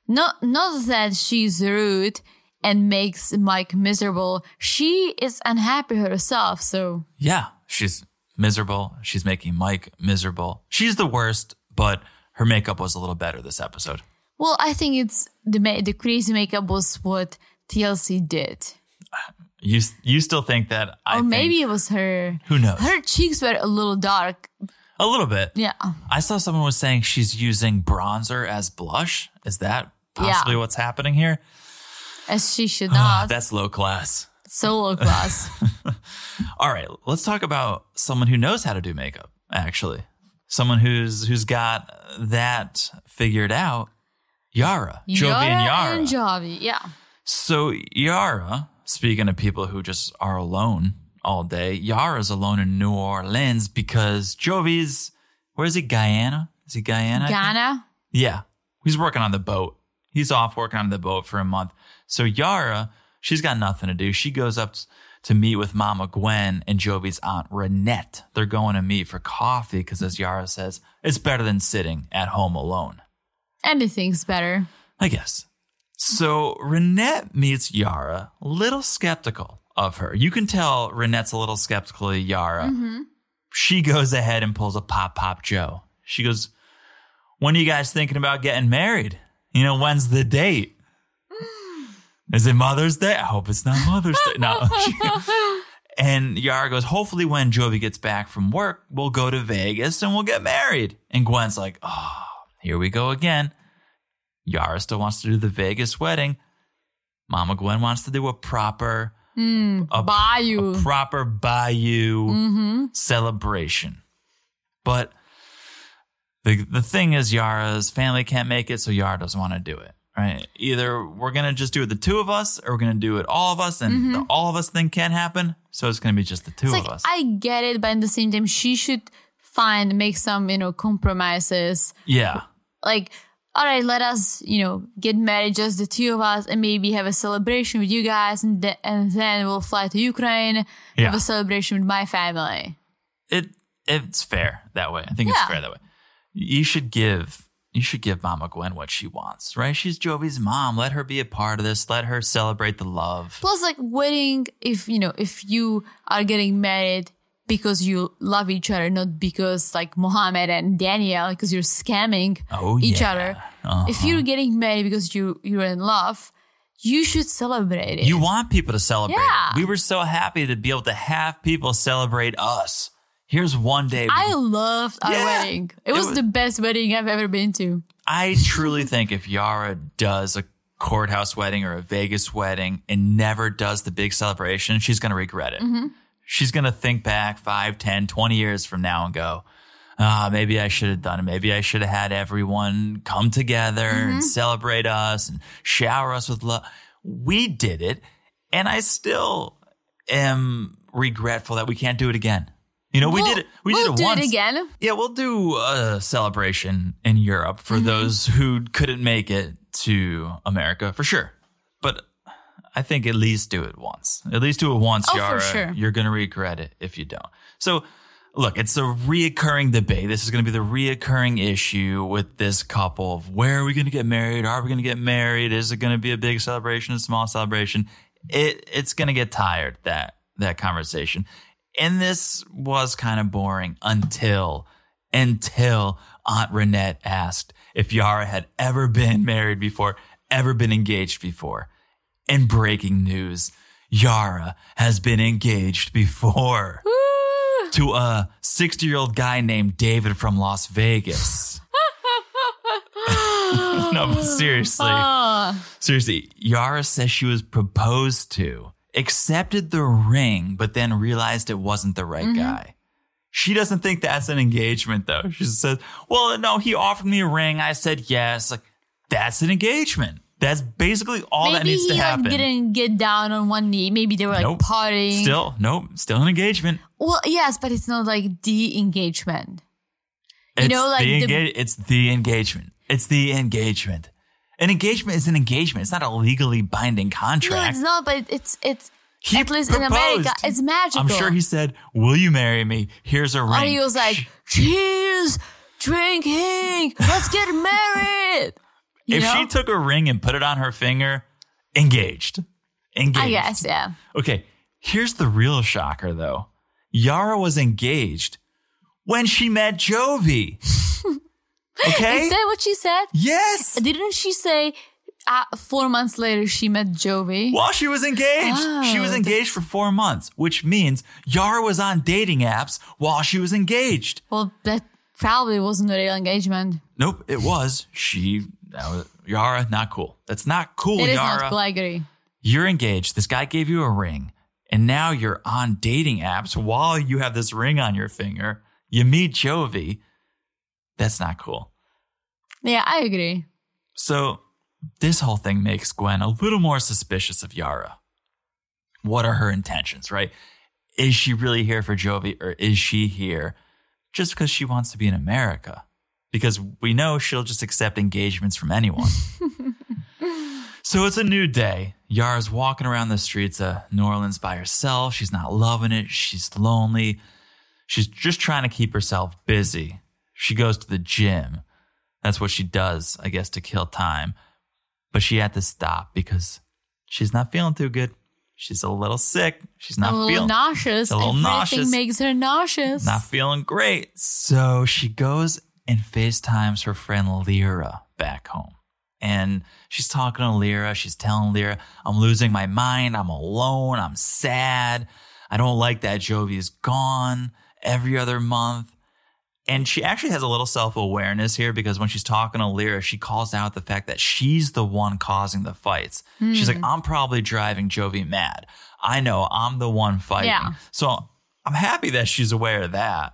[SPEAKER 2] not not that she's rude and makes Mike miserable. She is unhappy herself. So
[SPEAKER 1] Yeah, she's miserable. She's making Mike miserable. She's the worst, but her makeup was a little better this episode.
[SPEAKER 2] well, I think it's the ma- the crazy makeup was what TLC did,
[SPEAKER 1] You you still think that? Or I
[SPEAKER 2] or
[SPEAKER 1] think-
[SPEAKER 2] Oh, maybe it was her.
[SPEAKER 1] Who knows?
[SPEAKER 2] Her cheeks were a little dark.
[SPEAKER 1] a little bit.
[SPEAKER 2] Yeah,
[SPEAKER 1] I saw someone was saying she's using bronzer as blush. Is that possibly
[SPEAKER 2] Yeah.
[SPEAKER 1] what's happening here?
[SPEAKER 2] as she should
[SPEAKER 1] Ah,
[SPEAKER 2] not.
[SPEAKER 1] that's low class.
[SPEAKER 2] Solo class.
[SPEAKER 1] All right, let's talk about someone who knows how to do makeup. Actually, someone who's who's got that figured out. Yara, Jovi, and Yara.
[SPEAKER 2] and Jovi. Yeah.
[SPEAKER 1] so Yara, speaking of people who just are alone all day, Yara's alone in New Orleans because Jovi's where is he? Guyana? Is he Guyana? I think?
[SPEAKER 2] Ghana.
[SPEAKER 1] Yeah. He's working on the boat. He's off working on the boat for a month. So Yara, she's got nothing to do. She goes up to meet with Mama Gwen and Jovi's aunt Renette. They're going to meet for coffee because, as Yara says, it's better than sitting at home alone.
[SPEAKER 2] Anything's better.
[SPEAKER 1] I guess. So Renette meets Yara, little skeptical of her. You can tell Renette's a little skeptical of Yara. She goes ahead and pulls a pop pop Joe. She goes, When are you guys thinking about getting married? You know, when's the date? Is it Mother's Day? I hope it's not Mother's Day. No. Oh, and Yara goes, Hopefully, when Jovi gets back from work, we'll go to Vegas and we'll get married. And Gwen's like, Oh, here we go again. Yara still wants to do the Vegas wedding. Mama Gwen wants to do a proper,
[SPEAKER 2] Mm,
[SPEAKER 1] a,
[SPEAKER 2] Bayou.
[SPEAKER 1] a proper bayou
[SPEAKER 2] mm-hmm.
[SPEAKER 1] celebration. But the the thing is, Yara's family can't make it, so Yara doesn't want to do it. Right? Either we're gonna just do it the two of us, or we're gonna do it all of us, and the all of us thing can't happen. So it's gonna be just the two
[SPEAKER 2] Mm-hmm. It's
[SPEAKER 1] of
[SPEAKER 2] like,
[SPEAKER 1] us.
[SPEAKER 2] I get it, but at the same time, she should find make some you know compromises.
[SPEAKER 1] yeah.
[SPEAKER 2] Like all right, let us, you know, get married, just the two of us, and maybe have a celebration with you guys, and, th- and then we'll fly to Ukraine,
[SPEAKER 1] Yeah.
[SPEAKER 2] have a celebration with my family.
[SPEAKER 1] It it's fair that way. I think
[SPEAKER 2] Yeah.
[SPEAKER 1] it's fair that way. You should give you should give Mama Gwen what she wants, right? She's Jovi's mom. Let her be a part of this. Let her celebrate the love.
[SPEAKER 2] Plus, like wedding, if you know, if you are getting married because you love each other, not because like Mohammed and Danielle, because you're scamming
[SPEAKER 1] Oh,
[SPEAKER 2] each
[SPEAKER 1] yeah.
[SPEAKER 2] other.
[SPEAKER 1] Uh-huh.
[SPEAKER 2] If you're getting married because you you're in love, you should celebrate it.
[SPEAKER 1] You want people to celebrate.
[SPEAKER 2] Yeah.
[SPEAKER 1] We were so happy to be able to have people celebrate us. Here's one day.
[SPEAKER 2] I loved our
[SPEAKER 1] Yeah.
[SPEAKER 2] wedding. It,
[SPEAKER 1] It
[SPEAKER 2] was,
[SPEAKER 1] was-
[SPEAKER 2] the best wedding I've ever been to.
[SPEAKER 1] I truly think if Yara does a courthouse wedding or a Vegas wedding and never does the big celebration, she's going to regret it.
[SPEAKER 2] Mm-hmm.
[SPEAKER 1] She's going to think back 5, 10, 20 years from now and go, ah, maybe I should have done it. Maybe I should have had everyone come together
[SPEAKER 2] Mm-hmm.
[SPEAKER 1] and celebrate us and shower us with love. We did it. And I still am regretful that we can't do it again. You know, we
[SPEAKER 2] We'll-
[SPEAKER 1] did it. We
[SPEAKER 2] we'll
[SPEAKER 1] did it
[SPEAKER 2] do
[SPEAKER 1] once.
[SPEAKER 2] it again.
[SPEAKER 1] Yeah, we'll do a celebration in Europe for
[SPEAKER 2] Mm-hmm.
[SPEAKER 1] those who couldn't make it to America for sure. But I think at least do it once. At least do it once,
[SPEAKER 2] Oh, for
[SPEAKER 1] Yara.
[SPEAKER 2] sure.
[SPEAKER 1] You're gonna regret it if you don't. So look, it's a reoccurring debate. This is gonna be the reoccurring issue with this couple of where are we gonna get married? Are we gonna get married? Is it gonna be a big celebration, a small celebration? It it's gonna get tired, that that conversation. And this was kind of boring until until Aunt Renette asked if Yara had ever been married before, ever been engaged before. And breaking news Yara has been engaged before
[SPEAKER 2] Woo!
[SPEAKER 1] to a 60 year old guy named David from Las Vegas. no, but seriously.
[SPEAKER 2] Ah.
[SPEAKER 1] Seriously, Yara says she was proposed to, accepted the ring, but then realized it wasn't the
[SPEAKER 2] Mm-hmm.
[SPEAKER 1] right guy. She doesn't think that's an engagement, though. She says, Well, no, he offered me a ring. I said yes. Like, that's an engagement. That's basically all that
[SPEAKER 2] Maybe
[SPEAKER 1] needs
[SPEAKER 2] he
[SPEAKER 1] to
[SPEAKER 2] like,
[SPEAKER 1] happen.
[SPEAKER 2] didn't get down on one knee. Maybe they were like
[SPEAKER 1] Nope.
[SPEAKER 2] partying.
[SPEAKER 1] Still, nope, still an engagement.
[SPEAKER 2] Well, yes, but it's not like the engagement.
[SPEAKER 1] It's
[SPEAKER 2] know, like
[SPEAKER 1] the
[SPEAKER 2] the-
[SPEAKER 1] enga- it's the engagement. It's the engagement. An engagement is an engagement. It's not a legally binding
[SPEAKER 2] No,
[SPEAKER 1] contract.
[SPEAKER 2] it's not. But it's it's
[SPEAKER 1] He
[SPEAKER 2] at least in
[SPEAKER 1] proposed.
[SPEAKER 2] America, it's magical.
[SPEAKER 1] I'm sure he said, "Will you marry me? Here's a ring."
[SPEAKER 2] And he was like,
[SPEAKER 1] Shh.
[SPEAKER 2] "Cheers, drinking, let's get married." You
[SPEAKER 1] "If
[SPEAKER 2] know?
[SPEAKER 1] she took a ring and put it on her finger, engaged, engaged."
[SPEAKER 2] I guess, yeah.
[SPEAKER 1] Okay, here's the real shocker, though. Yara was engaged when she met Jovi. Okay.
[SPEAKER 2] Is that what she said?
[SPEAKER 1] yes.
[SPEAKER 2] Didn't she say uh, four months later she met Jovi?
[SPEAKER 1] While she was engaged, she was
[SPEAKER 2] Oh,
[SPEAKER 1] engaged for four months, which means Yara was on dating apps while she was engaged.
[SPEAKER 2] Well, that probably wasn't a real engagement.
[SPEAKER 1] Nope, it was she. That was, Yara, not cool. That's not cool,
[SPEAKER 2] It is
[SPEAKER 1] Yara.
[SPEAKER 2] not cool. I agree.
[SPEAKER 1] You're engaged. This guy gave you a ring, and now you're on dating apps while you have this ring on your finger. You meet Jovi. That's not cool.
[SPEAKER 2] Yeah, I agree.
[SPEAKER 1] So, this whole thing makes Gwen a little more suspicious of Yara. What are her intentions, right? Is she really here for Jovi or is she here just because she wants to be in America? Because we know she'll just accept engagements from anyone. so it's a new day. Yara's walking around the streets of New Orleans by herself. She's not loving it. She's lonely. She's just trying to keep herself busy. She goes to the gym. That's what she does, I guess, to kill time. But she had to stop because she's not feeling too good. She's a little sick. She's not
[SPEAKER 2] a little
[SPEAKER 1] feeling
[SPEAKER 2] nauseous.
[SPEAKER 1] a little
[SPEAKER 2] Everything
[SPEAKER 1] nauseous.
[SPEAKER 2] makes her nauseous.
[SPEAKER 1] not feeling great. So she goes and FaceTimes her friend Lyra back home. And she's talking to Lyra. She's telling Lyra, I'm losing my mind. I'm alone. I'm sad. I don't like that Jovi is gone every other month. And she actually has a little self awareness here because when she's talking to Lyra, she calls out the fact that she's the one causing the fights. She's
[SPEAKER 2] Hmm.
[SPEAKER 1] like, I'm probably driving Jovi mad. I know I'm the one fighting.
[SPEAKER 2] Yeah.
[SPEAKER 1] So I'm happy that she's aware of that.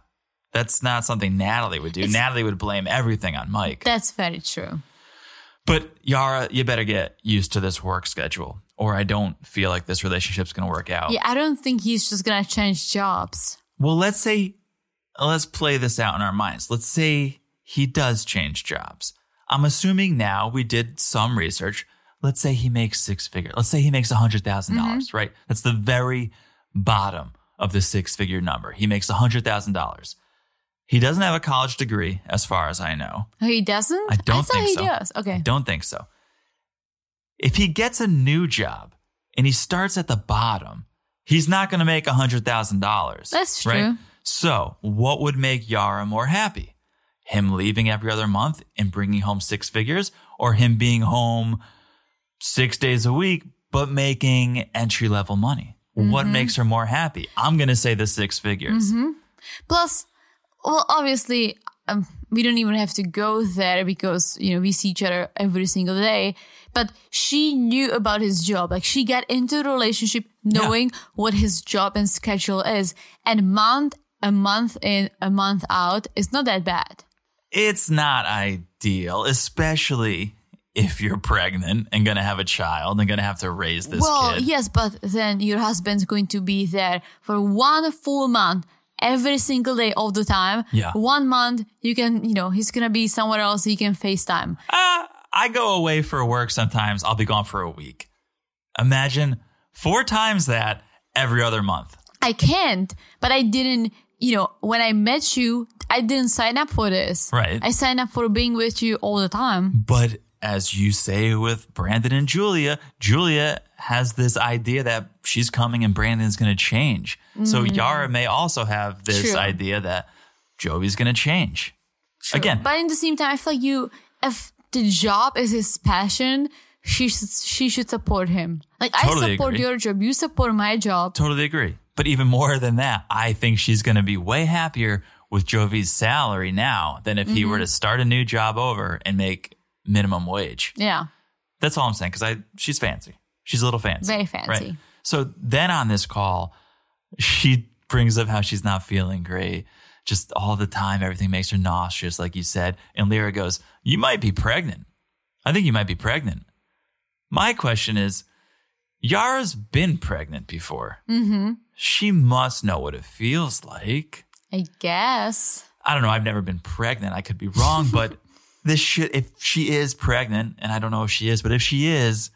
[SPEAKER 1] That's not something Natalie would do. Natalie would blame everything on Mike.
[SPEAKER 2] That's very true.
[SPEAKER 1] But Yara, you better get used to this work schedule, or I don't feel like this relationship's going to work out.
[SPEAKER 2] Yeah, I don't think he's just gonna change jobs.
[SPEAKER 1] Well, let's say, let's play this out in our minds. Let's say he does change jobs. I'm assuming now we did some research. Let's say he makes six figure. Let's say he makes $100,000, dollars right? That's the very bottom of the six figure number. He makes $100,000. He doesn't have a college degree, as far as I know.
[SPEAKER 2] He doesn't?
[SPEAKER 1] I don't
[SPEAKER 2] I thought
[SPEAKER 1] think
[SPEAKER 2] he
[SPEAKER 1] so.
[SPEAKER 2] does.
[SPEAKER 1] I
[SPEAKER 2] Okay.
[SPEAKER 1] don't think so. If he gets a new job and he starts at the bottom, he's not going to make $100,000.
[SPEAKER 2] That's
[SPEAKER 1] Right?
[SPEAKER 2] true.
[SPEAKER 1] So, what would make Yara more happy? Him leaving every other month and bringing home six figures, or him being home six days a week but making entry level money? What
[SPEAKER 2] Mm-hmm.
[SPEAKER 1] makes her more happy? I'm going to say the six figures.
[SPEAKER 2] Plus, well, obviously, um, we don't even have to go there because, you know, we see each other every single day. But she knew about his job. Like, she got into the relationship knowing what his job and schedule is. And month, a month in, a month out is not that bad.
[SPEAKER 1] it's not ideal, especially if you're pregnant and gonna have a child and gonna have to raise this
[SPEAKER 2] well,
[SPEAKER 1] kid.
[SPEAKER 2] yes, but then your husband's going to be there for one full month, every single day, all the time.
[SPEAKER 1] Yeah.
[SPEAKER 2] One month, you can, you know, he's gonna be somewhere else. You can FaceTime.
[SPEAKER 1] Ah, I go away for work sometimes. I'll be gone for a week. Imagine four times that every other month.
[SPEAKER 2] I can't, but I didn't. You know, when I met you, I didn't sign up for this.
[SPEAKER 1] Right.
[SPEAKER 2] I signed up for being with you all the time.
[SPEAKER 1] But as you say with Brandon and Julia, Julia has this idea that she's coming and Brandon's going to change. So Yara may also have this
[SPEAKER 2] Mm-hmm. True.
[SPEAKER 1] idea that Joey's going to change. Again,
[SPEAKER 2] But in the same time, I feel like you, if the job is his passion, she should, she should support him. Like
[SPEAKER 1] Totally
[SPEAKER 2] I support
[SPEAKER 1] agree.
[SPEAKER 2] your job, you support my job.
[SPEAKER 1] Totally agree. But even more than that, I think she's going to be way happier with Jovi's salary now than if he were to start a new job over and make minimum wage.
[SPEAKER 2] Yeah.
[SPEAKER 1] That's all I'm saying because I she's fancy. She's a little fancy.
[SPEAKER 2] Very
[SPEAKER 1] right?
[SPEAKER 2] fancy.
[SPEAKER 1] So then on this call, she brings up how she's not feeling great. Just all the time, everything makes her nauseous, like you said. And Lyra goes, You might be pregnant. I think you might be pregnant. My question is Yara's been pregnant before.
[SPEAKER 2] Mm-hmm.
[SPEAKER 1] She must know what it feels like.
[SPEAKER 2] I guess.
[SPEAKER 1] I don't know. I've never been pregnant. I could be wrong, but this should, if she is pregnant, and I don't know if she is, but if she is,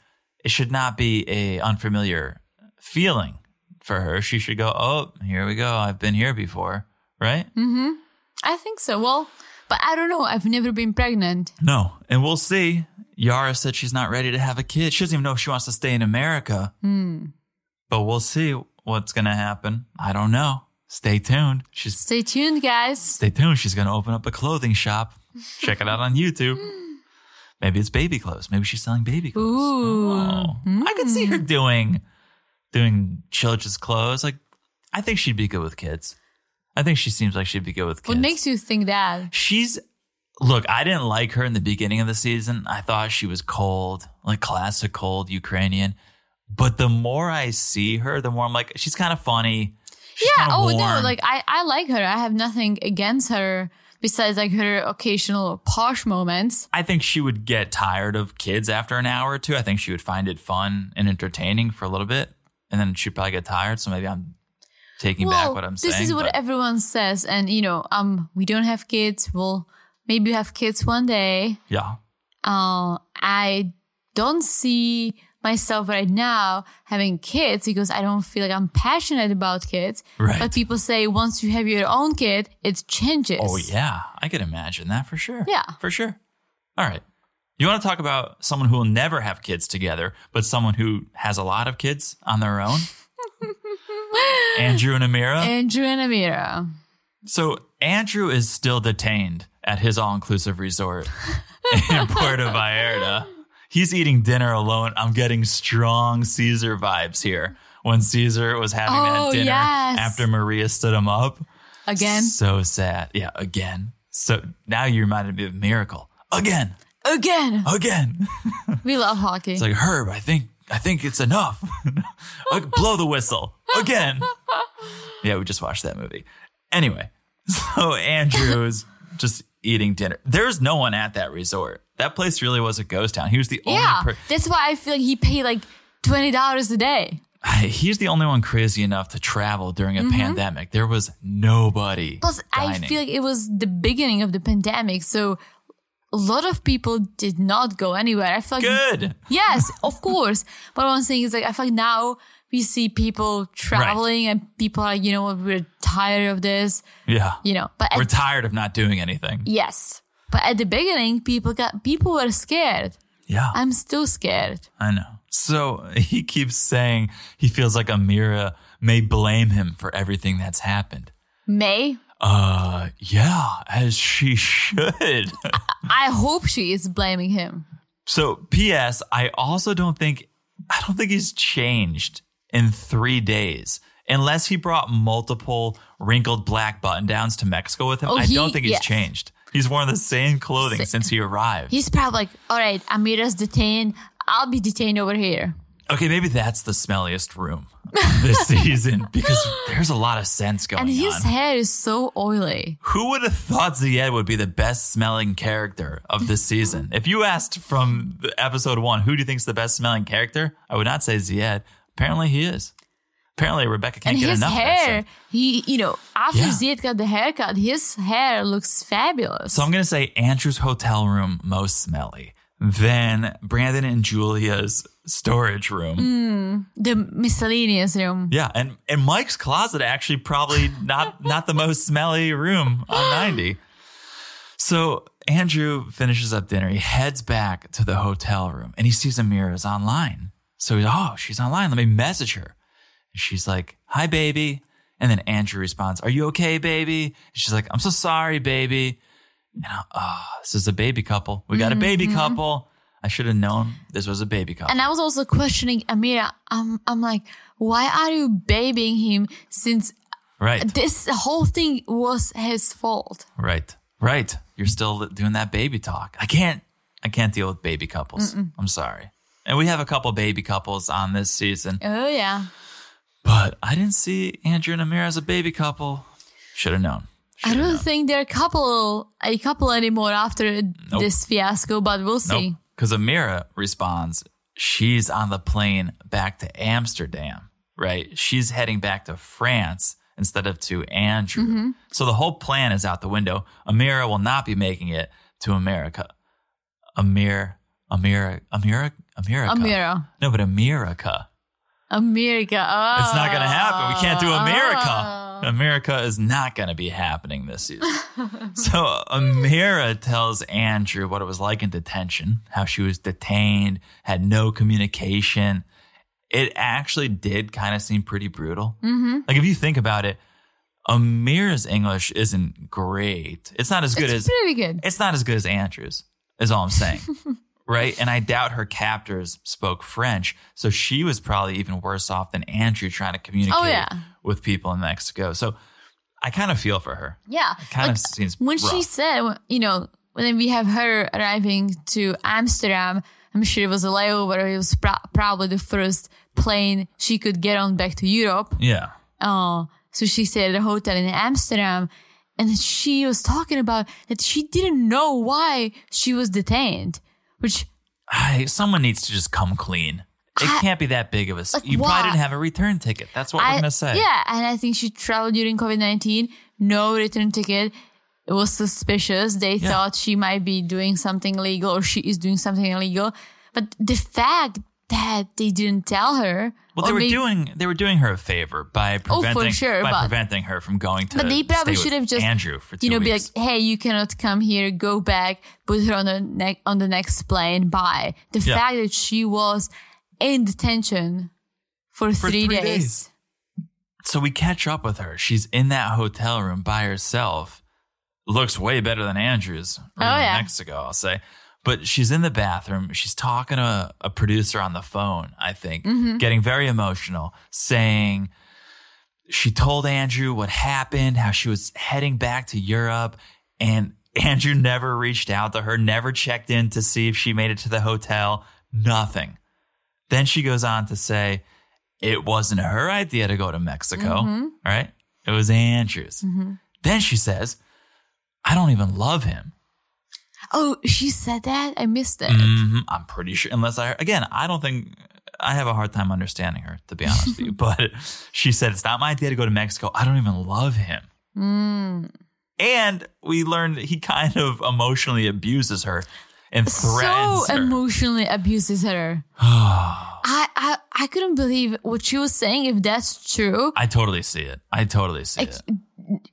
[SPEAKER 1] it should not be a unfamiliar feeling for her. She should go, oh, here we go. I've been here before, right?
[SPEAKER 2] I think so. Well, but I don't know. I've never been pregnant.
[SPEAKER 1] No, and we'll see. Yara said she's not ready to have a kid. She doesn't even know if she wants to stay in America. But we'll see what's going to happen. I don't know. Stay tuned. She's
[SPEAKER 2] Stay tuned, guys.
[SPEAKER 1] Stay tuned. She's going to open up a clothing shop. Check it out on YouTube. Maybe it's baby clothes. Maybe she's selling baby clothes.
[SPEAKER 2] Ooh.
[SPEAKER 1] Oh. I could see her doing doing children's clothes. Like I think she'd be good with kids. I think she seems like she'd be good with kids.
[SPEAKER 2] What makes you think that?
[SPEAKER 1] she's look, I didn't like her in the beginning of the season. I thought she was cold, like classic cold Ukrainian. But the more I see her, the more I'm like, she's kind of funny. She's
[SPEAKER 2] yeah.
[SPEAKER 1] kinda
[SPEAKER 2] Oh no.
[SPEAKER 1] warm.
[SPEAKER 2] Like I, I like her. I have nothing against her besides like her occasional posh moments.
[SPEAKER 1] I think she would get tired of kids after an hour or two. I think she would find it fun and entertaining for a little bit, and then she'd probably get tired. So maybe I'm taking back what I'm
[SPEAKER 2] this
[SPEAKER 1] saying.
[SPEAKER 2] is what
[SPEAKER 1] but
[SPEAKER 2] everyone says, and you know, um, we don't have kids. We'll maybe have kids one day.
[SPEAKER 1] yeah,
[SPEAKER 2] Uh, I don't see myself right now having kids because I don't feel like I'm passionate about kids.
[SPEAKER 1] Right.
[SPEAKER 2] But people say once you have your own kid, it changes.
[SPEAKER 1] oh yeah, I could imagine that for sure.
[SPEAKER 2] Yeah.
[SPEAKER 1] for sure. All right, you want to talk about someone who will never have kids together, but someone who has a lot of kids on their own? Andrew and Amira.
[SPEAKER 2] Andrew and Amira.
[SPEAKER 1] So Andrew is still detained at his all-inclusive resort in Puerto Vallarta. He's eating dinner alone. I'm getting strong Caesar vibes here. When Caesar was having
[SPEAKER 2] Oh,
[SPEAKER 1] that dinner
[SPEAKER 2] yes.
[SPEAKER 1] after Maria stood him up.
[SPEAKER 2] Again.
[SPEAKER 1] So sad. Yeah, again. So now you reminded me of Miracle. Again.
[SPEAKER 2] Again.
[SPEAKER 1] Again.
[SPEAKER 2] We love hockey.
[SPEAKER 1] It's like Herb, I think I think it's enough. Like, Blow the whistle again. Yeah, we just watched that movie. Anyway, so Andrew is just eating dinner. There's no one at that resort. That place really was a ghost town. He was the
[SPEAKER 2] yeah.
[SPEAKER 1] only.
[SPEAKER 2] That's why I feel like he paid like twenty dollars a day.
[SPEAKER 1] Per- He's the only one crazy enough to travel during a pandemic. There was nobody.
[SPEAKER 2] Mm-hmm. Plus, I
[SPEAKER 1] dining.
[SPEAKER 2] feel like it was the beginning of the pandemic, so a lot of people did not go anywhere. I feel like
[SPEAKER 1] Good.
[SPEAKER 2] Yes, of course. But what I'm saying is like I feel like now we see people traveling and people are like, you know what, we're tired of this.
[SPEAKER 1] Yeah.
[SPEAKER 2] You know. But at,
[SPEAKER 1] We're tired of not doing anything.
[SPEAKER 2] yes. But at the beginning people got people were scared.
[SPEAKER 1] Yeah.
[SPEAKER 2] I'm still scared.
[SPEAKER 1] I know. So he keeps saying he feels like Amira may blame him for everything that's happened.
[SPEAKER 2] May,
[SPEAKER 1] Uh, yeah, as she should.
[SPEAKER 2] I hope she is blaming him.
[SPEAKER 1] so, P.S. I also don't think I don't think he's changed in three days, unless he brought multiple wrinkled black button downs to Mexico with him.
[SPEAKER 2] Oh,
[SPEAKER 1] I
[SPEAKER 2] he-
[SPEAKER 1] don't think he's
[SPEAKER 2] yes.
[SPEAKER 1] changed. He's worn the same clothing since he arrived.
[SPEAKER 2] He's probably like, all right, Amira's detained. I'll be detained over here.
[SPEAKER 1] okay, maybe that's the smelliest room this season because there's a lot of sense going
[SPEAKER 2] And
[SPEAKER 1] on.
[SPEAKER 2] his hair is so oily.
[SPEAKER 1] Who would have thought Zied would be the best smelling character of this season? If you asked from the episode one, who do you think's the best smelling character? I would not say Zied. Apparently, he is. Apparently, Rebecca can't
[SPEAKER 2] And
[SPEAKER 1] get
[SPEAKER 2] his
[SPEAKER 1] enough of that
[SPEAKER 2] hair,
[SPEAKER 1] stuff.
[SPEAKER 2] he, you know, after
[SPEAKER 1] Yeah.
[SPEAKER 2] Ziad got the haircut, his hair looks fabulous.
[SPEAKER 1] So I'm going to say Andrew's hotel room most smelly, then Brandon and Julia's storage room.
[SPEAKER 2] the miscellaneous room.
[SPEAKER 1] Yeah, and and Mike's closet actually probably not not the most smelly room on 90. So Andrew finishes up dinner. He heads back to the hotel room and he sees Amira is online. So he's, oh, she's online. Let me message her. And she's like, hi, baby. And then Andrew responds, are you okay, baby? And she's like, I'm so sorry, baby. And I, oh, this is a baby couple. We got a baby couple. I should have known this was a baby couple.
[SPEAKER 2] Mm-hmm. And I was also questioning Amira. I'm, I'm like, why are you babying him since
[SPEAKER 1] right.
[SPEAKER 2] this whole thing was his fault?
[SPEAKER 1] Right. Right. You're still doing that baby talk. I can't I can't deal with baby couples. I'm sorry. And we have a couple baby couples on this season.
[SPEAKER 2] Oh, yeah.
[SPEAKER 1] But I didn't see Andrew and Amir as a baby couple. Should have known.
[SPEAKER 2] I
[SPEAKER 1] Shoulda
[SPEAKER 2] don't
[SPEAKER 1] known.
[SPEAKER 2] think they're a couple, a couple anymore after this fiasco, but we'll see.
[SPEAKER 1] Nope. Because Amira responds, she's on the plane back to Amsterdam, right? She's heading back to France instead of to Andrew.
[SPEAKER 2] Mm-hmm.
[SPEAKER 1] So the whole plan is out the window. Amira will not be making it to America. Amir, Amira, Amira, America.
[SPEAKER 2] Amira.
[SPEAKER 1] No, but America.
[SPEAKER 2] America. Ah. Oh.
[SPEAKER 1] It's not going to happen. We can't do America. America is not going to be happening this season. so Amira tells Andrew what it was like in detention, how she was detained, had no communication. It actually did kind of seem pretty brutal.
[SPEAKER 2] Mm-hmm.
[SPEAKER 1] Like if you think about it, Amira's English isn't great. It's not as good as
[SPEAKER 2] It's pretty good.
[SPEAKER 1] it's not as good as Andrew's, is all I'm saying. right? And I doubt her captors spoke French. So she was probably even worse off than Andrew trying to communicate
[SPEAKER 2] Oh, yeah.
[SPEAKER 1] with people in Mexico. So I kind of feel for her.
[SPEAKER 2] Yeah.
[SPEAKER 1] Kind
[SPEAKER 2] Like,
[SPEAKER 1] of seems
[SPEAKER 2] when
[SPEAKER 1] rough.
[SPEAKER 2] she said, you know, when we have her arriving to Amsterdam, I'm sure it was a layover. It was pro- probably the first plane she could get on back to Europe.
[SPEAKER 1] Yeah.
[SPEAKER 2] Oh, so she stayed at a hotel in Amsterdam. And she was talking about that she didn't know why she was detained, which
[SPEAKER 1] I, someone needs to just come clean. It
[SPEAKER 2] I-
[SPEAKER 1] can't be that big of a. s-
[SPEAKER 2] Like,
[SPEAKER 1] you
[SPEAKER 2] why?
[SPEAKER 1] probably didn't have a return ticket. That's what
[SPEAKER 2] I,
[SPEAKER 1] we're gonna say.
[SPEAKER 2] Yeah, and I think she traveled during COVID 19, no return ticket. It was suspicious. They
[SPEAKER 1] Yeah.
[SPEAKER 2] thought she might be doing something illegal or she is doing something illegal. But the fact that they didn't tell her.
[SPEAKER 1] Well, they
[SPEAKER 2] or
[SPEAKER 1] were
[SPEAKER 2] may- Oh,
[SPEAKER 1] doing they were doing her a favor by
[SPEAKER 2] for
[SPEAKER 1] preventing
[SPEAKER 2] sure,
[SPEAKER 1] by
[SPEAKER 2] but-
[SPEAKER 1] preventing her from going to.
[SPEAKER 2] But they probably
[SPEAKER 1] stay
[SPEAKER 2] should
[SPEAKER 1] with
[SPEAKER 2] have just,
[SPEAKER 1] Andrew for two
[SPEAKER 2] You know,
[SPEAKER 1] weeks.
[SPEAKER 2] be like, hey, you cannot come here. Go back. Put her on the, ne- on the next plane. Bye. The
[SPEAKER 1] Yeah.
[SPEAKER 2] fact that she was in detention for, three,
[SPEAKER 1] three
[SPEAKER 2] days.
[SPEAKER 1] days. So we catch up with her. She's in that hotel room by herself. Looks way better than Andrew's room
[SPEAKER 2] Oh, yeah.
[SPEAKER 1] in Mexico, I'll say. But she's in the bathroom. She's talking to a producer on the phone, I think,
[SPEAKER 2] Mm-hmm.
[SPEAKER 1] getting very emotional, saying she told Andrew what happened, how she was heading back to Europe. And Andrew never reached out to her, never checked in to see if she made it to the hotel, nothing. Then she goes on to say, it wasn't her idea to go to Mexico, right? It was Andrew's. Then she says, I don't even love him.
[SPEAKER 2] Oh, she said that? I missed it.
[SPEAKER 1] Mhm, I'm pretty sure, unless I, again, I don't think, I have a hard time understanding her, to be honest with you. But she said, It's not my idea to go to Mexico. I don't even love him. And we learned he kind of emotionally abuses her and
[SPEAKER 2] so
[SPEAKER 1] threatens her.
[SPEAKER 2] emotionally abuses her. I, I I couldn't believe what she was saying. If that's true,
[SPEAKER 1] I totally see it. I totally see it.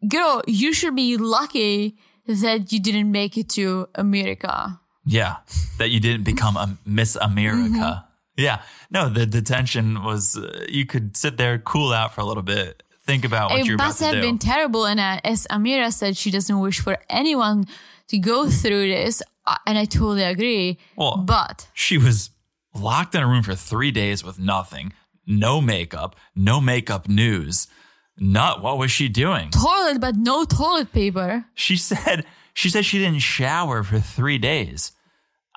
[SPEAKER 2] girl, you should be lucky that you didn't make it to America.
[SPEAKER 1] Yeah, that you didn't become a Miss America.
[SPEAKER 2] Mm-hmm.
[SPEAKER 1] Yeah, no, the detention was uh, you could sit there, cool out for a little bit, think about what you're
[SPEAKER 2] it
[SPEAKER 1] about
[SPEAKER 2] must
[SPEAKER 1] to
[SPEAKER 2] have
[SPEAKER 1] do.
[SPEAKER 2] been terrible. And uh, as Amira said, she doesn't wish for anyone to go through this, uh, and I totally agree.
[SPEAKER 1] Well-
[SPEAKER 2] but
[SPEAKER 1] she was locked in a room for three days with nothing, no makeup, no makeup news. Not what was she doing?
[SPEAKER 2] toilet, but no toilet paper.
[SPEAKER 1] She said she said she didn't shower for three days.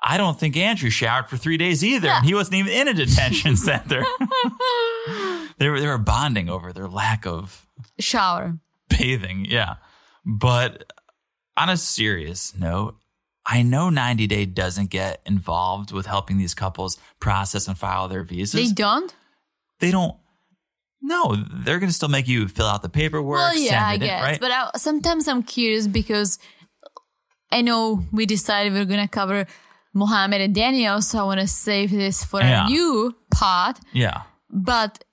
[SPEAKER 1] I don't think Andrew showered for three days either, and he wasn't even in a detention center. they were they were bonding over their lack of
[SPEAKER 2] Shower.
[SPEAKER 1] bathing, yeah. But on a serious note, I know 90 Day doesn't get involved with helping these couples process and file their visas.
[SPEAKER 2] They don't.
[SPEAKER 1] they don't. No, they're going to still make you fill out the paperwork.
[SPEAKER 2] Well,
[SPEAKER 1] send
[SPEAKER 2] yeah,
[SPEAKER 1] it
[SPEAKER 2] I
[SPEAKER 1] in,
[SPEAKER 2] guess.
[SPEAKER 1] right?
[SPEAKER 2] But I, sometimes I'm curious because I know we decided we're gonna cover Mohammed and Daniel, so I want to save this for
[SPEAKER 1] Yeah.
[SPEAKER 2] a new part.
[SPEAKER 1] yeah,
[SPEAKER 2] But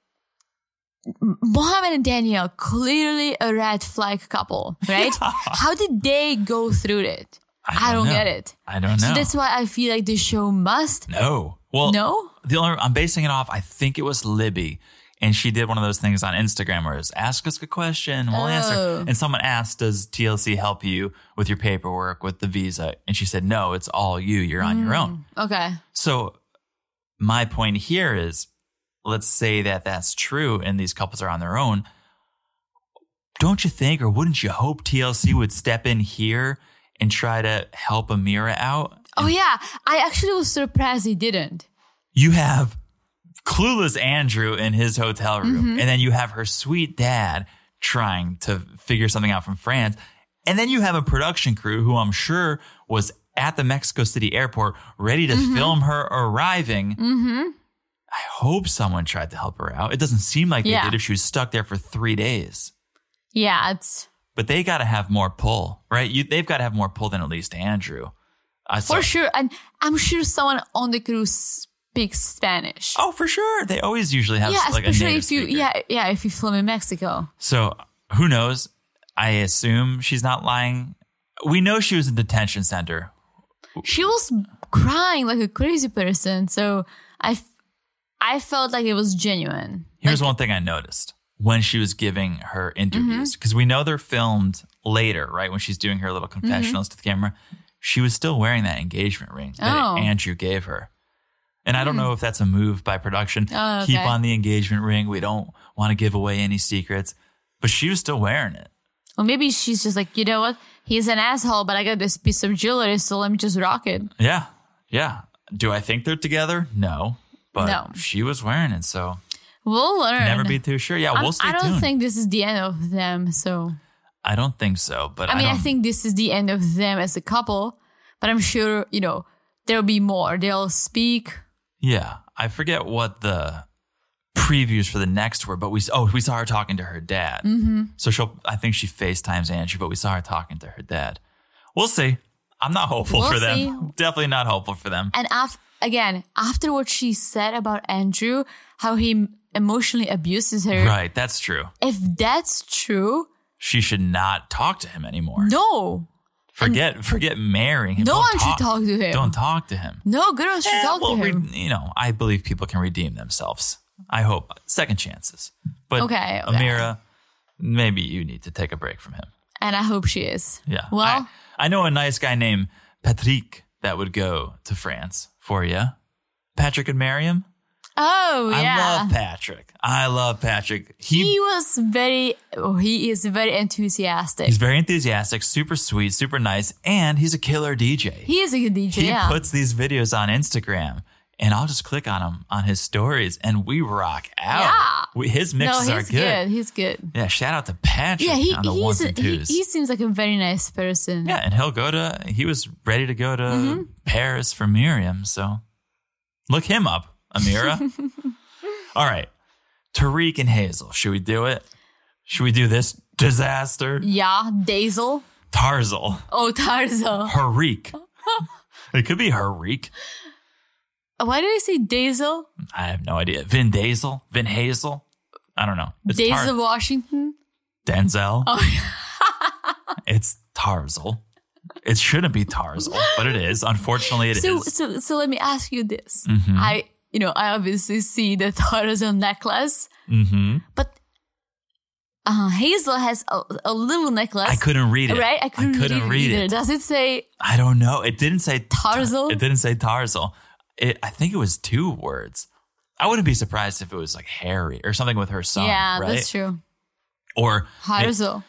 [SPEAKER 2] M- Mohammed and Daniel clearly a red flag couple, right? How did they go through it?
[SPEAKER 1] I
[SPEAKER 2] I, don't
[SPEAKER 1] don't know.
[SPEAKER 2] get it.
[SPEAKER 1] I don't know.
[SPEAKER 2] So that's why I feel like the show must.
[SPEAKER 1] no, well,
[SPEAKER 2] No?
[SPEAKER 1] The only I'm basing it off. I think it was Libby, and she did one of those things on Instagram where it's ask us a question, we'll
[SPEAKER 2] Oh.
[SPEAKER 1] answer. And someone asked, "Does TLC help you with your paperwork with the visa?" And she said, "No, it's all you. You're on your own."
[SPEAKER 2] Okay.
[SPEAKER 1] So my point here is let's say that that's true and these couples are on their own. Don't you think or wouldn't you hope TLC would step in here and try to help Amira out?
[SPEAKER 2] Oh yeah, I actually was surprised he didn't.
[SPEAKER 1] You have clueless Andrew in his hotel room
[SPEAKER 2] Mm-hmm.
[SPEAKER 1] and then you have her sweet dad trying to figure something out from France. And then you have a production crew who I'm sure was at the Mexico City airport ready to film her arriving.
[SPEAKER 2] Mm-hmm.
[SPEAKER 1] I hope someone tried to help her out. It doesn't seem like
[SPEAKER 2] Yeah.
[SPEAKER 1] they did if she was stuck there for three days.
[SPEAKER 2] Yeah, it's
[SPEAKER 1] But they got to have more pull, right? You, they've got to have more pull than at least Andrew. I
[SPEAKER 2] For sure. And I'm sure someone on the cruise speaks Spanish.
[SPEAKER 1] Oh, for sure. They always usually have
[SPEAKER 2] yeah,
[SPEAKER 1] like a
[SPEAKER 2] especially
[SPEAKER 1] native
[SPEAKER 2] if you
[SPEAKER 1] speaker.
[SPEAKER 2] yeah, yeah, if you film in Mexico.
[SPEAKER 1] So who knows? I assume she's not lying. We know she was in detention center.
[SPEAKER 2] She was crying like a crazy person, so I f- I felt like it was genuine.
[SPEAKER 1] Here's one thing I noticed when she was giving her
[SPEAKER 2] Mm-hmm.
[SPEAKER 1] interviews, because we know they're filmed later, right? When she's doing her little
[SPEAKER 2] Mm-hmm.
[SPEAKER 1] confessionals to the camera, she was still wearing that engagement ring that
[SPEAKER 2] Oh. Mm.
[SPEAKER 1] Andrew gave her. And I don't know if that's a move by production.
[SPEAKER 2] Oh,
[SPEAKER 1] Keep
[SPEAKER 2] okay.
[SPEAKER 1] on the engagement ring. We don't want to give away any secrets, but she was still wearing it.
[SPEAKER 2] Or maybe she's just like, you know what? He's an asshole, but I got this piece of jewelry, so let me just rock it.
[SPEAKER 1] Yeah. Yeah. Do I think they're together? No. But
[SPEAKER 2] No.
[SPEAKER 1] she was wearing it. So
[SPEAKER 2] We'll learn.
[SPEAKER 1] never be too sure. Yeah.
[SPEAKER 2] I'm-
[SPEAKER 1] we'll stay
[SPEAKER 2] I don't
[SPEAKER 1] tuned.
[SPEAKER 2] think this is the end of them, so
[SPEAKER 1] I don't think so. But
[SPEAKER 2] I mean, I,
[SPEAKER 1] don't-
[SPEAKER 2] think this is the end of them as a couple, but I'm sure, you know, there'll be more. They'll speak.
[SPEAKER 1] Yeah, I forget what the previews for the next were, but we oh we saw her talking to her dad. Mm-hmm. So she'll I think she FaceTimes Andrew, but we saw her talking to her dad. We'll see. I'm not hopeful
[SPEAKER 2] We'll
[SPEAKER 1] for them.
[SPEAKER 2] see.
[SPEAKER 1] Definitely not hopeful for them.
[SPEAKER 2] And af- again, after what she said about Andrew, how he m- emotionally abuses her,
[SPEAKER 1] Right, that's true.
[SPEAKER 2] if that's true,
[SPEAKER 1] She should not talk to him anymore.
[SPEAKER 2] no,
[SPEAKER 1] forget forget marrying him.
[SPEAKER 2] no
[SPEAKER 1] Don't
[SPEAKER 2] one should talk to him.
[SPEAKER 1] Don't talk to him.
[SPEAKER 2] No girl should
[SPEAKER 1] Eh,
[SPEAKER 2] talk
[SPEAKER 1] well,
[SPEAKER 2] to
[SPEAKER 1] re-
[SPEAKER 2] him.
[SPEAKER 1] you know, I believe people can redeem themselves. I hope second chances. But
[SPEAKER 2] Okay, okay.
[SPEAKER 1] Amira, maybe you need to take a break from him.
[SPEAKER 2] and I hope she is.
[SPEAKER 1] Yeah.
[SPEAKER 2] Well,
[SPEAKER 1] I, I know a nice guy named Patrick that would go to France for you. Patrick and Miriam.
[SPEAKER 2] oh
[SPEAKER 1] I
[SPEAKER 2] yeah.
[SPEAKER 1] love Patrick. I love Patrick. He,
[SPEAKER 2] he was very, oh, he is very enthusiastic.
[SPEAKER 1] he's very enthusiastic, super sweet, super nice, and he's a killer DJ.
[SPEAKER 2] He is a good DJ.
[SPEAKER 1] He
[SPEAKER 2] yeah.
[SPEAKER 1] puts these videos on Instagram. And I'll just click on him on his stories, and we rock out.
[SPEAKER 2] Yeah.
[SPEAKER 1] We, his
[SPEAKER 2] no,
[SPEAKER 1] mixes
[SPEAKER 2] he's
[SPEAKER 1] are
[SPEAKER 2] good. He's good.
[SPEAKER 1] Yeah, shout out to Patrick
[SPEAKER 2] Yeah, he
[SPEAKER 1] on the
[SPEAKER 2] he's
[SPEAKER 1] ones
[SPEAKER 2] a,
[SPEAKER 1] and
[SPEAKER 2] he,
[SPEAKER 1] twos.
[SPEAKER 2] he seems like a very nice person.
[SPEAKER 1] Yeah, and he'll go to. He was ready to go to
[SPEAKER 2] Mm-hmm.
[SPEAKER 1] Paris for Miriam. So look him up, Amira. All right, Tariq and Hazel. Should we do it? Should we do this disaster?
[SPEAKER 2] Yeah, Daisel.
[SPEAKER 1] Tarzal.
[SPEAKER 2] Oh, Tarzo.
[SPEAKER 1] Harik. it could be Harik.
[SPEAKER 2] Why do you say Dazel?
[SPEAKER 1] I have no idea. Vin Diesel? Vin Hazel? I don't know. It's Tar-
[SPEAKER 2] Dazel Washington?
[SPEAKER 1] Denzel.
[SPEAKER 2] Oh,
[SPEAKER 1] It's Tarzal. It shouldn't be Tarzal, but it is. Unfortunately, it is.
[SPEAKER 2] so, so, so let me ask you this.
[SPEAKER 1] Mhm.
[SPEAKER 2] I, you know, I obviously see the Tarzan necklace,
[SPEAKER 1] hmm
[SPEAKER 2] but uh, Hazel has a, a little necklace.
[SPEAKER 1] I couldn't read it.
[SPEAKER 2] Right? I couldn't, read, it,
[SPEAKER 1] it.
[SPEAKER 2] either. Does it say
[SPEAKER 1] I don't know. It didn't say
[SPEAKER 2] Tarzal?
[SPEAKER 1] It didn't say Tarzal. It, I think it was two words. I wouldn't be surprised if it was like Harry or something with her son.
[SPEAKER 2] yeah,
[SPEAKER 1] right?
[SPEAKER 2] that's true.
[SPEAKER 1] Or
[SPEAKER 2] Harzo.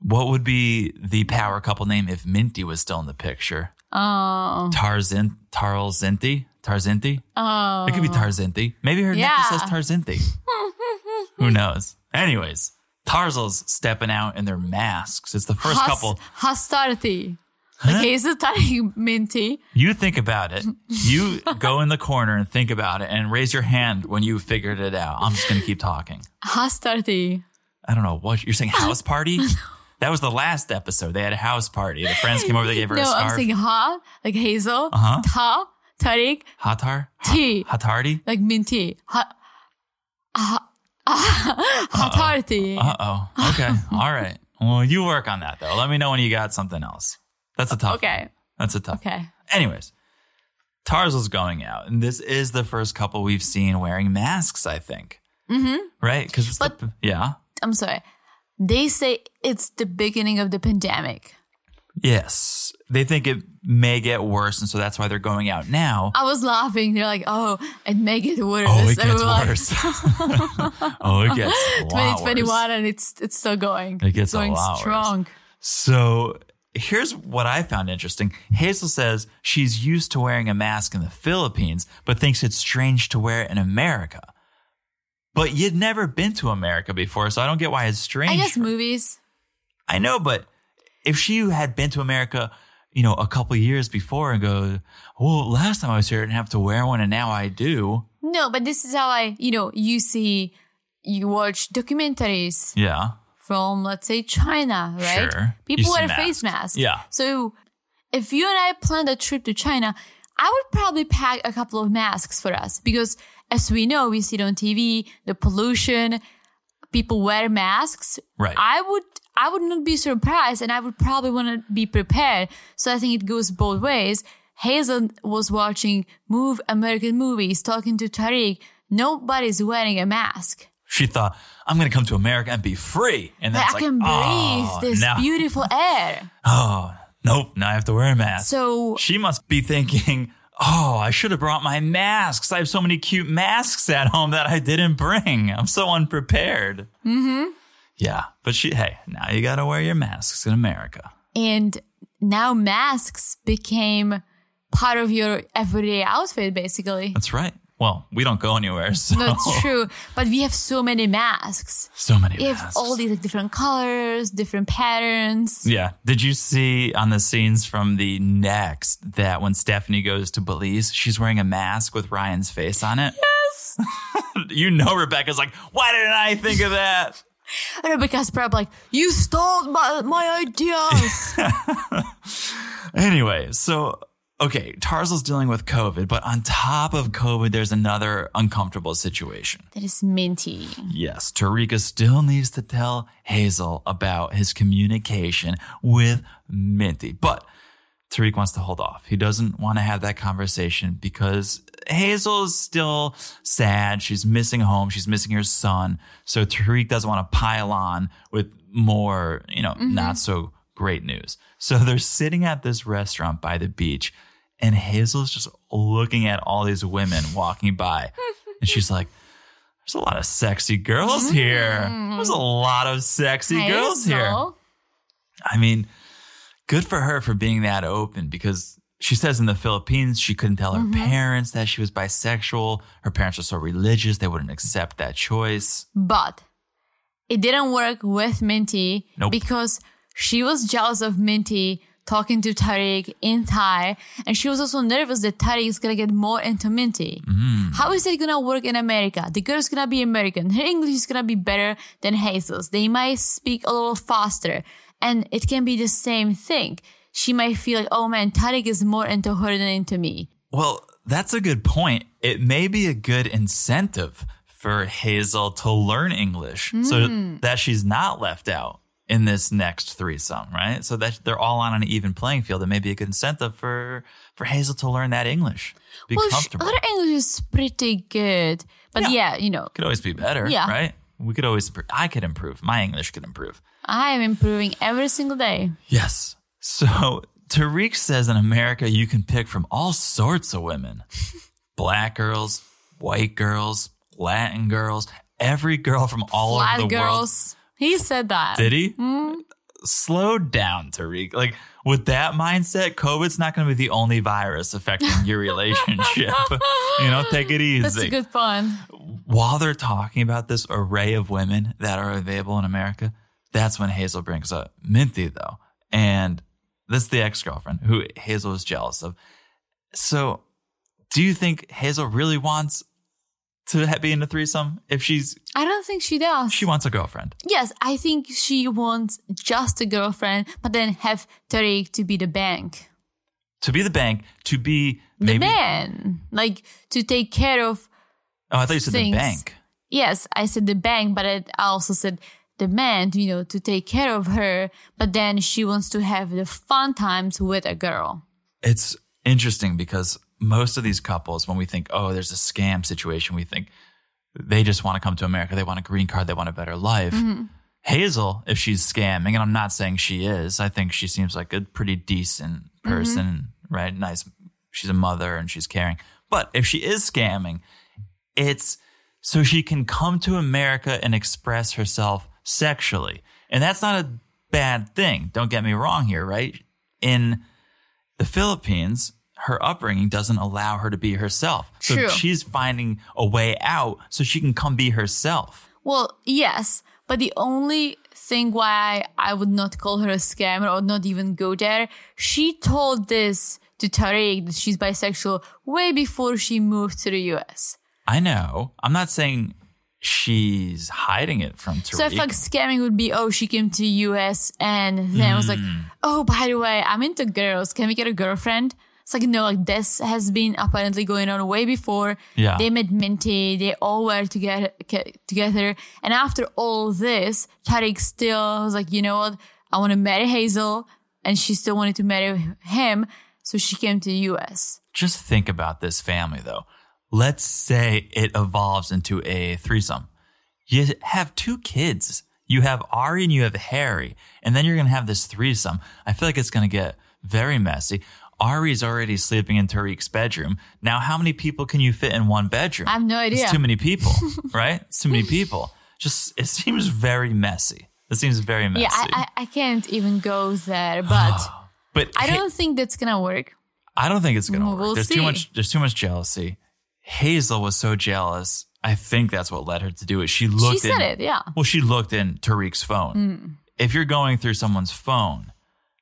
[SPEAKER 1] what would be the power couple name if Minty was still in the picture?
[SPEAKER 2] Oh.
[SPEAKER 1] Tarzin, Tarzinti, Tarzinti.
[SPEAKER 2] Oh.
[SPEAKER 1] It could be Tarzinti. Maybe her
[SPEAKER 2] Yeah.
[SPEAKER 1] necklace says Tarzinti. Who knows? Anyways, Tarzal's stepping out in their masks. It's the first
[SPEAKER 2] Hos-
[SPEAKER 1] couple.
[SPEAKER 2] Hostarity. Okay, so Tari Minty.
[SPEAKER 1] You think about it. You go in the corner and think about it and raise your hand when you figured it out. I'm just going to keep talking.
[SPEAKER 2] Hostarity.
[SPEAKER 1] I don't know what you're saying. House party? That was the last episode. They had a house party. The friends came over. They gave her a
[SPEAKER 2] No, I'm
[SPEAKER 1] scarf.
[SPEAKER 2] saying ha, like Hazel.
[SPEAKER 1] Uh-huh.
[SPEAKER 2] Ta, Tariq,
[SPEAKER 1] Hatar?
[SPEAKER 2] T,
[SPEAKER 1] Hatardi?
[SPEAKER 2] like Minty. Ha, ha, Hotarity.
[SPEAKER 1] Uh oh. Okay. All right. Well, you work on that though. Let me know when you got something else. That's a tough.
[SPEAKER 2] Okay,
[SPEAKER 1] That's a tough.
[SPEAKER 2] okay.
[SPEAKER 1] Anyways, Tarzal's going out, and this is the first couple we've seen wearing masks. I think. Mm-hmm. Right? Because
[SPEAKER 2] But-
[SPEAKER 1] yeah.
[SPEAKER 2] I'm sorry. They say it's the beginning of the pandemic.
[SPEAKER 1] Yes, they think it may get worse, and so that's why they're going out now.
[SPEAKER 2] I was laughing. They're like, oh, and make it worse.
[SPEAKER 1] Oh, it
[SPEAKER 2] And
[SPEAKER 1] gets
[SPEAKER 2] we're like,
[SPEAKER 1] worse. oh, it gets a lot worse.
[SPEAKER 2] 2021 and it's it's still going.
[SPEAKER 1] It gets a
[SPEAKER 2] going
[SPEAKER 1] lot worse.
[SPEAKER 2] strong.
[SPEAKER 1] So here's what I found interesting. Hazel says she's used to wearing a mask in the Philippines, but thinks it's strange to wear it in America. But you'd never been to America before, so I don't get why it's strange.
[SPEAKER 2] I guess
[SPEAKER 1] for-
[SPEAKER 2] movies.
[SPEAKER 1] I know, but if she had been to America, you know, a couple years before and go, well, last time I was here, I didn't have to wear one, and now I do.
[SPEAKER 2] No, but this is how I, you know, you see, you watch documentaries
[SPEAKER 1] Yeah.
[SPEAKER 2] from, let's say, China, right?
[SPEAKER 1] Sure. You
[SPEAKER 2] People
[SPEAKER 1] see
[SPEAKER 2] wear
[SPEAKER 1] masks.
[SPEAKER 2] face masks.
[SPEAKER 1] Yeah.
[SPEAKER 2] So if you and I planned a trip to China, I would probably pack a couple of masks for us because, as we know, we see it on TV, the pollution, people wear masks.
[SPEAKER 1] Right.
[SPEAKER 2] I would. I would not be surprised and I would probably want to be prepared. So I think it goes both ways. Hazel was watching move American movies, talking to Tariq. Nobody's wearing a mask.
[SPEAKER 1] she thought, I'm going to come to America and be free. And
[SPEAKER 2] But
[SPEAKER 1] that's
[SPEAKER 2] I
[SPEAKER 1] like,
[SPEAKER 2] can breathe
[SPEAKER 1] oh,
[SPEAKER 2] this
[SPEAKER 1] now,
[SPEAKER 2] beautiful air.
[SPEAKER 1] oh, nope, now I have to wear a mask.
[SPEAKER 2] So
[SPEAKER 1] She must be thinking, oh, I should have brought my masks. I have so many cute masks at home that I didn't bring. I'm so unprepared. Mm-hmm. Yeah. But she, hey, now you got to wear your masks in America.
[SPEAKER 2] and now masks became part of your everyday outfit basically
[SPEAKER 1] That's right. Well, we don't go anywhere. So,
[SPEAKER 2] that's true but we have so many masks
[SPEAKER 1] so many
[SPEAKER 2] we have
[SPEAKER 1] masks.
[SPEAKER 2] all these like, different colors different patterns
[SPEAKER 1] yeah. Did you see on the scenes from the next that when Stephanie goes to Belize, she's wearing a mask with Ryan's face on it?
[SPEAKER 2] yes
[SPEAKER 1] You know, Rebecca's like, why didn't I think of that?
[SPEAKER 2] rebecca's probably like you stole my, my ideas
[SPEAKER 1] Anyway, so okay, Tarzal's dealing with COVID, but on top of COVID, there's another uncomfortable situation.
[SPEAKER 2] that is minty
[SPEAKER 1] Yes, Tarika still needs to tell Hazel about his communication with Minty, but Tariq wants to hold off. He doesn't want to have that conversation because Hazel is still sad. She's missing home. She's missing her son. So Tariq doesn't want to pile on with more, you know, not so great news. So they're sitting at this restaurant by the beach and Hazel's just looking at all these women walking by. and she's like, there's a lot of sexy girls here. There's a lot of sexy girls here.
[SPEAKER 2] Hazel.
[SPEAKER 1] I mean, good for her for being that open because she says in the Philippines she couldn't tell her parents that she was bisexual. Her parents are so religious, they wouldn't accept that choice.
[SPEAKER 2] but it didn't work with Minty
[SPEAKER 1] Nope.
[SPEAKER 2] because she was jealous of Minty talking to Tariq in Thai, and she was also nervous that Tariq is gonna get more into Minty. How is it gonna work in America? The girl's gonna be American. Her English is gonna be better than Hazel's. They might speak a little faster. And it can be the same thing. She might feel like, oh man, Tariq is more into her than into me.
[SPEAKER 1] Well, that's a good point. It may be a good incentive for Hazel to learn English so that she's not left out in this next threesome, right? So that they're all on an even playing field. It may be a good incentive for for Hazel to learn that English, be
[SPEAKER 2] Well, she,
[SPEAKER 1] comfortable.
[SPEAKER 2] her English is pretty good. But yeah, you know,
[SPEAKER 1] could always be better,
[SPEAKER 2] Yeah.
[SPEAKER 1] right? We could always. improve. I could improve. My English could improve.
[SPEAKER 2] I am improving every single day.
[SPEAKER 1] Yes. So Tariq says in America, you can pick from all sorts of women black girls, white girls, Latin girls, every girl from all
[SPEAKER 2] Flat
[SPEAKER 1] over the world.
[SPEAKER 2] girls. Hmm? He said that.
[SPEAKER 1] Did he? Slow down, Tariq. Like, with that mindset, COVID's not going to be the only virus affecting your relationship. you know, take it easy
[SPEAKER 2] That's a good pun.
[SPEAKER 1] while they're talking about this array of women that are available in America, that's when Hazel brings up Minty, though. And this is the ex girlfriend who Hazel was jealous of. So, do you think Hazel really wants to ha- be in a threesome? If she's,
[SPEAKER 2] I don't think she does.
[SPEAKER 1] she wants a girlfriend.
[SPEAKER 2] yes, I think she wants just a girlfriend, but then have Tariq to be the bank.
[SPEAKER 1] To be the bank, to be
[SPEAKER 2] The
[SPEAKER 1] maybe.
[SPEAKER 2] man. Like to take care of
[SPEAKER 1] Oh, I thought you said
[SPEAKER 2] Things.
[SPEAKER 1] the bank.
[SPEAKER 2] yes, I said the bank, but it, I also said the man, you know, to take care of her. But then she wants to have the fun times with a girl.
[SPEAKER 1] It's interesting because most of these couples, when we think, oh, there's a scam situation, we think they just want to come to America. They want a green card. They want a better life. Hazel, if she's scamming, and I'm not saying she is, I think she seems like a pretty decent person, right? Nice. She's a mother and she's caring. But if she is scamming, it's so she can come to America and express herself sexually. And that's not a bad thing. Don't get me wrong here, right? In the Philippines, her upbringing doesn't allow her to be herself. So
[SPEAKER 2] True.
[SPEAKER 1] she's finding a way out so she can come be herself.
[SPEAKER 2] Well, yes, but the only thing why I would not call her a scammer or not even go there, she told this to Tariq that she's bisexual way before she moved to the US.
[SPEAKER 1] I know. I'm not saying she's hiding it from Tariq.
[SPEAKER 2] So I feel like scamming would be, oh, she came to US and then I was like, oh, by the way, I'm into girls. Can we get a girlfriend? It's like, no, like this has been apparently going on way before.
[SPEAKER 1] Yeah.
[SPEAKER 2] They met Minty. They all were together, together. And after all this, Tariq still was like, you know what? I want to marry Hazel. And she still wanted to marry him. So she came to US.
[SPEAKER 1] Just think about this family, though. Let's say it evolves into a threesome. You have two kids. You have Ari and you have Harry, and then you're going to have this threesome. I feel like it's going to get very messy. Ari's already sleeping in Tariq's bedroom. Now, how many people can you fit in one bedroom?
[SPEAKER 2] I have no idea.
[SPEAKER 1] It's too many people, right? It's too many people. Just it seems very messy. It seems very messy.
[SPEAKER 2] Yeah, I, I, I can't even go there, but
[SPEAKER 1] but
[SPEAKER 2] I don't think that's going to work.
[SPEAKER 1] I don't think it's gonna
[SPEAKER 2] Well,
[SPEAKER 1] work.
[SPEAKER 2] we'll
[SPEAKER 1] there's
[SPEAKER 2] see.
[SPEAKER 1] too much. There's too much jealousy. Hazel was so jealous. I think that's what led her to do it. She
[SPEAKER 2] She
[SPEAKER 1] looked.
[SPEAKER 2] said
[SPEAKER 1] in,
[SPEAKER 2] it. Yeah. Hmm.
[SPEAKER 1] Well, she looked in Tariq's phone. If you're going through someone's phone,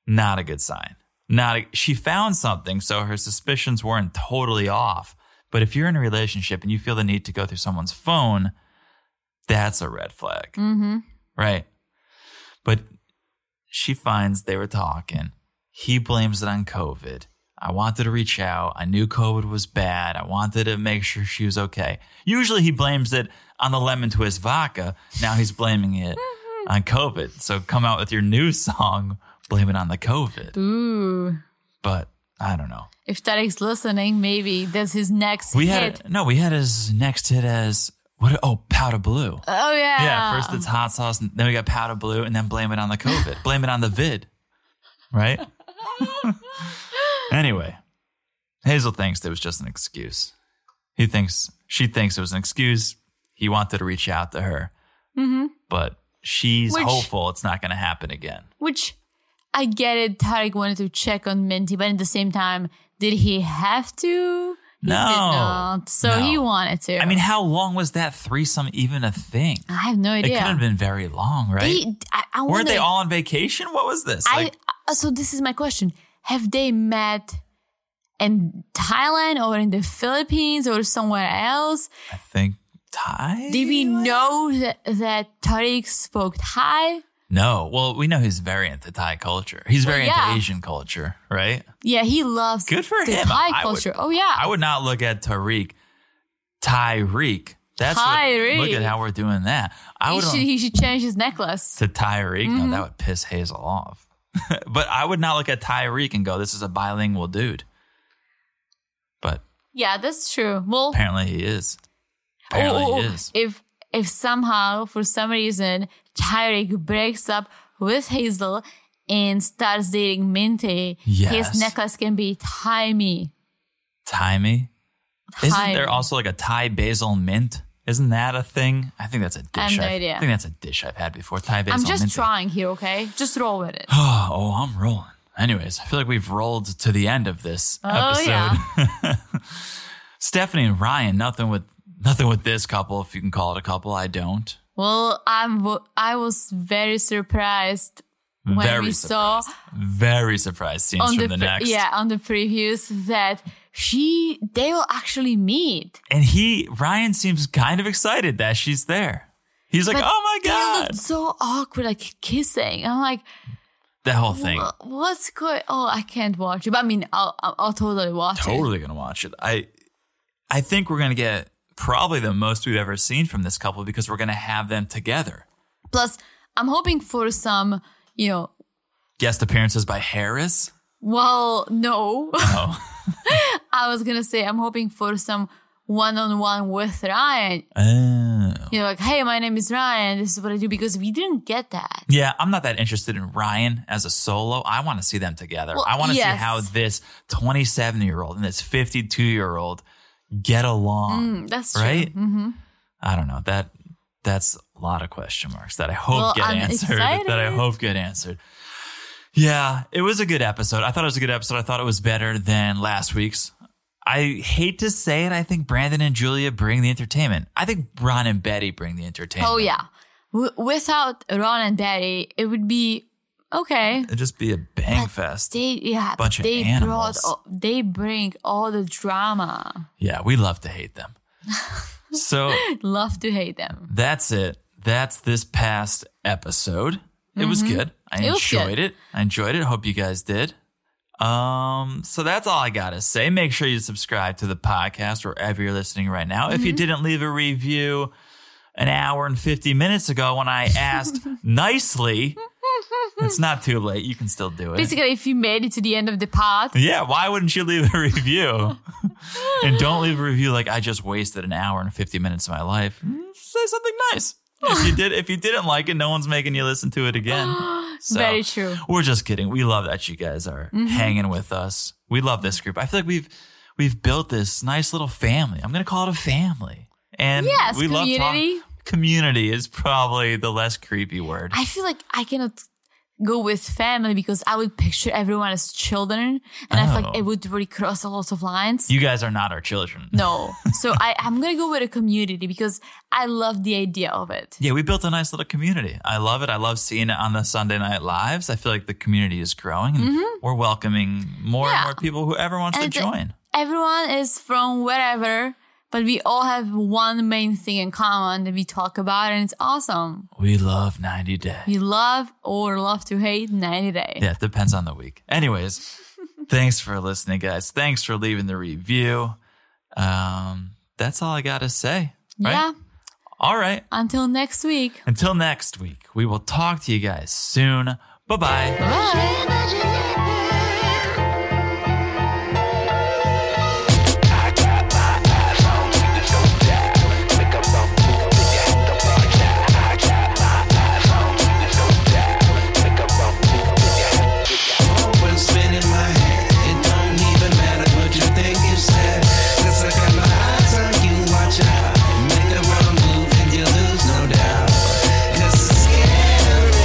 [SPEAKER 1] not a good sign. Not. A, she found something, so her suspicions weren't totally off. But if you're in a relationship and you feel the need to go through someone's phone, that's a red flag,
[SPEAKER 2] Mm-hmm.
[SPEAKER 1] right? But she finds they were talking. He blames it on COVID. I wanted to reach out. I knew COVID was bad. I wanted to make sure she was okay. Usually he blames it on the lemon twist vodka. Now he's blaming it on COVID. So come out with your new song, blame it on the COVID.
[SPEAKER 2] Ooh.
[SPEAKER 1] But I don't know.
[SPEAKER 2] If Tarek's listening, maybe that's his next
[SPEAKER 1] We
[SPEAKER 2] hit.
[SPEAKER 1] had no, we had his next hit as what? Oh, powder blue.
[SPEAKER 2] oh yeah.
[SPEAKER 1] Yeah, first it's hot sauce, and then we got powder blue, and then blame it on the COVID. blame it on the vid, right? anyway, Hazel thinks it was just an excuse. He thinks she thinks it was an excuse. He wanted to reach out to her, but she's
[SPEAKER 2] Mm-hmm. Which-
[SPEAKER 1] hopeful it's not going to happen again.
[SPEAKER 2] Which I get it. Tarek wanted to check on Minty, but at the same time, did he have to? He did
[SPEAKER 1] No.
[SPEAKER 2] not. So
[SPEAKER 1] No.
[SPEAKER 2] he wanted to.
[SPEAKER 1] I mean, how long was that threesome even a thing?
[SPEAKER 2] I have no
[SPEAKER 1] It
[SPEAKER 2] idea.
[SPEAKER 1] couldn't have been very long, right?
[SPEAKER 2] They- I, I
[SPEAKER 1] Weren't
[SPEAKER 2] wonder-
[SPEAKER 1] they all on vacation? What was this?
[SPEAKER 2] I
[SPEAKER 1] Like,
[SPEAKER 2] uh, so this is my question: Have they met in Thailand or in the Philippines or somewhere else?
[SPEAKER 1] I think Thai.
[SPEAKER 2] Did we know that, that Tariq spoke Thai?
[SPEAKER 1] No. Well, we know he's very into Thai culture. He's very
[SPEAKER 2] yeah.
[SPEAKER 1] into Asian culture, right?
[SPEAKER 2] Yeah, he loves
[SPEAKER 1] Good for
[SPEAKER 2] the
[SPEAKER 1] him.
[SPEAKER 2] Thai
[SPEAKER 1] I would-
[SPEAKER 2] culture. oh yeah,
[SPEAKER 1] I would not look at Tariq. Tyreek. That's
[SPEAKER 2] Tyreek.
[SPEAKER 1] What, look at how we're doing that. I
[SPEAKER 2] he
[SPEAKER 1] would
[SPEAKER 2] should, he Mm-hmm. should change his necklace.
[SPEAKER 1] to Tyreek. No, that would piss Hazel off. but I would not look at Tyreek and go, "This is a bilingual dude." But
[SPEAKER 2] Yeah, that's true. Well,
[SPEAKER 1] apparently he is.
[SPEAKER 2] Oh,
[SPEAKER 1] Apparently
[SPEAKER 2] oh,
[SPEAKER 1] he
[SPEAKER 2] oh.
[SPEAKER 1] is.
[SPEAKER 2] If if somehow for some reason Tyreek breaks up with Hazel and starts dating Minty,
[SPEAKER 1] Yes.
[SPEAKER 2] his necklace can be timey.
[SPEAKER 1] Timey. Isn't
[SPEAKER 2] Timey.
[SPEAKER 1] there also like a Thai basil mint? Isn't that a thing? I think that's a dish.
[SPEAKER 2] have no
[SPEAKER 1] I've-
[SPEAKER 2] idea.
[SPEAKER 1] I think that's a dish I've had before. Thai basil
[SPEAKER 2] I'm just
[SPEAKER 1] mint.
[SPEAKER 2] trying here, okay? Just roll with it.
[SPEAKER 1] Oh, oh, I'm rolling. Anyways, I feel like we've rolled to the end of this
[SPEAKER 2] Oh,
[SPEAKER 1] episode. Stephanie and Ryan, nothing with nothing with this couple, if you can call it a couple. I don't.
[SPEAKER 2] Well, I'm w- I was very surprised when
[SPEAKER 1] Very
[SPEAKER 2] we saw
[SPEAKER 1] Very surprised scenes
[SPEAKER 2] on
[SPEAKER 1] from the,
[SPEAKER 2] the, pre-
[SPEAKER 1] next.
[SPEAKER 2] yeah on the previews that she they will actually meet.
[SPEAKER 1] And he Ryan seems kind of excited that she's there. He's like,
[SPEAKER 2] But
[SPEAKER 1] Oh my
[SPEAKER 2] they
[SPEAKER 1] god.
[SPEAKER 2] looked so awkward, like kissing. I'm like,
[SPEAKER 1] That whole thing.
[SPEAKER 2] Wha- What's going? Oh, I can't watch it. But I mean, I'll I'll, I'll totally watch it.
[SPEAKER 1] Totally gonna watch it. I I think we're gonna get probably the most we've ever seen from this couple because we're gonna have them together.
[SPEAKER 2] Plus, I'm hoping for some, you know,
[SPEAKER 1] Guest appearances by Harris.
[SPEAKER 2] well, no.
[SPEAKER 1] Oh.
[SPEAKER 2] I was gonna say I'm hoping for some one-on-one with Ryan.
[SPEAKER 1] Oh.
[SPEAKER 2] You know, like, hey, my name is Ryan. This is what I do because we didn't get that.
[SPEAKER 1] Yeah, I'm not that interested in Ryan as a solo. I want to see them together.
[SPEAKER 2] Well,
[SPEAKER 1] I want to
[SPEAKER 2] yes.
[SPEAKER 1] see how this 27 year old and this 52 year old get along.
[SPEAKER 2] Mm, that's true.
[SPEAKER 1] right? I don't know. That that's a lot of question marks that I hope
[SPEAKER 2] Well,
[SPEAKER 1] get
[SPEAKER 2] I'm
[SPEAKER 1] answered. That I
[SPEAKER 2] excited.
[SPEAKER 1] hope get answered. Yeah, it was a good episode. I thought it was a good episode. I thought it was better than last week's. I hate to say it. I think Brandon and Julia bring the entertainment. I think Ron and Betty bring the entertainment.
[SPEAKER 2] Oh yeah. W- without Ron and Daddy, it would be okay.
[SPEAKER 1] It'd just be a bang fest.
[SPEAKER 2] They yeah,
[SPEAKER 1] Bunch of
[SPEAKER 2] they
[SPEAKER 1] animals.
[SPEAKER 2] all, they bring all the drama.
[SPEAKER 1] Yeah, we love to hate them. so
[SPEAKER 2] Love to hate them.
[SPEAKER 1] that's it. That's this past episode. It was good. I
[SPEAKER 2] Mm-hmm. It was
[SPEAKER 1] enjoyed
[SPEAKER 2] good.
[SPEAKER 1] it. I enjoyed it. Hope you guys did. Um, so that's all I gotta say. Make sure you subscribe to the podcast wherever you're listening right now.
[SPEAKER 2] Mm-hmm.
[SPEAKER 1] If you didn't leave a review an hour and 50 minutes ago when I asked nicely, it's not too late. You can still do it.
[SPEAKER 2] Basically, if you made it to the end of the pod,
[SPEAKER 1] Yeah, why wouldn't you leave a review? and don't leave a review like I just wasted an hour and 50 minutes of my life. Mm, Say something nice. If you did if you didn't like it, no one's making you listen to it again. So,
[SPEAKER 2] very true. Mm-hmm.
[SPEAKER 1] We're just kidding. We love that you guys are hanging with us. We love this group. I feel like we've we've built this nice little family. I'm going to call it a family. And
[SPEAKER 2] Yes,
[SPEAKER 1] we love
[SPEAKER 2] community.
[SPEAKER 1] talk- community is probably the less creepy word.
[SPEAKER 2] I feel like I cannot go with family because I would picture everyone as children, and I feel like
[SPEAKER 1] Oh.
[SPEAKER 2] it would really cross a lot of lines.
[SPEAKER 1] you guys are not our children.
[SPEAKER 2] no, so I, I'm gonna go with a community because I love the idea of it.
[SPEAKER 1] Yeah, we built a nice little community. I love it. I love seeing it on the Sunday Night Lives. I feel like the community is growing and we're welcoming more
[SPEAKER 2] Mm-hmm. Yeah.
[SPEAKER 1] and more people who ever wants
[SPEAKER 2] And
[SPEAKER 1] to
[SPEAKER 2] the-
[SPEAKER 1] join.
[SPEAKER 2] Everyone is from wherever, but we all have one main thing in common that we talk about, and it's awesome.
[SPEAKER 1] We love 90 Day.
[SPEAKER 2] We love or love to hate 90 Day.
[SPEAKER 1] Yeah, it depends on the week. Anyways, thanks for listening, guys. Thanks for leaving the review. Um, that's all I got to say. Right?
[SPEAKER 2] yeah.
[SPEAKER 1] All right.
[SPEAKER 2] Until next week.
[SPEAKER 1] Until next week, we will talk to you guys soon. Bye bye.
[SPEAKER 2] Bye.
[SPEAKER 3] Always been in my head. It don't even matter what you think you said. 'Cause I got my eyes on you, watch out. Make a wrong move and you lose, no doubt. 'Cause it's scary.